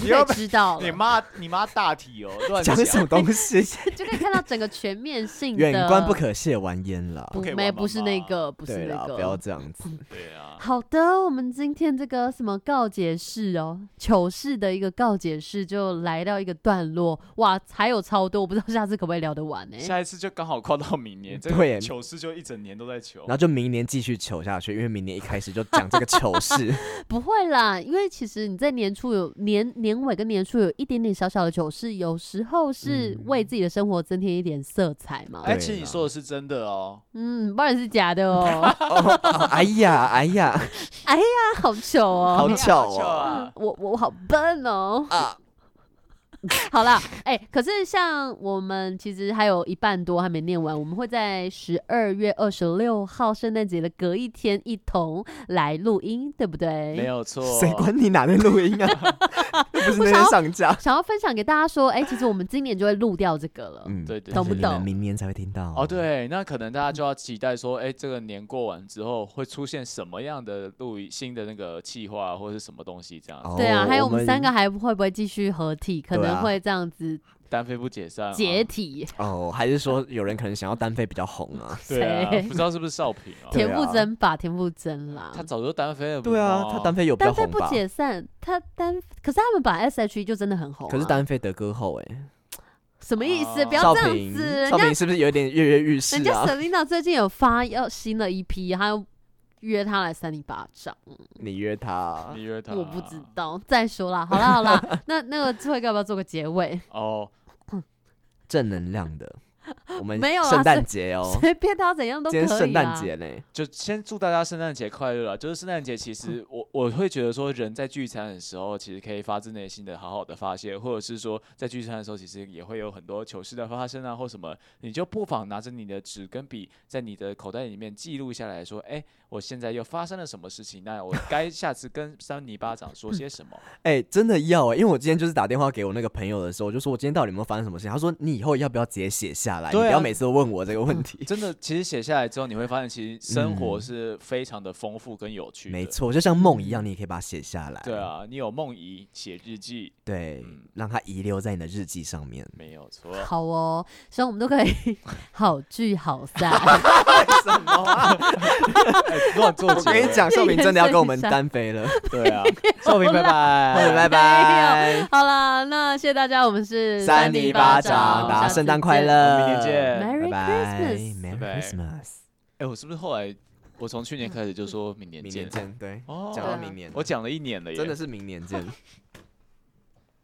Speaker 1: 你
Speaker 2: 你
Speaker 1: 就
Speaker 2: 要
Speaker 1: 可以知道
Speaker 2: 你
Speaker 1: 了，
Speaker 2: 妈，你妈大体 哦，乱
Speaker 3: 讲什么东西？
Speaker 1: 就可以看到整个全面性的。
Speaker 3: 远观不可亵玩焉啦。
Speaker 1: 不
Speaker 2: 可以
Speaker 1: 没
Speaker 2: 玩妈
Speaker 1: 不是那
Speaker 2: 妈
Speaker 1: 个，不是
Speaker 3: 对
Speaker 1: 那
Speaker 3: 啦，
Speaker 1: 个，嗯
Speaker 3: 不要这样子。
Speaker 2: 对啊，
Speaker 1: 好的，我们今天这个什么告解式哦，糗事的一个告解式就来到一个段落，哇，还有超多，我不知道下次可不可以聊得完欸呢、
Speaker 2: 下一次就刚好跨到明年，这
Speaker 3: 嗯对
Speaker 2: 个糗事就一整年都在糗
Speaker 3: 然。后就明年继续糗下去，因为明年一开始就讲这个糗 事。
Speaker 1: 不会啦，因为其实你在年初有年年尾跟年初有一点点小小的糗事，有时候是
Speaker 3: 嗯
Speaker 1: 为自己的生活增添一点色彩嘛。
Speaker 2: 哎、
Speaker 3: 对
Speaker 2: 其实你
Speaker 3: 啦
Speaker 2: 说的是真的哦。
Speaker 1: 嗯，不然是假的哦。
Speaker 3: 哦，哎呀，哎呀，
Speaker 1: 好糗哦
Speaker 3: 好。巧
Speaker 2: 好巧
Speaker 1: 嗯
Speaker 2: 啊
Speaker 3: 哦。
Speaker 1: 我我我好笨哦！
Speaker 3: 啊，
Speaker 1: 好啦，哎、可是像我们其实还有一半多还没念完，我们会在十二月二十六号圣诞节的隔一天一同来录音，对不对？
Speaker 2: 没。有错，
Speaker 3: 谁管你哪天录音啊？又不是那天上架。
Speaker 1: 哦想要分享给大家说，哎、其实我们今年就会录掉这个了。
Speaker 3: 嗯，
Speaker 2: 对对
Speaker 1: 懂不
Speaker 3: 但是你们
Speaker 1: 懂
Speaker 3: 明年才会听到
Speaker 2: 哦，。对，那可能大家就要期待说，哎、这个年过完之后会出现什么样的录音新的那个企划或者是什么东西这样子，
Speaker 3: 哦
Speaker 1: 对啊，还有我们三个还会不会继续合体？可
Speaker 3: 对
Speaker 1: 能
Speaker 3: 啊
Speaker 1: 会这样 子
Speaker 2: 单飞不解散、啊，
Speaker 1: 解体。
Speaker 3: 哦，还是说有人可能想要单飞比较红 啊？
Speaker 2: 对啊
Speaker 1: 谁，
Speaker 2: 不知道是不是少平啊？
Speaker 3: 对啊
Speaker 1: 田馥甄吧，田馥甄啦
Speaker 2: 他。早就单飞了，
Speaker 3: 对啊，他单
Speaker 2: 飞
Speaker 3: 飞有比较
Speaker 1: 单飞
Speaker 3: 红
Speaker 1: 不
Speaker 3: 吧？
Speaker 1: 解散，他单可是他们把 S H E 就真的很红啊、
Speaker 3: 可是单飞得歌后哎，
Speaker 1: 什么意思？
Speaker 2: 哦
Speaker 1: 不要
Speaker 3: 少
Speaker 1: 这样
Speaker 3: 平
Speaker 1: 子，人
Speaker 3: 少
Speaker 1: 家
Speaker 3: 平是不啊是有点跃跃欲试
Speaker 1: 人家
Speaker 3: 啊？
Speaker 1: Selina 最近有发要新的一批，他又约他来扇你巴掌，
Speaker 3: 你约他啊，
Speaker 2: 你约他，
Speaker 1: 我不知道。再说啦，好啦好啦，那那个智慧哥要不要做个结尾？
Speaker 2: 哦。
Speaker 3: 正能量 的，我们
Speaker 1: 没有啊
Speaker 3: 圣诞节哦，
Speaker 1: 随便他怎样都可
Speaker 3: 今
Speaker 1: 以
Speaker 3: 天
Speaker 1: 啊。
Speaker 3: 圣诞节嘞，
Speaker 2: 就先祝大家圣诞节快乐啊！就是圣诞节，其实
Speaker 3: 嗯
Speaker 2: 我我会觉得说，人在聚餐的时候，其实可以发自内心的好好的发泄，或者是说，在聚餐的时候，其实也会有很多糗事的发生啊，或什么，你就不妨拿着你的纸跟笔，在你的口袋里面记录下来说，哎、我现在又发生了什么事情？那我该下次跟三泥巴掌说些什 么？
Speaker 3: 哎，真的要哎，因为我今天就是打电话给我那个朋友的时候，我就说我今天到底有没有发生什么事情，他说你以后要不要直接写下来，你
Speaker 2: 对啊
Speaker 3: 不要每次都问我这个问 题。
Speaker 2: 真的，其实写下来之后，你会发现，其实生活是非常的丰富跟有趣的。
Speaker 3: 没，错，就像梦一样，你也可以把它写下来。
Speaker 2: 对，啊，你有梦遗写日记，
Speaker 3: 对
Speaker 2: 嗯，
Speaker 3: 让它遗留在你的日记上 面。
Speaker 2: 没有错。哎
Speaker 1: 好哦，希望我们都可以 好聚好散。
Speaker 3: 什么、啊？
Speaker 2: 哎乱做
Speaker 3: 我
Speaker 2: 结
Speaker 3: 跟
Speaker 2: 尾
Speaker 3: 你讲，少平真的要跟我们
Speaker 1: 延伸一下
Speaker 3: 单 飞了。
Speaker 2: 对啊，少平拜
Speaker 3: 好
Speaker 2: 拜。
Speaker 3: 拜拜，
Speaker 1: 好啦，那谢谢大家，我们是
Speaker 3: 三
Speaker 1: 零
Speaker 3: 零
Speaker 1: 八
Speaker 3: 八
Speaker 1: 掌，
Speaker 3: 掌，大
Speaker 1: 下
Speaker 3: 家
Speaker 1: 次
Speaker 3: 圣诞快
Speaker 1: 见
Speaker 3: 乐，
Speaker 2: 明天见
Speaker 1: ，Merry
Speaker 3: 拜拜
Speaker 1: Christmas
Speaker 3: ，Merry
Speaker 2: 拜拜
Speaker 3: Christmas，
Speaker 2: 哎，我是不是后来，我从去年开始就说明年
Speaker 3: 明
Speaker 2: 见
Speaker 3: 年？见，对
Speaker 2: 哦，
Speaker 3: 讲到明年，
Speaker 2: 我讲了一年了耶，
Speaker 3: 真的是明年见。